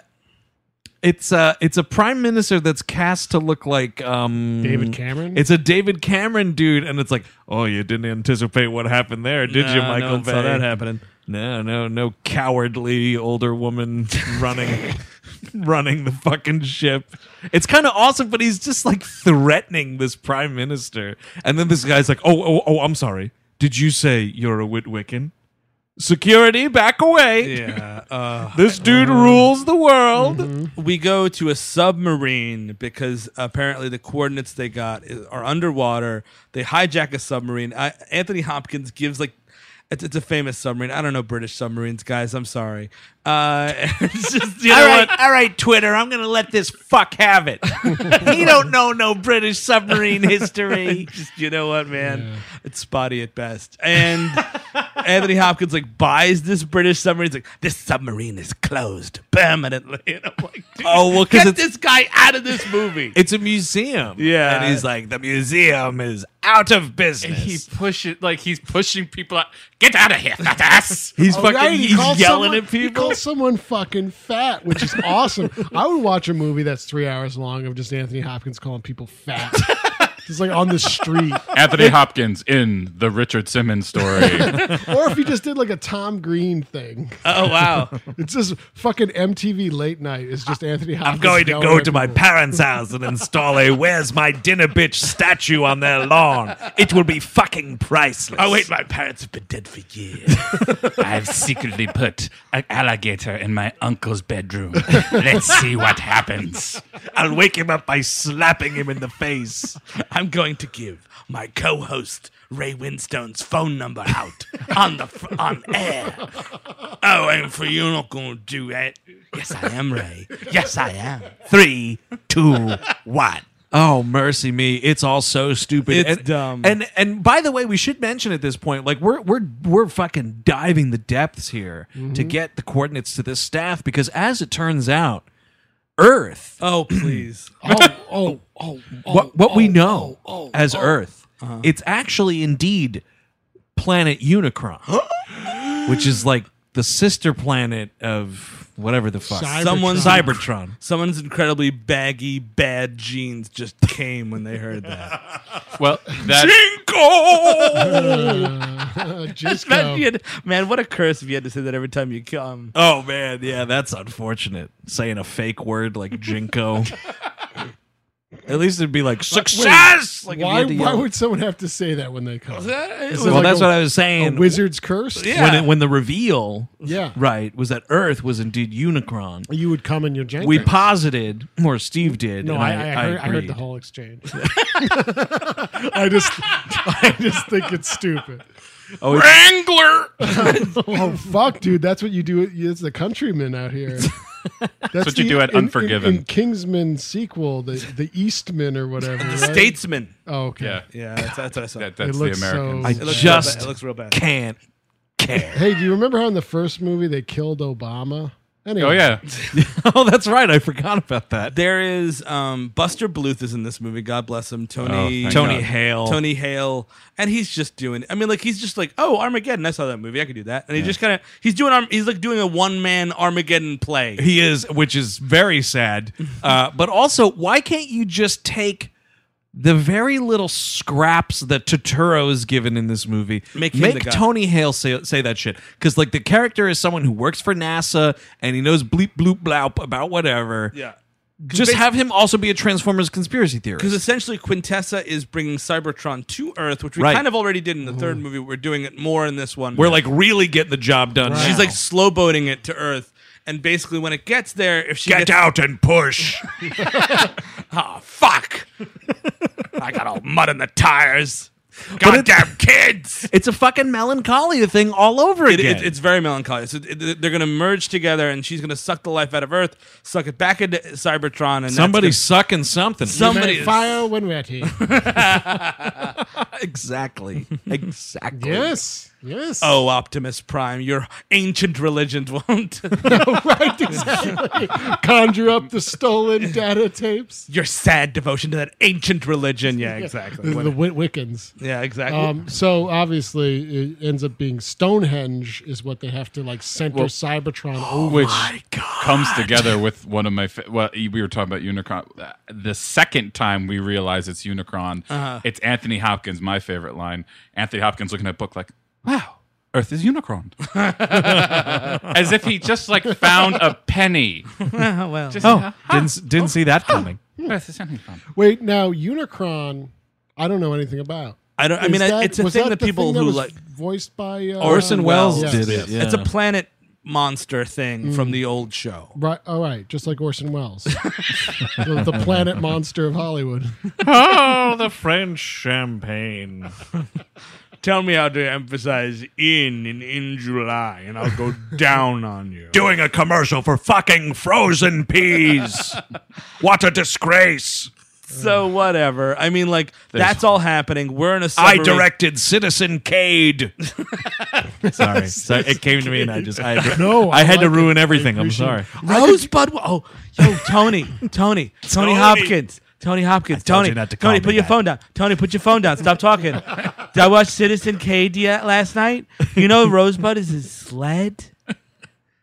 S1: it's a it's a prime minister that's cast to look like um
S3: David Cameron?
S1: It's a David Cameron dude, and it's like, oh, you didn't anticipate what happened there, did you,
S5: No, no
S1: Michael?
S5: one saw
S1: Bay?"
S5: that happening.
S1: No, no, no, cowardly older woman <laughs> running. running the fucking ship. It's kind of awesome, but he's just like threatening this prime minister. And then this guy's like, "Oh, oh, oh, I'm sorry. Did you say you're a Witwiccan? Security, back away."
S5: <laughs> Yeah. Uh,
S1: This dude rules the world.
S5: We go to a submarine because apparently the coordinates they got is, are underwater. They hijack a submarine. I, Anthony Hopkins gives like. It's, it's a famous submarine. I don't know British submarines, guys. I'm sorry. Uh, <laughs> it's just you know
S1: all right,
S5: what?
S1: all right, Twitter. I'm gonna let this fuck have it. he don't know no British
S5: <laughs>
S1: submarine history.
S5: Just you know what, man? It's spotty at best. And <laughs> Anthony Hopkins like buys this British submarine. He's like, this submarine is closed permanently. <laughs> And I'm like, dude,
S1: Oh, well, 'cause
S5: get
S1: it's-
S5: this guy out of this movie.
S1: It's a museum.
S5: Yeah.
S1: and he's like, the museum is out of business.
S7: And he pushes like he's pushing people out. Get out of here, fat ass.
S1: He's
S3: Oh,
S1: fucking.
S3: right, he
S1: He's
S3: calls
S1: yelling
S3: someone-
S1: at people.
S3: He calls someone fucking fat, which is awesome. I would watch a movie that's three hours long of just Anthony Hopkins calling people fat. <laughs> just like on the street.
S7: Anthony Hopkins in the Richard Simmons story.
S3: or if he just did like a Tom Green thing.
S7: Oh, wow.
S3: it's just fucking MTV late night. It's just Anthony Hopkins.
S1: I'm going to
S3: yelling
S1: go
S3: at
S1: to my
S3: people.
S1: parents' house and install a "Where's my dinner, bitch?" statue on their lawn. It will be fucking priceless.
S7: Oh, wait, my parents have been dead for years. I've secretly put an alligator in my uncle's bedroom. Let's see what happens.
S1: I'll wake him up by slapping him in the face.
S5: I'm going to give my co-host Ray Winstone's phone number out on the fr- on air. Oh, and for you're not going to do that. Yes, I am, Ray. Yes, I am.
S1: Three, two, one. Oh mercy me! It's all so stupid.
S5: It's
S1: and,
S5: dumb.
S1: And and by the way, we should mention at this point, like we're we're we're fucking diving the depths here to
S3: Mm-hmm.
S5: Mhm.
S1: get the coordinates to this staff because as it turns out, Earth.
S5: Oh please.
S3: oh, oh, oh,
S1: what what we know
S3: oh,
S1: as
S3: oh.
S1: Earth,
S3: Uh-huh. <gasps>
S1: it's actually indeed planet Unicron, which is like the sister planet of whatever the fuck.
S5: Someone's
S1: Cybertron.
S5: Someone's incredibly baggy, bad jeans just came when they heard that.
S7: <laughs> well,
S5: that
S3: Jinko! Jisco.
S5: man, you had- man, what a curse if you had to say that every time you um, come.
S1: Oh man, yeah, that's unfortunate. Saying a fake word like
S5: <laughs>
S1: jinko. At least it'd be like success.
S3: Wait,
S1: Like, if you
S3: why?
S1: had to
S3: Why
S1: yell.
S3: would someone have to say that when they come? Is it
S1: well,
S3: like
S1: that's
S3: a-
S1: what I was saying.
S3: A wizard's curse.
S1: When, it, when the reveal,
S3: Yeah.
S1: right, was that Earth was indeed Unicron.
S3: you would come in your jenkins.
S1: We posited, or Steve did.
S3: No,
S1: and
S3: I, I, heard, I heard
S1: agreed.
S3: the whole exchange. I just, I just think it's stupid.
S1: Oh,
S3: Wrangler! oh fuck, dude! That's what you do. It's the countrymen out here. That's
S7: what you do at
S3: in- in-
S7: Unforgiven.
S3: In, Kingsman sequel, the the Eastmen or whatever.
S5: The
S3: right?
S5: Statesman.
S3: Oh, okay.
S7: Yeah.
S5: Yeah, that's, that's what I saw.
S7: That-
S3: It
S7: that's the
S3: looks
S7: American.
S3: so- I
S5: It looks real
S1: Just
S5: bad. It looks real bad.
S1: can't <laughs> care.
S3: Hey, do you remember how in the first movie they killed Obama? Anyway.
S5: Oh, yeah.
S1: oh, that's right. I forgot about that.
S5: There is um, Buster Bluth is in this movie. God bless him. Tony
S1: Oh, thank Tony God. Hale.
S5: Tony Hale, and he's just doing. I mean, like he's just like, oh, Armageddon. I saw that movie. I could do that. And he
S1: Yeah.
S5: just kind of he's doing. Arm, he's like doing a one man Armageddon play.
S1: He is, which is very <laughs> sad. Uh, but also, why can't you just take the very little scraps that Totoro is given in this movie?
S5: Make him the
S1: make
S5: guy.
S1: Tony Hale say, say that shit. Because, like, the character is someone who works for NASA and he knows bleep, bloop, bloup about whatever.
S5: Yeah.
S1: Just
S5: Basi-
S1: have him also be a Transformers conspiracy theorist.
S5: Because essentially, Quintessa is bringing Cybertron to Earth, which we
S1: Right.
S5: kind of already did in the third movie. We're doing it more in this one.
S1: We're like really getting the job done.
S5: she's
S1: now.
S5: like slow boating it to Earth, and basically, when it gets there, if she
S1: Get
S5: gets,
S1: out and push.
S5: oh fuck! I got all mud in the tires.
S1: <laughs>
S5: Goddamn kids!
S1: It's a fucking melancholia thing all over
S5: It,
S1: again.
S5: it, it's very melancholy. So it- it- they're going to merge together, and she's going to suck the life out of Earth, suck it back into Cybertron, and that's
S1: Somebody's sucking something.
S3: You may
S5: Somebody is-
S3: fire when ready.
S1: exactly. Exactly.
S3: yes. Yes.
S5: gonna- oh, Optimus Prime, your ancient religions won't. <laughs>
S3: right. Exactly. Conjure up the stolen data tapes.
S5: your sad devotion to that ancient religion. Yeah,
S3: The,
S5: <laughs> exactly.
S3: the Wit- Wiccans.
S5: yeah, exactly.
S3: <laughs> Um, so obviously, it ends up being Stonehenge is what they have to like center
S7: Well-
S3: Cybertron
S5: <gasps>
S3: over.
S7: which
S5: Oh
S7: comes together with one of my fa- well we were talking about unicron uh, the second time we realize it's unicron
S5: Uh-huh.
S7: it's anthony hopkins my favorite line anthony hopkins looking at book like wow earth is unicron
S5: <laughs>
S7: as if he just like found a penny
S5: <laughs> well,
S7: Just-
S3: Uh-huh.
S1: Oh, didn't didn't see that coming.
S7: earth is unicron
S3: Wait, now Unicron, I don't know anything about.
S5: I don't. I
S3: Is
S5: mean,
S3: that-
S5: it's a
S3: was
S5: thing
S3: that
S5: that
S3: the
S5: people
S3: thing
S5: who
S3: was
S5: like
S3: voiced by uh,
S1: Orson Welles
S3: Yes.
S1: did it.
S5: It's a
S1: yeah.
S5: planet monster thing from
S3: Mm.
S5: the old show.
S3: Right, all right, just like Orson
S5: <laughs>
S3: Welles, the, the planet monster of Hollywood.
S1: oh, the French champagne.
S22: Tell me how to emphasize in and in July, and I'll
S5: <laughs>
S22: go down on you.
S1: Doing a commercial for fucking frozen peas. what a disgrace.
S5: So whatever. I mean, like that's all happening. We're in a.
S1: I
S5: Submarine.
S1: directed Citizen Cade. <laughs> sorry. sorry, it came to me and I just I had to,
S3: No,
S1: I had to
S3: like it.
S1: ruin everything. I'm
S3: appreciate
S1: sorry.
S3: it.
S5: Rosebud. Wa- Oh, <laughs> yo, Tony, Tony, Tony
S1: Tony.
S5: Hopkins, Tony Hopkins, Tony,
S1: you not to call
S5: Tony,
S1: me
S5: put your
S1: that.
S5: phone down. Tony, put your phone down. Stop talking. Did I watch Citizen Kane yet last night? You know, Rosebud is his sled.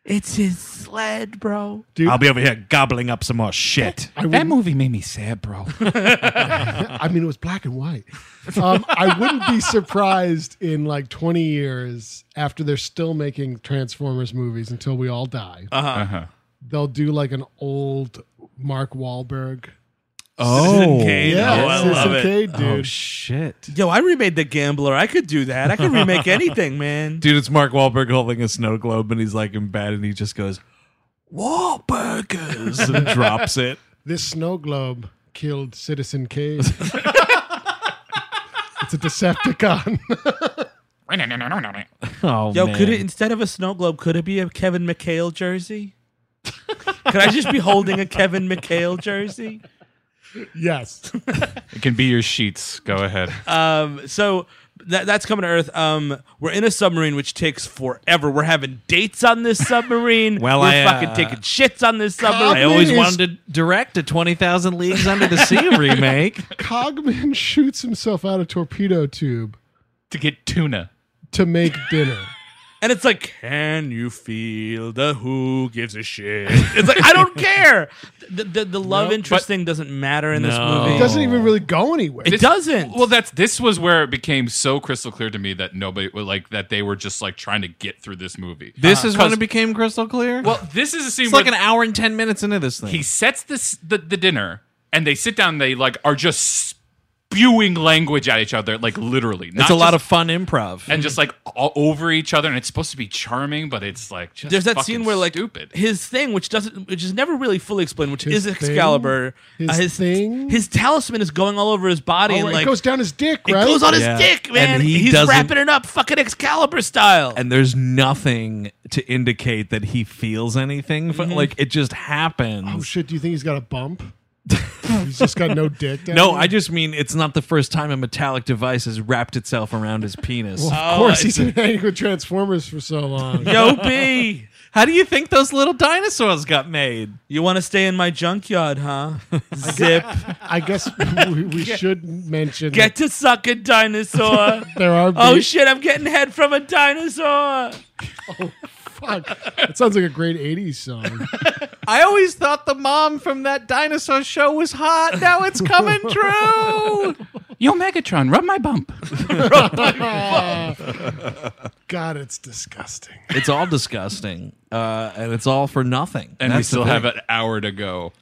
S5: It's his sled, bro.
S3: Dude,
S1: I'll be over here gobbling up some more shit.
S3: I wouldn't-
S7: movie made me <laughs> sad bro
S3: I mean, it was black and white. Um, I wouldn't be surprised in like 20 years after they're still making Transformers movies until we all die.
S7: uh-huh
S3: They'll do like an old Mark Wahlberg.
S1: Oh,
S5: Kane.
S3: Yeah,
S5: Oh, I
S3: Citizen
S5: love it.
S3: Kane, dude.
S1: oh shit.
S5: Yo, I remade The Gambler. I could do that. I could remake anything, man.
S1: Dude, it's Mark Wahlberg holding a snow globe and he's like in bed and he just goes, Wahlburgers,
S5: <laughs>
S1: and drops it.
S3: this snow globe killed Citizen Kane. it's a Decepticon. <laughs>
S1: Oh,
S5: <laughs> Yo,
S1: man.
S5: could it instead of a snow globe, could it be a Kevin McHale jersey? could I just be holding a Kevin McHale jersey?
S3: yes.
S7: it can be your sheets go ahead
S5: Um, so that, that's coming to Earth. Um, we're in a submarine, which takes forever. We're having dates on this submarine.
S1: Well,
S5: we're
S1: I, uh,
S5: fucking taking shits on this <laughs> submarine.
S1: I always wanted to direct a 20,000 Leagues Under the Sea <laughs> remake.
S3: Cogman <laughs> shoots himself out a torpedo tube
S7: to get tuna
S3: to make dinner.
S5: And it's like, can you feel the who gives a shit? It's like I don't care. The the, the love
S7: Nope.
S5: interest
S7: But-
S5: thing doesn't matter in this
S1: Uh,
S7: No.
S5: movie.
S7: It doesn't
S3: even really go anywhere.
S7: This-
S5: It doesn't.
S7: Well, that's this was where it became so crystal clear to me that nobody like that they were just like trying to get through this movie.
S1: This is when
S7: 'Cause
S1: it became crystal clear.
S7: Well, this is a scene
S1: It's like
S7: where-
S1: an hour and ten minutes into this thing.
S7: he sets this the, the dinner and they sit down. And they like are just spewing language at each other, like literally.
S1: it's a lot of fun improv.
S7: and just like all over each other, and it's supposed to be charming, but it's like just
S5: There's that
S7: fucking
S5: scene where like
S7: stupid.
S5: his thing, which doesn't, which is never really fully explained, which
S3: His
S5: is Excalibur.
S3: thing?
S5: uh,
S3: His
S5: thing, his talisman is going all over his body,
S3: Oh,
S5: and
S3: it
S5: like
S3: goes down his dick,
S5: it
S3: right?
S5: goes on his
S1: Yeah.
S5: dick,
S1: And
S5: man.
S1: he
S5: He's
S1: doesn't-
S5: wrapping it up, fucking Excalibur style.
S1: and there's nothing to indicate that he feels anything. But
S3: Mhm.
S1: Like it just happens.
S3: Oh shit! Do you think he's got a <laughs> bump? he's just got no dick. down
S1: no,
S3: there?
S1: I just mean it's not the first time a metallic device has wrapped itself around his penis. <laughs>
S3: Well, of course, he's been hanging with Transformers for so long.
S5: Yo, B.
S1: How do you think those little dinosaurs got made?
S5: You want to stay in my junkyard, huh? Zip.
S3: I guess we, we should mention.
S5: Get to suck a dinosaur.
S3: There are
S5: Oh
S3: big-
S5: shit! I'm getting head from a dinosaur.
S3: Fuck. That sounds like a great
S1: <laughs>
S3: 80s song.
S1: I always thought the mom from that dinosaur show was hot. Now it's
S5: <laughs>
S1: coming true.
S7: Yo, Megatron, rub my bump.
S3: God, it's disgusting.
S1: It's all disgusting, uh, and it's all for nothing.
S7: and we
S1: That's the
S7: still have
S1: thing.
S7: an hour to go.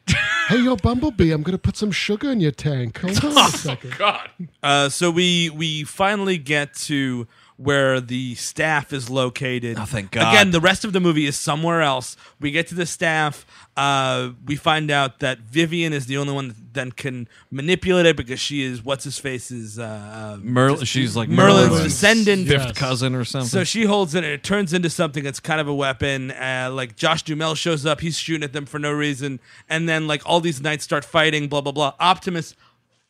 S3: Hey, yo, Bumblebee, I'm going to put some sugar in your tank. Hold
S1: <laughs>
S3: on a second.
S7: God.
S5: Uh, so we we finally get to where the staff is located. Oh, thank
S1: God.
S5: Again, the rest of the movie is somewhere else. We get to the staff. Uh, we find out that Vivian is the only one that then can manipulate it because she is what's his face's uh,
S1: Merlin. She's like
S5: Merlin's
S1: Merlin's
S5: descendant,
S1: fifth cousin or something.
S5: So she holds it, and it turns into something that's kind of a weapon. Uh, like Josh Dumel shows up, he's shooting at them for no reason, and then like all these knights start fighting. Blah blah blah. Optimus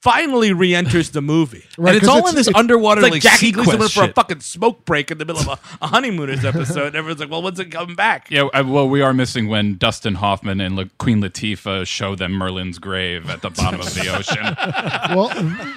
S5: finally re-enters the <laughs> movie,
S1: Right, And it's 'cause all in it's- this it's- underwater,
S5: It's like,
S1: like,
S5: Jackie Gleason
S1: sequence
S5: went for a
S1: shit.
S5: fucking smoke break in the middle of a, a honeymooners episode. And everyone's like, "Well, when's it coming back?"
S7: Yeah, I, well, we are missing when Dustin Hoffman and La- Queen Latifah show them Merlin's grave
S3: <laughs>
S7: at the bottom of the ocean.
S3: well,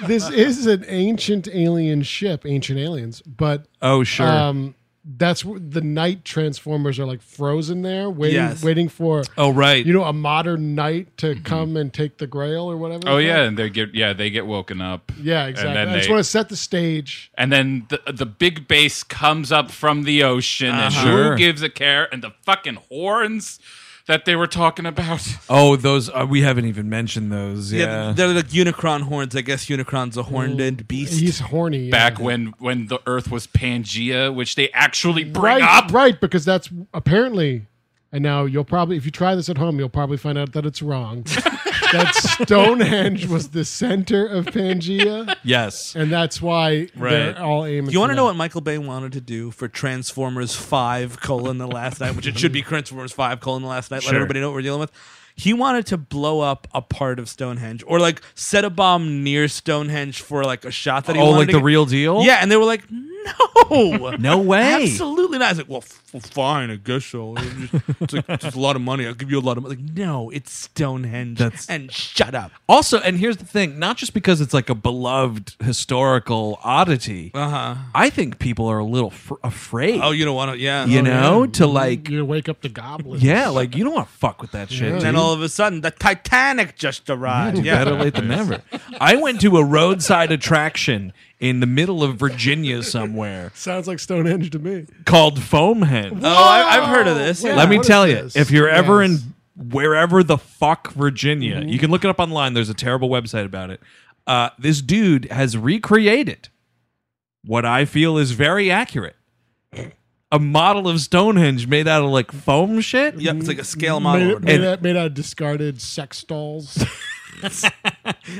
S3: this is an ancient alien ship, ancient aliens, but
S1: Oh, sure.
S3: Um, that's wh- the night transformers are like frozen there, waiting,
S7: Yes.
S3: waiting for.
S7: Oh, right. Mm-hmm.
S3: You know, a modern knight to come and take the Grail or whatever.
S7: Oh
S3: it's
S7: yeah,
S3: called.
S7: and they get yeah they get woken up.
S3: yeah, exactly.
S7: And
S3: I
S7: then,
S3: just
S7: they,
S3: want to set the stage.
S7: and then the the big bass comes up from the ocean, and
S1: Uh-huh.
S7: who
S1: Sure.
S7: gives a care? And the fucking horns that they were talking about.
S1: Oh, those uh, we haven't even mentioned those. Yeah,
S5: they're like Unicron horns. I guess Unicron's a horned beast.
S3: He's horny. yeah.
S7: Back when when the Earth was Pangea, which they actually bring
S3: right,
S7: up.
S3: right, because that's apparently. And now you'll probably, if you try this at home, you'll probably find out that it's
S7: <laughs>
S3: wrong. that Stonehenge was the center of Pangea,
S1: yes.
S3: and that's why they're all aiming.
S5: You want to
S3: for
S5: know
S3: that.
S5: what Michael Bay wanted to do for Transformers Five: colon the Last Night, which it should be Transformers Five: colon the Last Night. Let
S1: Sure.
S5: everybody know what we're dealing with. He wanted to blow up a part of Stonehenge, or like set a bomb near Stonehenge for like a shot that he
S1: Oh,
S5: wanted
S1: like
S5: to
S1: the
S5: get-
S1: real deal?
S5: Yeah, and they were like, no,
S1: <laughs> No way.
S5: absolutely not. It's like, well, f- well, fine, I guess so. It's just- it's like it's a lot of money. I'll give you a lot of money. Like, no, it's Stonehenge,
S1: That's-
S5: and shut up.
S1: Also, and here's the thing: not just because it's like a beloved historical oddity,
S5: Uh-huh.
S1: I think people are a little fr- afraid.
S5: Oh, you don't want to, yeah,
S1: you
S5: Oh, yeah.
S1: know, to like,
S3: you wake up the goblins.
S1: yeah, like you don't want to fuck with that shit.
S5: And then
S1: dude.
S5: all of a sudden, the Titanic just arrived.
S1: Dude, Better late than never. I went to a roadside attraction in the middle of Virginia somewhere
S3: Sounds like Stonehenge to me.
S1: called Foamhead.
S5: Oh, I, I've heard of this.
S3: Whoa.
S5: yeah.
S1: Oh, Let me
S3: what is
S1: tell you,
S3: this?
S1: if you're ever in wherever the fuck Virginia, you can look it up online. There's a terrible website about it. Uh, this dude has recreated what I feel is very accurate. A model of Stonehenge made out of like foam shit.
S5: Yep, it's like a scale
S3: Made,
S5: model.
S3: made,
S1: And-
S3: out, made out of discarded sex
S5: <laughs>
S3: dolls.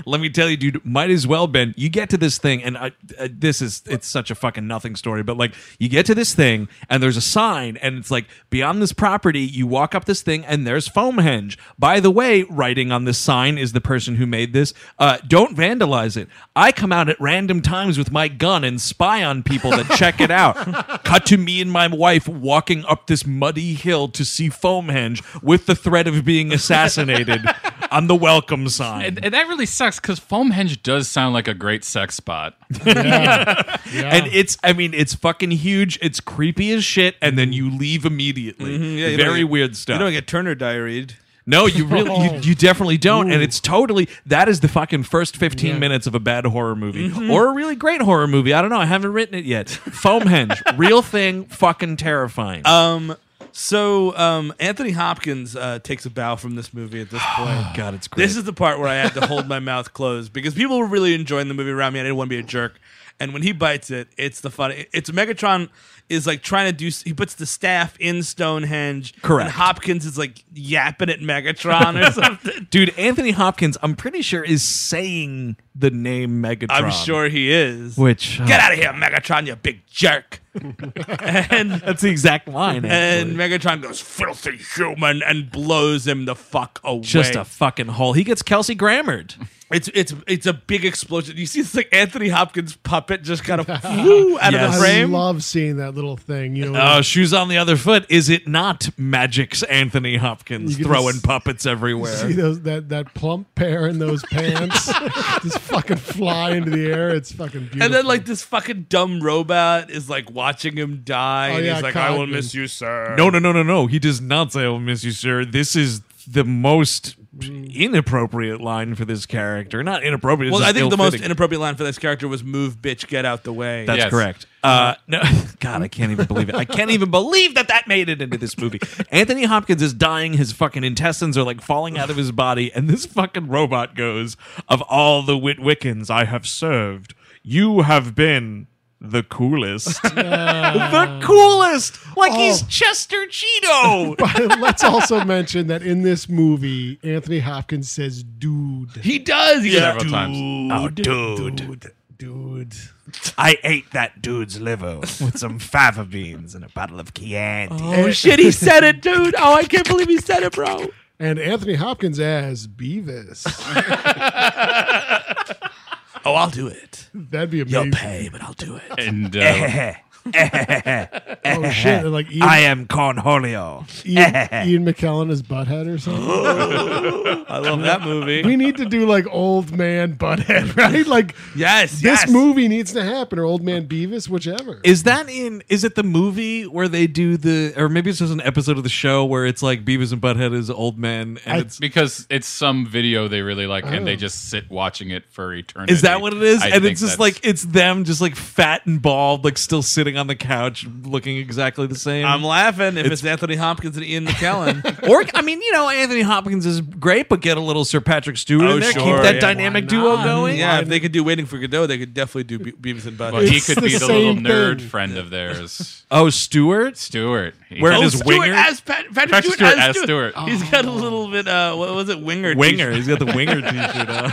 S1: Let me tell you, dude, might as well been. You get to this thing, and I, uh, this is it's such a fucking nothing story. But like, you get to this thing, and there's a sign, and it's like beyond this property. You walk up this thing, and there's Foamhenge. By the way, writing on this sign is the person who made this. Uh, don't vandalize it. I come out at random times with my gun and spy on people that check it out. Cut to me and my wife walking up this muddy hill to see Foamhenge with the threat of being assassinated. on the welcome sign.
S7: And, and that really sucks because Foamhenge does sound like a great sex
S3: <laughs>
S7: spot.
S1: And it's, I mean, it's fucking huge. It's creepy as shit. And then you leave immediately.
S5: Mm-hmm. you don't
S1: Very
S5: get-
S1: weird stuff.
S5: You don't get Turner diaried.
S1: No, you really,
S5: <laughs>
S1: you, you definitely don't. And it's totally that is the fucking first fifteen
S5: Yeah.
S1: minutes of a bad horror movie
S5: Mhm.
S1: or a really great horror movie. I don't know. I haven't written it yet.
S5: <laughs>
S1: Foamhenge, real thing, fucking terrifying.
S5: Um, so um, Anthony Hopkins uh, takes a bow from this movie at this <sighs> point.
S1: God, it's
S5: This is the part where I had to hold my mouth closed because people were really enjoying the movie around me. I didn't want to be a jerk. And when he bites it, it's the funny. It's Megatron is like trying to do. He puts the staff in Stonehenge.
S1: Correct.
S5: And Hopkins is like yapping at <laughs> Megatron or something.
S1: Dude, Anthony Hopkins, I'm pretty sure is saying the name Megatron.
S5: I'm sure he is.
S1: Which uh,
S5: get out of here, Megatron, you
S1: <laughs>
S5: big jerk. and
S1: that's the exact line.
S5: And Megatron goes filthy human and blows him the fuck away.
S1: Just a fucking hole. He gets Kelsey Grammered.
S5: It's it's it's a big explosion. You see, it's like Anthony Hopkins' puppet just
S1: <laughs>
S5: kind of flew out of the frame.
S3: I love seeing that little thing. You know,
S1: Oh, shoes on the other foot. Is it not Magic's Anthony Hopkins
S3: You can
S1: throwing
S3: s-
S1: puppets
S5: Oh,
S1: everywhere?
S3: <laughs> see those that that plump pair in
S5: <laughs>
S3: those pants just fucking fly into the air. It's fucking beautiful.
S5: And then like this fucking dumb robot is like watching him die,
S3: Oh,
S5: and
S3: yeah,
S5: he's like, "I will
S3: Cogman.
S5: miss you, sir."
S1: No, no, no, no, no. He does not say, "Oh, miss you, sir." This is the most inappropriate line for this character. Not inappropriate.
S5: Well,
S1: it's
S5: I
S1: just
S5: think the most
S1: ill-fitting.
S5: inappropriate line for this character was "Move, bitch, get out the way."
S1: That's correct. Uh, no, <laughs> God, I can't even believe it. I can't even believe that that made it into this <laughs> movie. Anthony Hopkins is dying. His fucking intestines are like falling out of his body, and this fucking robot goes, "Of all the Witwickens I have served, you have been." The <laughs> coolest, the coolest. Like he's Chester Cheeto.
S5: <laughs>
S3: But <laughs> let's also mention that in this movie, Anthony Hopkins says "dude."
S5: He does.
S3: He
S1: Yeah.
S3: goes,
S1: Several times. Oh, dude.
S3: dude, dude."
S1: I ate that dude's liver with some <laughs> fava beans and a bottle of Chianti.
S5: Oh shit, he said it, dude. Oh, I can't believe he said it, bro.
S3: And Anthony Hopkins as Beavis.
S5: <laughs> Oh, I'll do it.
S3: That'd be
S5: You'll
S3: amazing.
S5: pay, but I'll do it.
S7: And uh,
S3: oh shit! and, like Ian,
S1: I am Cornholio.
S3: Ian, Ian McKellen as Butthead or something.
S5: I love that movie.
S3: we need to do like old man Butthead, <laughs> right? Like
S5: Yes,
S3: this
S5: yes.
S3: movie needs to happen, or old man Beavis, whichever.
S1: Is that in? Is it the movie where they do the, or maybe it's just an episode of the show where it's like Beavis and Butthead is old men, and it's
S7: <laughs> because it's some video they really like, and
S1: Oh.
S7: they just sit watching it for eternity.
S1: is that what it is?
S7: I
S1: and
S7: think
S1: it's just
S7: that's-
S1: like it's them, just like fat and bald, like still sitting on the couch, looking exactly the same.
S5: I'm laughing if
S1: It's-
S5: it's, Anthony Hopkins and Ian
S1: <laughs>
S5: McKellen.
S1: or I mean, you know, Anthony Hopkins is great, but get a little Sir Patrick Stewart in there, keep that
S5: Oh, yeah.
S1: dynamic duo going.
S5: Yeah, if they could do Waiting for Godot, they could definitely do Be- Beavis and Butthead.
S7: Well, he could be the little nerd friend
S1: <laughs>
S7: of theirs.
S1: Oh, Stewart,
S7: Stewart. He-
S1: Wearing
S7: Oh,
S1: his
S7: Stewart
S1: winger?
S7: as-
S5: As Pat- Patrick,
S7: Patrick
S5: Stewart,
S7: Stewart
S5: as
S7: as
S5: Stewart.
S7: Stewart.
S5: He's got a little bit. Uh, what was it? Winger.
S1: Winger.
S5: t-shirt.
S1: He's got the winger t-shirt
S5: <laughs>
S1: on.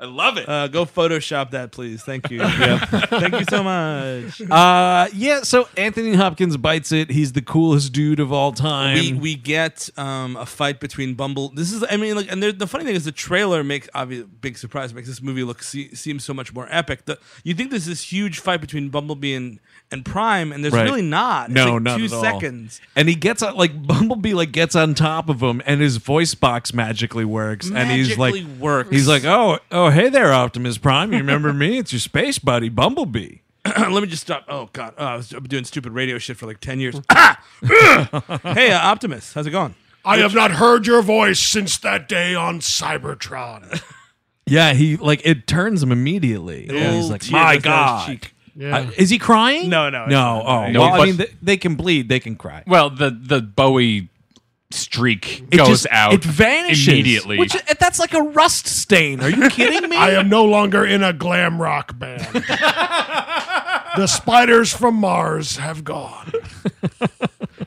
S1: I love it.
S5: Uh, go Photoshop that, please.
S1: <laughs>
S5: Thank you. Thank you so much.
S1: Uh, yeah. So Anthony Hopkins bites it. He's the coolest dude of all time.
S5: we we get um, a fight between Bumble. This is I mean like and there- the funny thing is the trailer makes obvious big surprise makes this movie look se- seem so much more epic. The, you think there's this huge fight between Bumblebee and, and Prime and there's
S1: Right.
S5: really not. It's
S1: no,
S5: like
S1: not
S5: two
S1: at all.
S5: seconds. <clears throat>
S1: And he gets on, like Bumblebee like gets on top of him, and his voice box magically works, and he's like,
S5: Magically works.
S1: he's like, oh, oh, hey there, Optimus Prime, you remember me? It's your space buddy, Bumblebee.
S5: Let me just stop. Oh god, oh, I was doing stupid radio shit for like
S1: <laughs>
S5: ten years. Ah! Ugh! hey uh, Optimus, how's it going?
S23: I have not heard your voice since that day on Cybertron.
S1: Yeah, he like it turns him immediately.
S23: An
S1: And he's
S23: old
S1: like,
S23: tear
S1: my
S23: goes down his
S1: God.
S23: cheek.
S3: Yeah.
S1: Uh, is he crying?
S5: No, no, it's
S1: no.
S5: not.
S1: Oh,
S7: No,
S1: well, I
S7: but-
S1: mean, they, they can bleed, they can cry.
S7: Well, the the Bowie streak
S1: It
S7: goes
S1: just-
S7: out.
S1: It vanishes
S7: immediately.
S1: Which that's like a rust stain. Are you
S5: <laughs>
S1: kidding me?
S23: I am no longer in a glam rock band. the spiders from Mars have gone.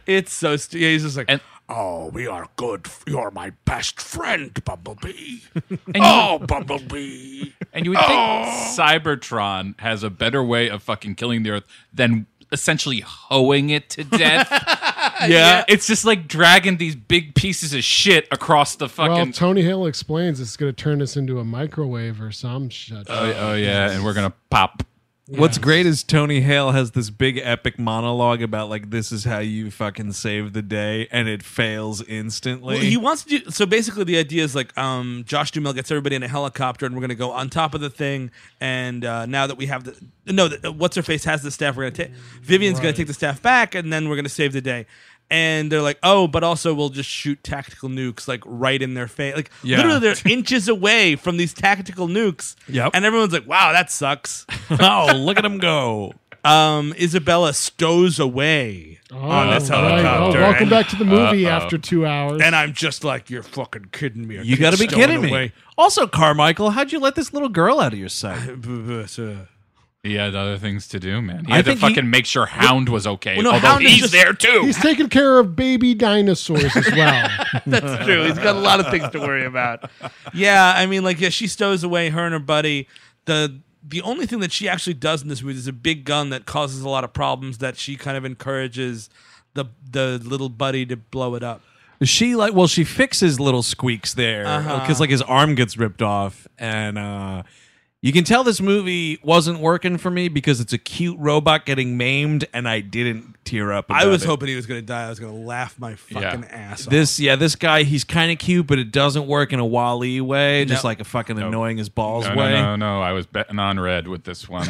S5: It's so stu- yeah, he's just like
S23: oh, we are good. You're my best friend, Bumblebee.
S7: you-
S23: oh, Bumblebee.
S7: and you would think
S1: oh.
S7: Cybertron has a better way of fucking killing the Earth than essentially hoeing it
S1: <laughs>
S7: to death. yeah. it's just like dragging these big pieces of shit across the
S3: well,
S7: fucking.
S3: Tony Hill explains it's going to turn us into a microwave or some shit.
S7: oh, oh yeah, and we're gonna pop.
S6: What's great is Tony Hale has this big epic monologue about like this is how you fucking save the day, and it fails instantly.
S5: Well, he wants to. Do, so basically, the idea is like um, Josh Duhamel gets everybody in a helicopter, and we're going to go on top of the thing. And uh, now that we have the no, the, uh, what's her face has the staff. We're going to take Vivian's going
S1: Right.
S5: to take the staff back, and then we're going to save the day. And they're like, oh, but also we'll just shoot tactical nukes like right in their face. Like
S1: Yeah. <laughs>
S5: literally, they're inches away from these tactical nukes.
S1: Yep.
S5: And everyone's like, wow, that sucks.
S1: <laughs> oh, look at him go.
S5: Um, Isabella stows away on this
S3: all right. Oh,
S5: helicopter.
S3: welcome
S5: and-
S3: back to the movie
S5: Uh-oh.
S3: after two hours.
S5: And I'm just like, you're fucking kidding me. A
S6: You
S5: kid's
S6: got to be
S5: stowing
S6: kidding me.
S5: away.
S6: Also, Carmichael, how'd you let this little girl out of your sight?
S7: He had other things to do, man. He
S6: I
S7: had to
S6: think he-
S7: fucking make sure Hound was okay.
S3: Well, no,
S7: although
S3: Hound is
S7: he's
S3: just-
S7: there too.
S3: He's taking care of baby dinosaurs as well. <laughs>
S5: That's true. He's got a lot of things to worry about. Yeah, I mean, like, yeah, she stows away her and her buddy. The the only thing that she actually does in this movie is a big gun that causes a lot of problems that she kind of encourages the the little buddy to blow it up.
S6: She like well, she fixes little squeaks there because
S5: Uh-huh.
S6: like his arm gets ripped off, and uh, you can tell this movie wasn't working for me because it's a cute robot getting maimed, and I didn't tear up.
S5: I
S6: about
S5: was
S6: it.
S5: hoping he was going to die. I was going to laugh my fucking ass off.
S6: This yeah, this guy he's kind of cute, but it doesn't work in a Wally way, just
S7: No.
S6: like a fucking annoying as balls
S7: No,
S6: way.
S7: no, no, no. I was betting on red with this one.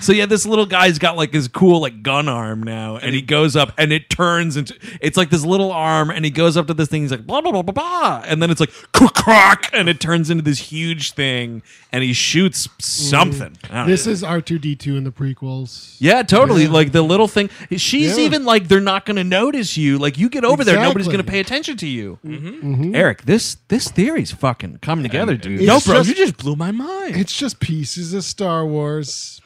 S6: So yeah, this little guy's got like his cool like gun arm now, and he goes up and it turns into it's like this little arm, and he goes up to this thing. He's like blah blah blah blah blah, and then it's like crack, and it turns into this huge thing, and he shoots something. I don't
S3: This
S6: know.
S3: is R two D two in the prequels.
S6: Yeah, totally.
S3: Yeah.
S6: Like the little thing. She's
S3: Yeah.
S6: even like they're not going to notice you. Like you get over there, nobody's
S3: Exactly. Mm-hmm.
S6: going to pay attention to you. Eric, this this theory's fucking coming together, dude.
S3: It's
S5: blew my
S6: <laughs>
S5: mind.
S3: It's just pieces of Star Wars.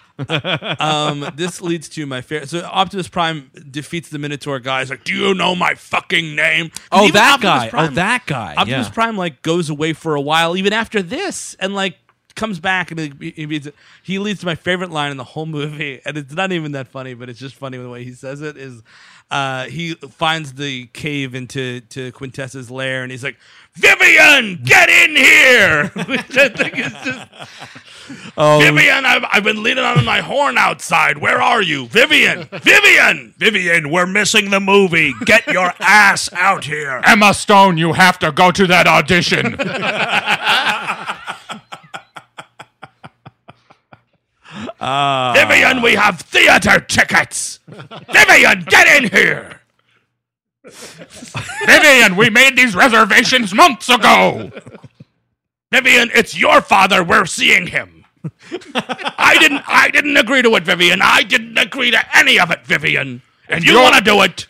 S5: um, this leads to my favorite. So Optimus Prime defeats the Minotaur guy. He's like, "Do you know my fucking name?" 'Cause
S6: Oh,
S5: even
S6: that guy. Oh, that guy.
S5: Optimus
S6: Yeah.
S5: Prime like goes away for a while, even after this, and like comes back and he, he, beats it. he leads to my favorite line in the whole movie, <laughs> and it's not even that funny, but it's just funny the way he says it. Is uh, he finds the cave into to Quintessa's lair, and he's like, "Vivian, get in here!" <laughs> Which I think is just
S6: Oh.
S13: Vivian, I've, I've been leaning on my horn outside. Where are you? Vivian! Vivian! Vivian, we're missing the movie. Get
S5: <laughs>
S13: your ass out here.
S7: Emma Stone, you have to go to that audition.
S6: Uh,
S13: Vivian, we have theater tickets. Vivian, get in here.
S7: Vivian, we made these reservations months ago.
S13: Vivian, it's your father. We're seeing him. I didn't. I didn't agree to it, Vivian. I didn't agree to any of it, Vivian. If you
S7: you're-
S13: want to do it,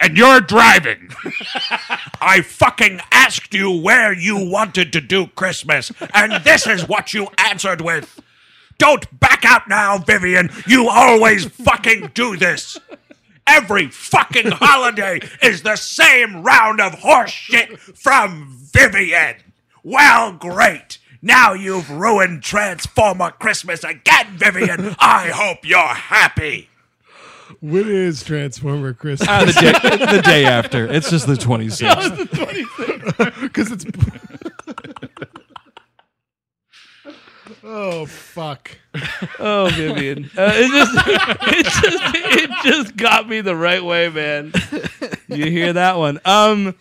S7: and you're driving.
S13: <laughs> I fucking asked you where you wanted to do Christmas, and this is what you answered with. Don't back out now, Vivian. You always fucking do this. Every fucking holiday is the same round of horse shit from Vivian. Well, great. Now you've ruined Transformer Christmas again, Vivian. I hope you're happy.
S3: When is Transformer Christmas?
S6: Ah, the day- the day after. It's just the
S5: <laughs>
S6: 26th.
S3: No, it's the <laughs> 26th. Because it's. oh, fuck.
S5: Oh, Vivian. Uh, it just, <laughs> it just, it just got me the right way, man. You hear that one? Um,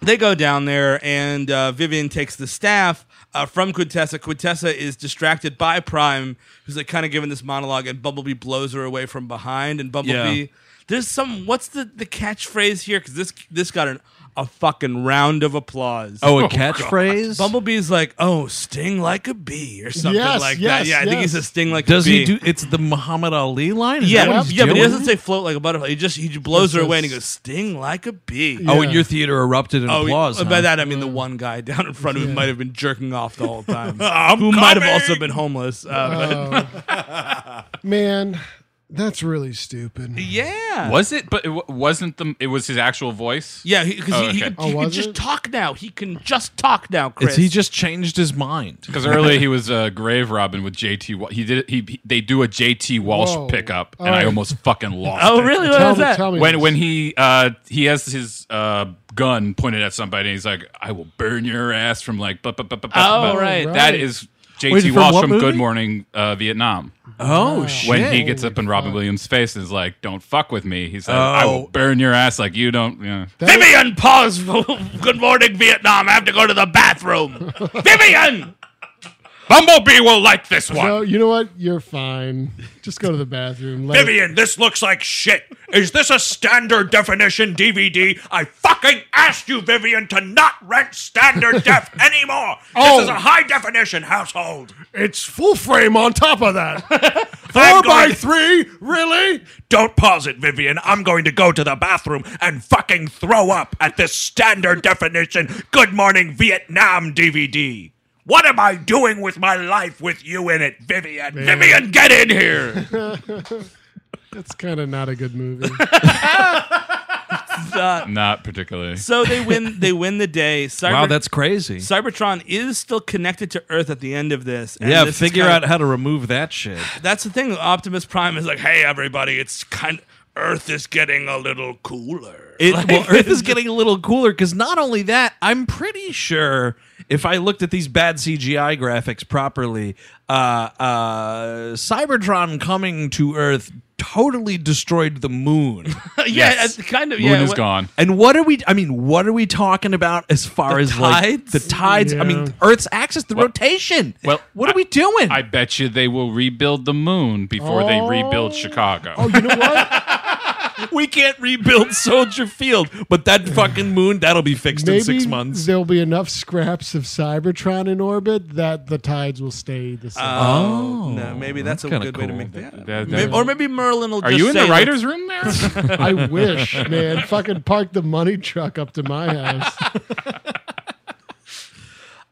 S5: they go down there, and uh, Vivian takes the staff uh, from Quintessa. Quintessa is distracted by Prime, who's like kind of giving this monologue, and Bumblebee blows her away from behind. And Bumblebee,
S1: Yeah.
S5: there's some. What's the the catchphrase here? Because this this got an. A fucking round of applause.
S6: Oh, a catchphrase?
S5: Bumblebee's like, oh, sting like a bee or something
S6: Yes,
S5: like
S6: yes,
S5: that. Yeah, I think he
S6: yes.
S5: says sting like
S6: Does
S5: a bee.
S6: he do? It's the Muhammad Ali line. Is that
S5: Yeah,
S6: what he's
S5: yeah, but he
S6: doing?
S5: doesn't say float like a butterfly. He just he just blows
S6: He
S5: her away and he
S6: says-
S5: goes sting like a bee.
S6: Oh, and your theater erupted in
S5: Oh,
S6: applause.
S5: By
S6: huh?
S5: that I mean the one guy down in front of him might have been jerking off the whole time,
S13: I'm
S5: who might have
S13: coming!
S5: also been homeless. Uh,
S3: Man, that's really stupid.
S5: Yeah.
S7: Was it? But it wa- wasn't the. It was his actual voice.
S5: Yeah, because
S7: Oh,
S5: he, he,
S7: okay.
S5: could- he can just talk now. He can just talk now, Chris.
S6: Is he just changed his mind?
S7: Because earlier he was uh, Grave Robin with JT. Wa- He did. He, he they do a JT Walsh
S5: Whoa.
S7: pickup,
S5: All
S7: and
S5: right.
S7: I almost fucking lost.
S5: Oh,
S7: it.
S5: really? What Tell was me- that? tell me
S7: When
S5: this.
S7: when he uh, he has his uh, gun pointed at somebody, and he's like, "I will burn your ass from like." bu- bu- bu- bu- bu-
S5: Oh,
S7: bu-
S5: right.
S7: That
S5: Right.
S7: is
S6: Wait,
S7: J.T.
S6: from
S7: Walsh
S6: what
S7: from Good
S6: movie?
S7: Morning uh, Vietnam.
S6: Oh,
S7: When he
S6: shit.
S7: gets up in Robin Williams' face and is like, "Don't fuck with me," he's like,
S21: Oh.
S7: "I will burn your ass like you don't." Yeah.
S21: Vivian,
S5: <laughs>
S21: pause. Good morning, Vietnam. I have to go to the bathroom. Vivian, Bumblebee will like this one.
S3: No, you know what? You're fine. Just go to the bathroom. Let it-
S13: Vivian, this looks like shit. Is this a standard definition DVD? I fucking asked you, Vivian, to not rent standard
S23: <laughs>
S13: def anymore.
S23: Oh.
S13: This is a high definition household.
S23: It's full frame on top
S13: <laughs>
S23: of that.
S13: Four
S23: by
S13: three? Really? Don't pause it, Vivian. I'm going to go to the bathroom and fucking throw up at this standard definition Good Morning Vietnam DVD. What am I doing with my life with you in it, Vivian? Vivian, get in here.
S3: That's kind of not a good movie.
S5: Uh,
S7: Not particularly.
S5: So they
S6: <laughs>
S5: win. They win the day. Cyber-
S6: Wow, oh, that's crazy.
S5: Cybertron is still connected to Earth at the end of this. and
S6: yeah,
S5: this is
S6: figure
S5: kinda-
S6: out how to remove that shit.
S5: <laughs> That's the thing. Optimus Prime is like,
S13: Hey, everybody, it's kind Earth is getting a little cooler.
S6: It, well, Earth is getting a little cooler because not only that, I'm pretty sure if I looked at these bad CGI graphics properly, uh, uh, Cybertron coming to Earth totally destroyed the moon.
S5: <laughs> yeah,
S6: Yes.
S5: it's kind of. yeah, what-
S6: And what are we? I mean, what are we talking about as far
S5: The
S6: as like
S5: tides?
S6: the tides? I mean, Earth's axis, the rotation.
S7: Well,
S6: what are we doing?
S7: I bet you they will rebuild the moon before they
S5: Oh.
S7: rebuild Chicago.
S6: we can't rebuild Soldier Field, but that fucking moon that'll be fixed
S3: Maybe
S6: in six months.
S3: there'll be enough scraps of Cybertron in orbit that the tides will stay the same.
S5: Oh, no, maybe that's, a good way to make that.
S7: That-
S5: Maybe-
S7: that-
S5: or maybe Merlin will.
S7: Are
S5: just
S7: you in the
S5: say,
S7: writers' room there?
S5: <laughs>
S3: I wish, man. Fucking park the money truck up to my
S5: <laughs>
S3: house.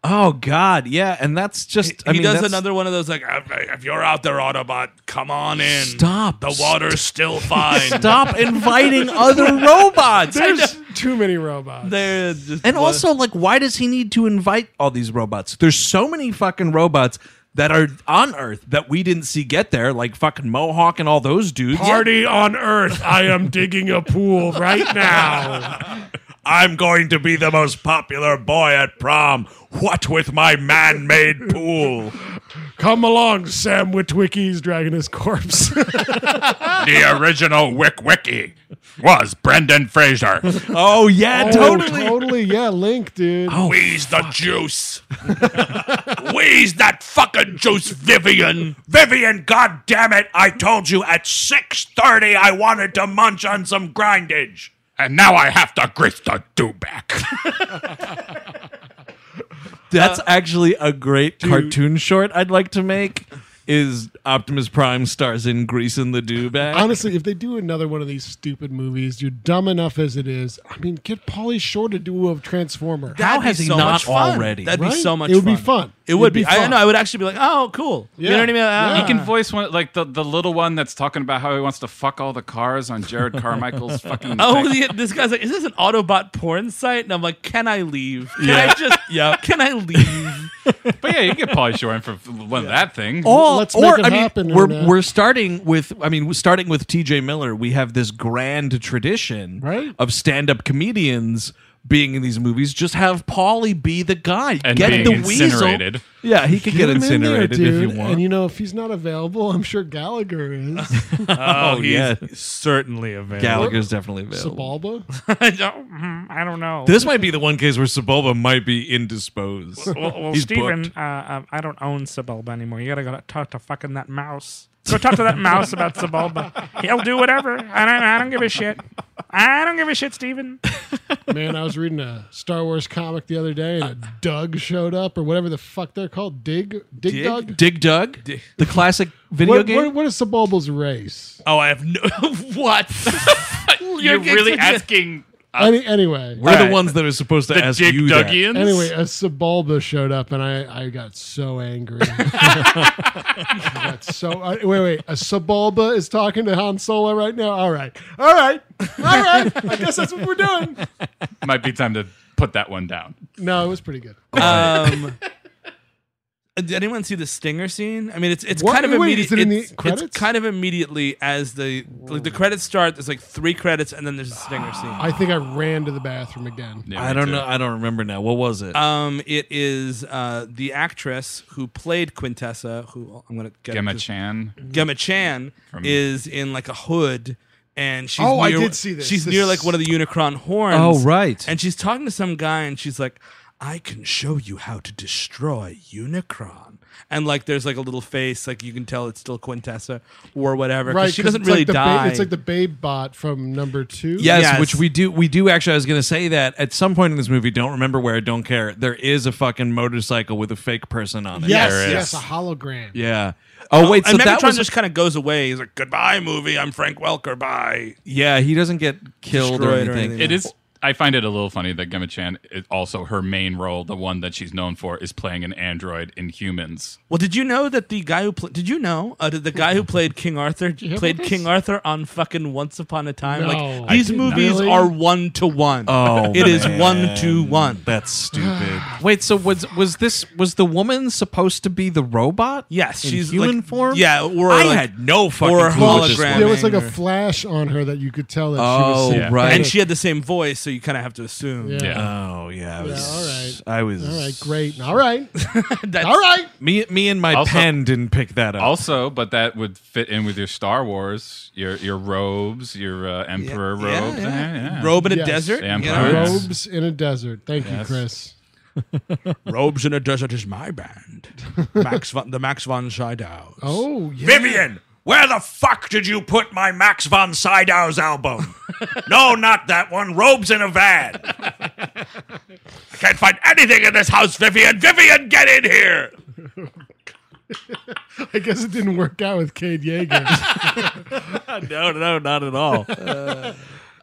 S6: Oh God, yeah, and that's just. I
S13: he
S6: mean,
S13: does
S6: that's-
S13: another one of those like, "Uh, if you're out there, Autobot, come on in.
S6: Stop.
S13: The water's still fine.
S6: <laughs> Stop inviting other robots.
S3: There's too many robots.
S6: and also, like, why does he need to invite all these robots? There's so many fucking robots that are on Earth that we didn't see get there, like fucking Mohawk and all those dudes.
S23: Party on Earth. I am digging a pool right now.
S13: I'm going to be the most popular boy at prom. What with my man made pool?
S3: Come along, Sam Witwicky's dragging his
S5: <laughs>
S3: corpse. Oh,
S13: the original Wick Wiki was Brendan Fraser.
S6: Oh yeah,
S3: Oh,
S6: totally.
S3: totally, yeah, Link, dude.
S5: Oh,
S23: Oh,
S13: Wheeze the juice. Wheeze that fucking juice, Vivian. Vivian, God damn it! I told you at 6.30 I wanted to munch on some grindage. And now I have to grease the do-back.
S6: That's actually a great cartoon short I'd like to make. Is Optimus Prime stars in Grease and the Do Bag?
S3: Honestly, if they do another one of these stupid movies, you're dumb enough as it is. I mean, get Pauly Shore to do a Transformer.
S5: That'd be so much fun. That'd be
S3: Right?
S5: so much.
S3: It would be fun.
S5: It would be. I
S3: fun.
S5: know. I would actually be like, oh, cool. You know what I mean? Ah.
S7: He can voice one like the, the little one that's talking about how he wants to fuck all the cars on Jared
S5: <laughs>
S7: Carmichael's fucking.
S5: Oh,
S7: thing.
S5: the, this guy's like, is this an Autobot porn site? And I'm like, can I leave? Can
S7: Yeah.
S5: I <laughs> just? yeah. Can I leave?
S7: but yeah, you get Polly Shore in for one of that thing.
S6: All,
S5: Oh.
S6: or, I mean, We're
S3: uh,
S7: Internet.
S6: we're starting with I mean, we're starting with T.J. Miller. We have this grand tradition
S3: right?
S6: of stand-up comedians being in these movies. Just have Paulie be the guy.
S7: And
S6: get
S7: being
S6: the
S7: incinerated.
S6: weasel. Yeah, he could
S3: Get
S6: get
S3: him in there,
S6: incinerated if
S3: dude.
S6: you want.
S3: And you know, if he's not available, I'm sure
S6: <laughs>
S3: Gallagher is.
S6: Oh,
S5: he's
S6: yeah.
S5: <laughs> certainly available.
S6: Gallagher's definitely available.
S3: Sabalba?
S5: I don't. mm, I don't know.
S6: This might be the one case where Sebulba might be indisposed.
S24: Well, well
S6: He's
S24: Steven,
S6: booked.
S24: uh, um, I don't own Sebulba anymore. You gotta go talk to fucking that mouse. Go talk
S5: <laughs>
S24: to that mouse about Sebulba. He'll do whatever. I don't, I don't give a shit. I don't give a shit, Steven.
S3: Man, I was reading a Star Wars comic the other day, and
S6: Uh,
S3: a Doug showed up, or whatever the fuck they're called. Dig, Dig,
S6: Dig,
S3: Dug.
S6: Dig Dug, the classic video
S3: what,
S6: game.
S3: What, what is Sebulba's race?
S6: Uh,
S5: Oh, I have no. <laughs> what?
S7: You're
S5: You're,
S7: really asking.
S3: Any, anyway, uh,
S6: We're the ones that are supposed to
S7: The
S6: ask
S7: Dig
S6: you that.
S7: Duggians?
S3: Anyway, a Sebulba showed up, and I, I got so angry.
S6: <laughs>
S3: I got so I, wait, wait. A Sebulba is talking to Han Solo right now. All right, all right, all right. I guess that's what we're doing.
S7: Might be time to put that one down.
S3: No, it was pretty good.
S5: Um, uh, Did anyone see the stinger scene? I mean, it's it's
S25: What?
S5: kind of
S25: Wait,
S5: immediate.
S25: is it in the
S5: it's, it's
S25: credits?
S5: kind of immediately as the like the credits start. There's like three credits, and then there's a stinger scene.
S3: I think I ran to the bathroom again.
S1: I don't know. I don't remember now. What was it?
S5: Um, it is uh, the actress who played Quintessa, who I'm gonna get
S7: Gemma
S5: to-
S7: Chan.
S5: Gemma Chan
S7: From-
S5: is in like a hood, and she's
S3: Oh, I
S5: near,
S3: did see this.
S5: She's
S3: This-
S5: near like one of the Unicron horns.
S1: Oh, right.
S5: And she's talking to some guy, and she's like, "I can show you how to destroy Unicron." And like, there's like a little face, like you can tell it's still Quintessa or whatever. 'cause
S3: Right,
S5: she
S3: 'cause
S5: doesn't
S3: it's like
S5: really
S3: the ba-
S5: die.
S3: it's like the babe bot from number two.
S1: Yes, which we do. We do actually. I was going to say that at some point in this movie, don't remember where, don't care. There is a fucking motorcycle with a fake person on it.
S3: Yes, yes, a hologram.
S1: Yeah. Oh wait, so
S5: and
S1: that
S5: Megatron
S1: was.
S5: just kind of goes away. He's like, "Goodbye, movie. I'm Frank Welker. Bye."
S1: yeah, he doesn't get killed or
S5: Destroyed or
S1: anything.
S5: anything.
S7: It is. I find it a little funny that Gemma Chan is also her main role, the one that she's known for, is playing an android in Humans.
S5: Well, did you know that the guy who pl- did you know uh, did the
S7: <laughs>
S5: guy who played King Arthur
S7: hear
S5: played
S7: about this?
S5: King Arthur on fucking Once Upon a Time?
S7: No.
S5: like
S7: I
S5: these
S7: did not.
S5: movies
S7: Really?
S5: are one to one.
S1: Oh,
S5: it is
S1: man.
S5: one to one.
S1: That's stupid. <sighs> Wait, so was was this was the woman supposed to be the robot?
S5: Yes,
S1: In
S5: she's
S1: human
S5: like-
S1: form.
S5: yeah, or
S1: I
S5: like-
S1: had no fucking
S5: or
S1: clue what this
S5: hologram.
S3: There was like a
S5: Or-
S3: flash on her that you could tell that
S1: Oh,
S3: she was.
S1: Yeah. right.
S5: And she had the same voice, so you kind of have to assume.
S3: Yeah.
S1: Yeah. Oh yeah, I
S3: Yeah,
S1: was.
S3: all
S1: I was.
S3: All right, great. All right.
S5: <laughs>
S3: all right.
S1: Me, me, and my
S7: Also-
S1: pen didn't pick that up.
S7: Also, but that would fit in with your Star Wars, your your robes, your uh, emperor
S5: yeah,
S7: robes,
S5: yeah.
S7: Eh,
S5: Robe in a
S3: Yes.
S5: desert.
S7: The
S5: you
S7: emperor.
S5: know?
S3: Robes in a desert. Thank you,
S5: Yes.
S3: Chris.
S5: Robes in a desert is my band.
S7: <laughs>
S5: Max von, the Max von Sydow.
S3: Oh, yeah.
S26: Vivian, where the fuck did you put my Max von Sydow's
S3: <laughs>
S26: album? no, not that one. Robes in a van. I can't find anything in this house, Vivian. Vivian, get in here.
S3: <laughs> I guess it didn't work out with
S26: <laughs>
S3: Cade Yeager.
S1: no, no, not at all.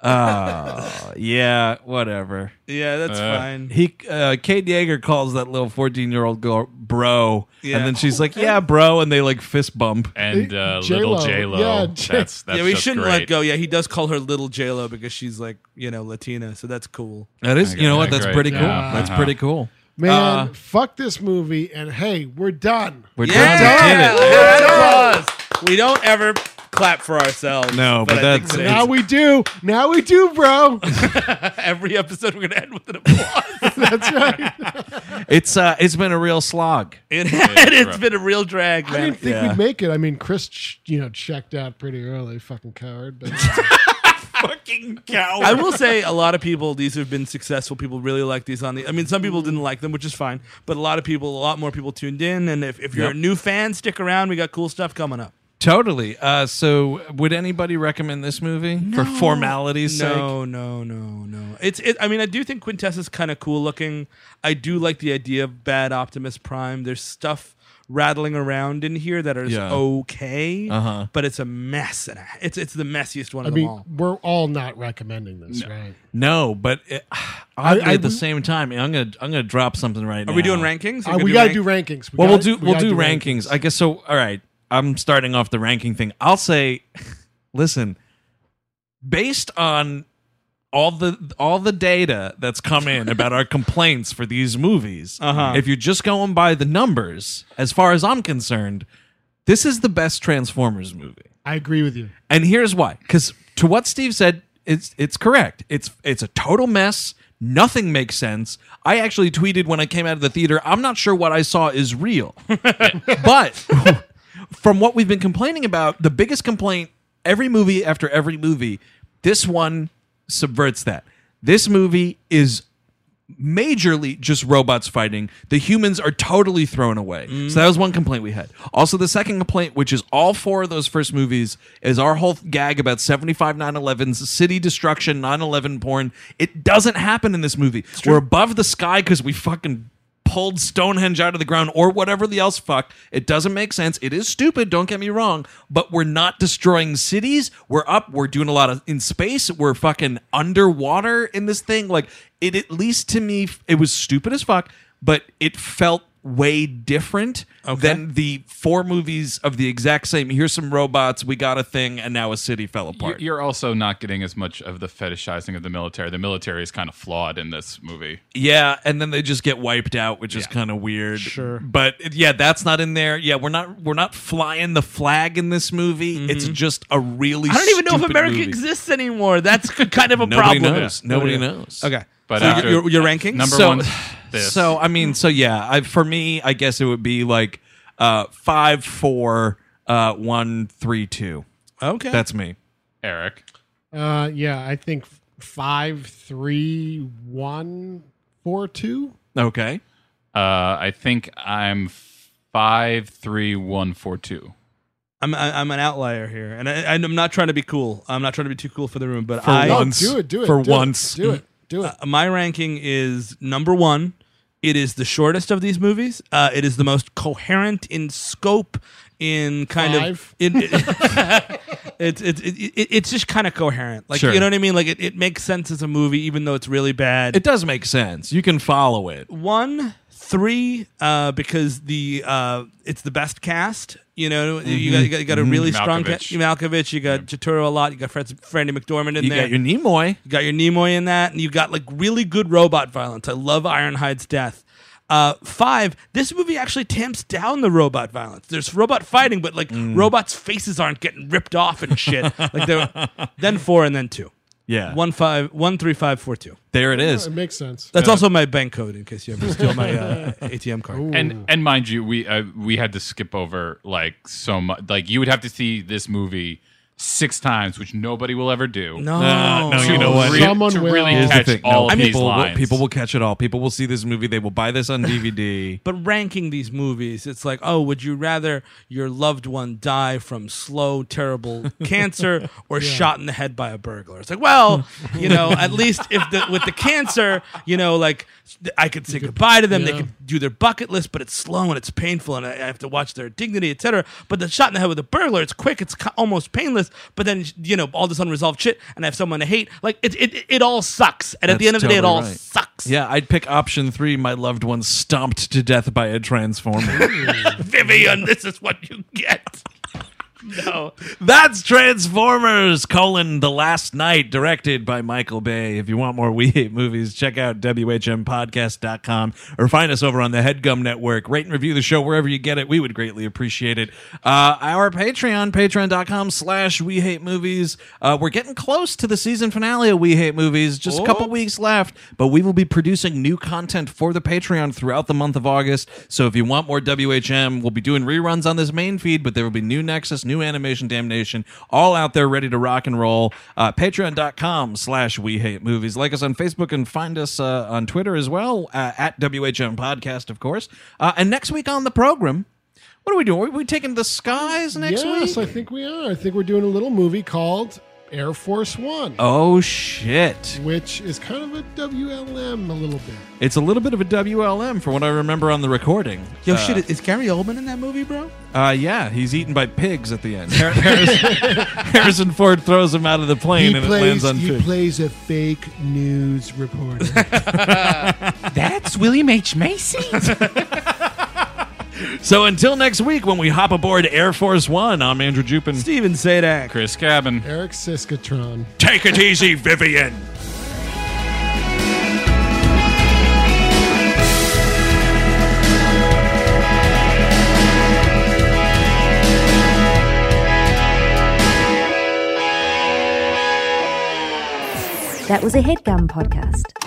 S1: Uh, yeah, whatever.
S5: Yeah, that's
S1: Uh,
S5: fine.
S1: He, uh, Kate Yeager calls that little fourteen-year-old girl bro,
S5: Yeah.
S1: and then she's like, "Yeah, bro," and they like fist bump
S7: and uh, little J Lo. That's that's
S5: eh, yeah, we
S7: just
S5: shouldn't
S7: great.
S5: let go. Yeah, he does call her little J Lo because she's like you know Latina, so that's cool.
S1: That is, you know what? That's pretty cool. That's pretty cool.
S3: Man,
S1: Uh,
S3: fuck this movie. And hey, we're done.
S1: we're
S5: Yeah!
S1: done. We did it.
S5: Round of applause. We don't ever clap for ourselves.
S1: No, but
S5: I think
S1: that's-
S5: today's-
S3: Now we do. Now we do, bro. <laughs>
S5: every episode we're gonna end with
S1: <laughs>
S5: an applause.
S3: That's right.
S1: It's uh, it's been a real slog.
S5: <laughs> It had. It's been a real drag,
S3: I
S5: man.
S3: didn't think
S1: Yeah.
S3: we'd make it. I mean, Chris, ch- you know, checked out pretty early. Fucking coward. But
S5: I will say a lot of people. These have been successful. People really like these on the. I mean, some people didn't like them, which is fine. But a lot of people, a lot more people tuned in. And if, if you're
S1: Yep.
S5: a new fan, stick around. We got cool stuff coming up.
S1: Totally. Uh, so, would anybody recommend this movie for formality's sake?
S5: No, no, no, no. It's. It, I mean, I do think Quintessa's kind of cool looking. I do like the idea of bad Optimus Prime. There's stuff rattling around in here that is
S1: Yeah.
S5: okay,
S1: Uh-huh.
S5: but it's a mess. And I- It's it's the messiest one
S3: I
S5: of
S3: mean,
S5: them all.
S3: we're all not recommending this, right?
S1: No, but it, <sighs> oddly,
S3: I-
S1: at the same time, I'm gonna I'm gonna drop something right now.
S5: Are we doing rankings? Are
S3: Uh,
S5: we gonna
S3: we
S5: do
S3: gotta
S5: rank-
S3: do rankings. We
S1: well, we'll
S3: gotta-
S1: do
S3: we
S1: we will
S3: gotta
S1: do
S3: do
S1: rankings. I guess so. All right, I'm starting off the ranking thing. I'll say, <laughs> listen, based on all the all the data that's come in about our complaints for these movies,
S5: Uh-huh.
S1: if you're just going by the numbers, as far as I'm concerned, this is the best Transformers movie.
S3: I agree with you.
S1: And here's why. Because to what Steve said, it's it's correct. It's it's a total mess. Nothing makes sense. I actually tweeted when I came out of the theater, I'm not sure what I saw is real. but from what we've been complaining about, the biggest complaint every movie after every movie, this one subverts that. This movie is majorly just robots fighting. The humans are totally thrown away. So that was one complaint we had. Also, the second complaint, which is all four of those first movies, is our whole gag about 75 911s, city destruction, 911 porn. It doesn't happen in this movie. We're above the sky because we fucking pulled Stonehenge out of the ground or whatever the else fuck. It doesn't make sense. It is stupid, don't get me wrong, but we're not destroying cities. We're up, we're doing a lot of in space, we're fucking underwater in this thing. Like it at least to me f- it was stupid as fuck, but it felt way different than the four movies of the exact same. Here's some robots, we got a thing, and now a city fell apart.
S7: You're- You're also not getting as much of the fetishizing of the military. The military is kind of flawed in this movie.
S1: Yeah, and then they just get wiped out, which is kind of weird. Sure, but yeah, that's not in there. Yeah, we're not we're not flying the flag in this movie. It's just a really.
S21: I don't even know if
S1: stupid
S21: America
S1: movie.
S21: exists anymore. That's
S1: <laughs>
S21: k- kind of a
S1: Nobody
S21: problem.
S1: knows. Nobody knows.
S21: Okay.
S1: But
S21: So
S1: uh,
S21: your- your- your rankings? Number
S1: so,
S21: one, this.
S1: So I mean, so yeah. I, for me, I guess it would be like uh, five, four, uh, one, three, two.
S5: Okay.
S1: that's me.
S7: Eric.
S3: Uh, yeah, I think five, three, one, four, two.
S1: Okay.
S7: Uh, I think I'm five three one four two.
S5: I'm I- I'm an outlier here, and I, I'm not trying to be cool. I'm not trying to be too cool for the room, but
S1: For
S5: I
S1: once. No, do it, do it, For do it, once. do it,
S3: do it.
S5: my ranking is number one. It is the shortest of these movies. Uh, it is the most coherent in scope, in kind
S3: Five.
S5: of in. <laughs> It's it's it, it, it's just kind of coherent, like
S1: Sure.
S5: you know what I mean. Like it, it makes sense as a movie, even though it's really bad.
S1: It does make sense. You can follow it.
S5: One, three, uh, because the uh, it's the best cast. You know, you, got, you, got, you got a
S1: Mhm.
S5: really strong
S1: Malkovich.
S5: cast. Malkovich. You got Jaturo a lot. You got Fred, Franny McDormand in
S1: You
S5: there.
S1: got your Nimoy.
S5: You got your Nimoy in that, and you got like really good robot violence. I love Ironhide's death. Uh, five. This movie actually tamps down the robot violence. There's robot fighting, but like robots' faces aren't getting ripped off and shit. like they're, then four and then two.
S1: Yeah.
S5: One five one three five four two.
S1: There it
S3: it makes sense.
S5: That's
S7: Uh,
S5: also my bank code in case you ever steal my uh, ATM card.
S1: Hmm.
S7: And and mind you, we uh, we had to skip over like so much. Like you would have to see this movie six times, which nobody will ever do.
S5: No.
S1: Uh, no,
S7: To
S1: you know what?
S7: re- to really
S1: Here's the
S7: catch
S1: thing.
S7: all
S1: No,
S7: of these
S1: people, will,
S7: lines.
S1: people will catch it all. People will see this movie. They will buy this on DVD.
S5: but ranking these movies, it's like, oh, would you rather your loved one die from slow,
S1: <laughs>
S5: terrible cancer or
S21: Yeah.
S5: shot in the head by a burglar? It's like, well, you
S1: <laughs>
S5: know, at least if the with the cancer, you know, like I could say goodbye to them, they
S21: yeah.
S5: could do their bucket list, but it's slow and it's painful, and I, I have to watch their dignity, etc. But the shot in the head with a burglar, it's quick, it's co- almost painless, but then you know all this unresolved shit, and I have someone to hate. Like it, it, it all sucks, and at the
S1: That's
S5: end of the day, it
S1: totally
S5: all
S1: right.
S5: sucks.
S1: Yeah, I'd pick option three. My loved one stomped to death by a transformer. <laughs>
S21: Vivian, this is what you get. No.
S1: That's Transformers: colon The Last Night, directed by Michael Bay. If you want more We Hate Movies, check out whmpodcast.com or find us over on the HeadGum Network. Rate and review the show wherever you get it. We would greatly appreciate it. Uh, our Patreon, patreon.com slash We Hate Movies. Uh, we're getting close to the season finale of We Hate Movies. Just a couple weeks left, but we will be producing new content for the Patreon throughout the month of August. So if you want more WHM, we'll be doing reruns on this main feed, but there will be new Nexus, new Animation Damnation, all out there ready to rock and roll. Uh, Patreon.com slash We Hate Movies. Like us on Facebook and find us uh, on Twitter as well, uh, at WHM Podcast, of course. Uh, and next week on the program, what are we doing? Are we taking the skies next
S3: yes,
S1: week?
S3: I think we are. I think we're doing a little movie called Air Force One,
S1: Oh, shit.
S3: which is kind of a WLM a little bit.
S1: It's a little bit of a WLM for what I remember on the recording.
S5: Yo,
S1: Uh,
S5: shit, is Gary Oldman in that movie, bro?
S1: Uh, yeah, he's eaten by pigs at the end. Har- <laughs> Harrison, Harrison Ford throws him out of the plane and it lands on
S3: he
S1: pigs.
S3: plays a fake news reporter.
S1: That's William H. Macy. so until next week, when we hop aboard Air Force One, I'm Andrew Jupin.
S5: Steven Sadak.
S7: Chris Cabin.
S3: <laughs> Eric Siskatron.
S1: Take it easy, Vivian.
S27: That was a headgum podcast.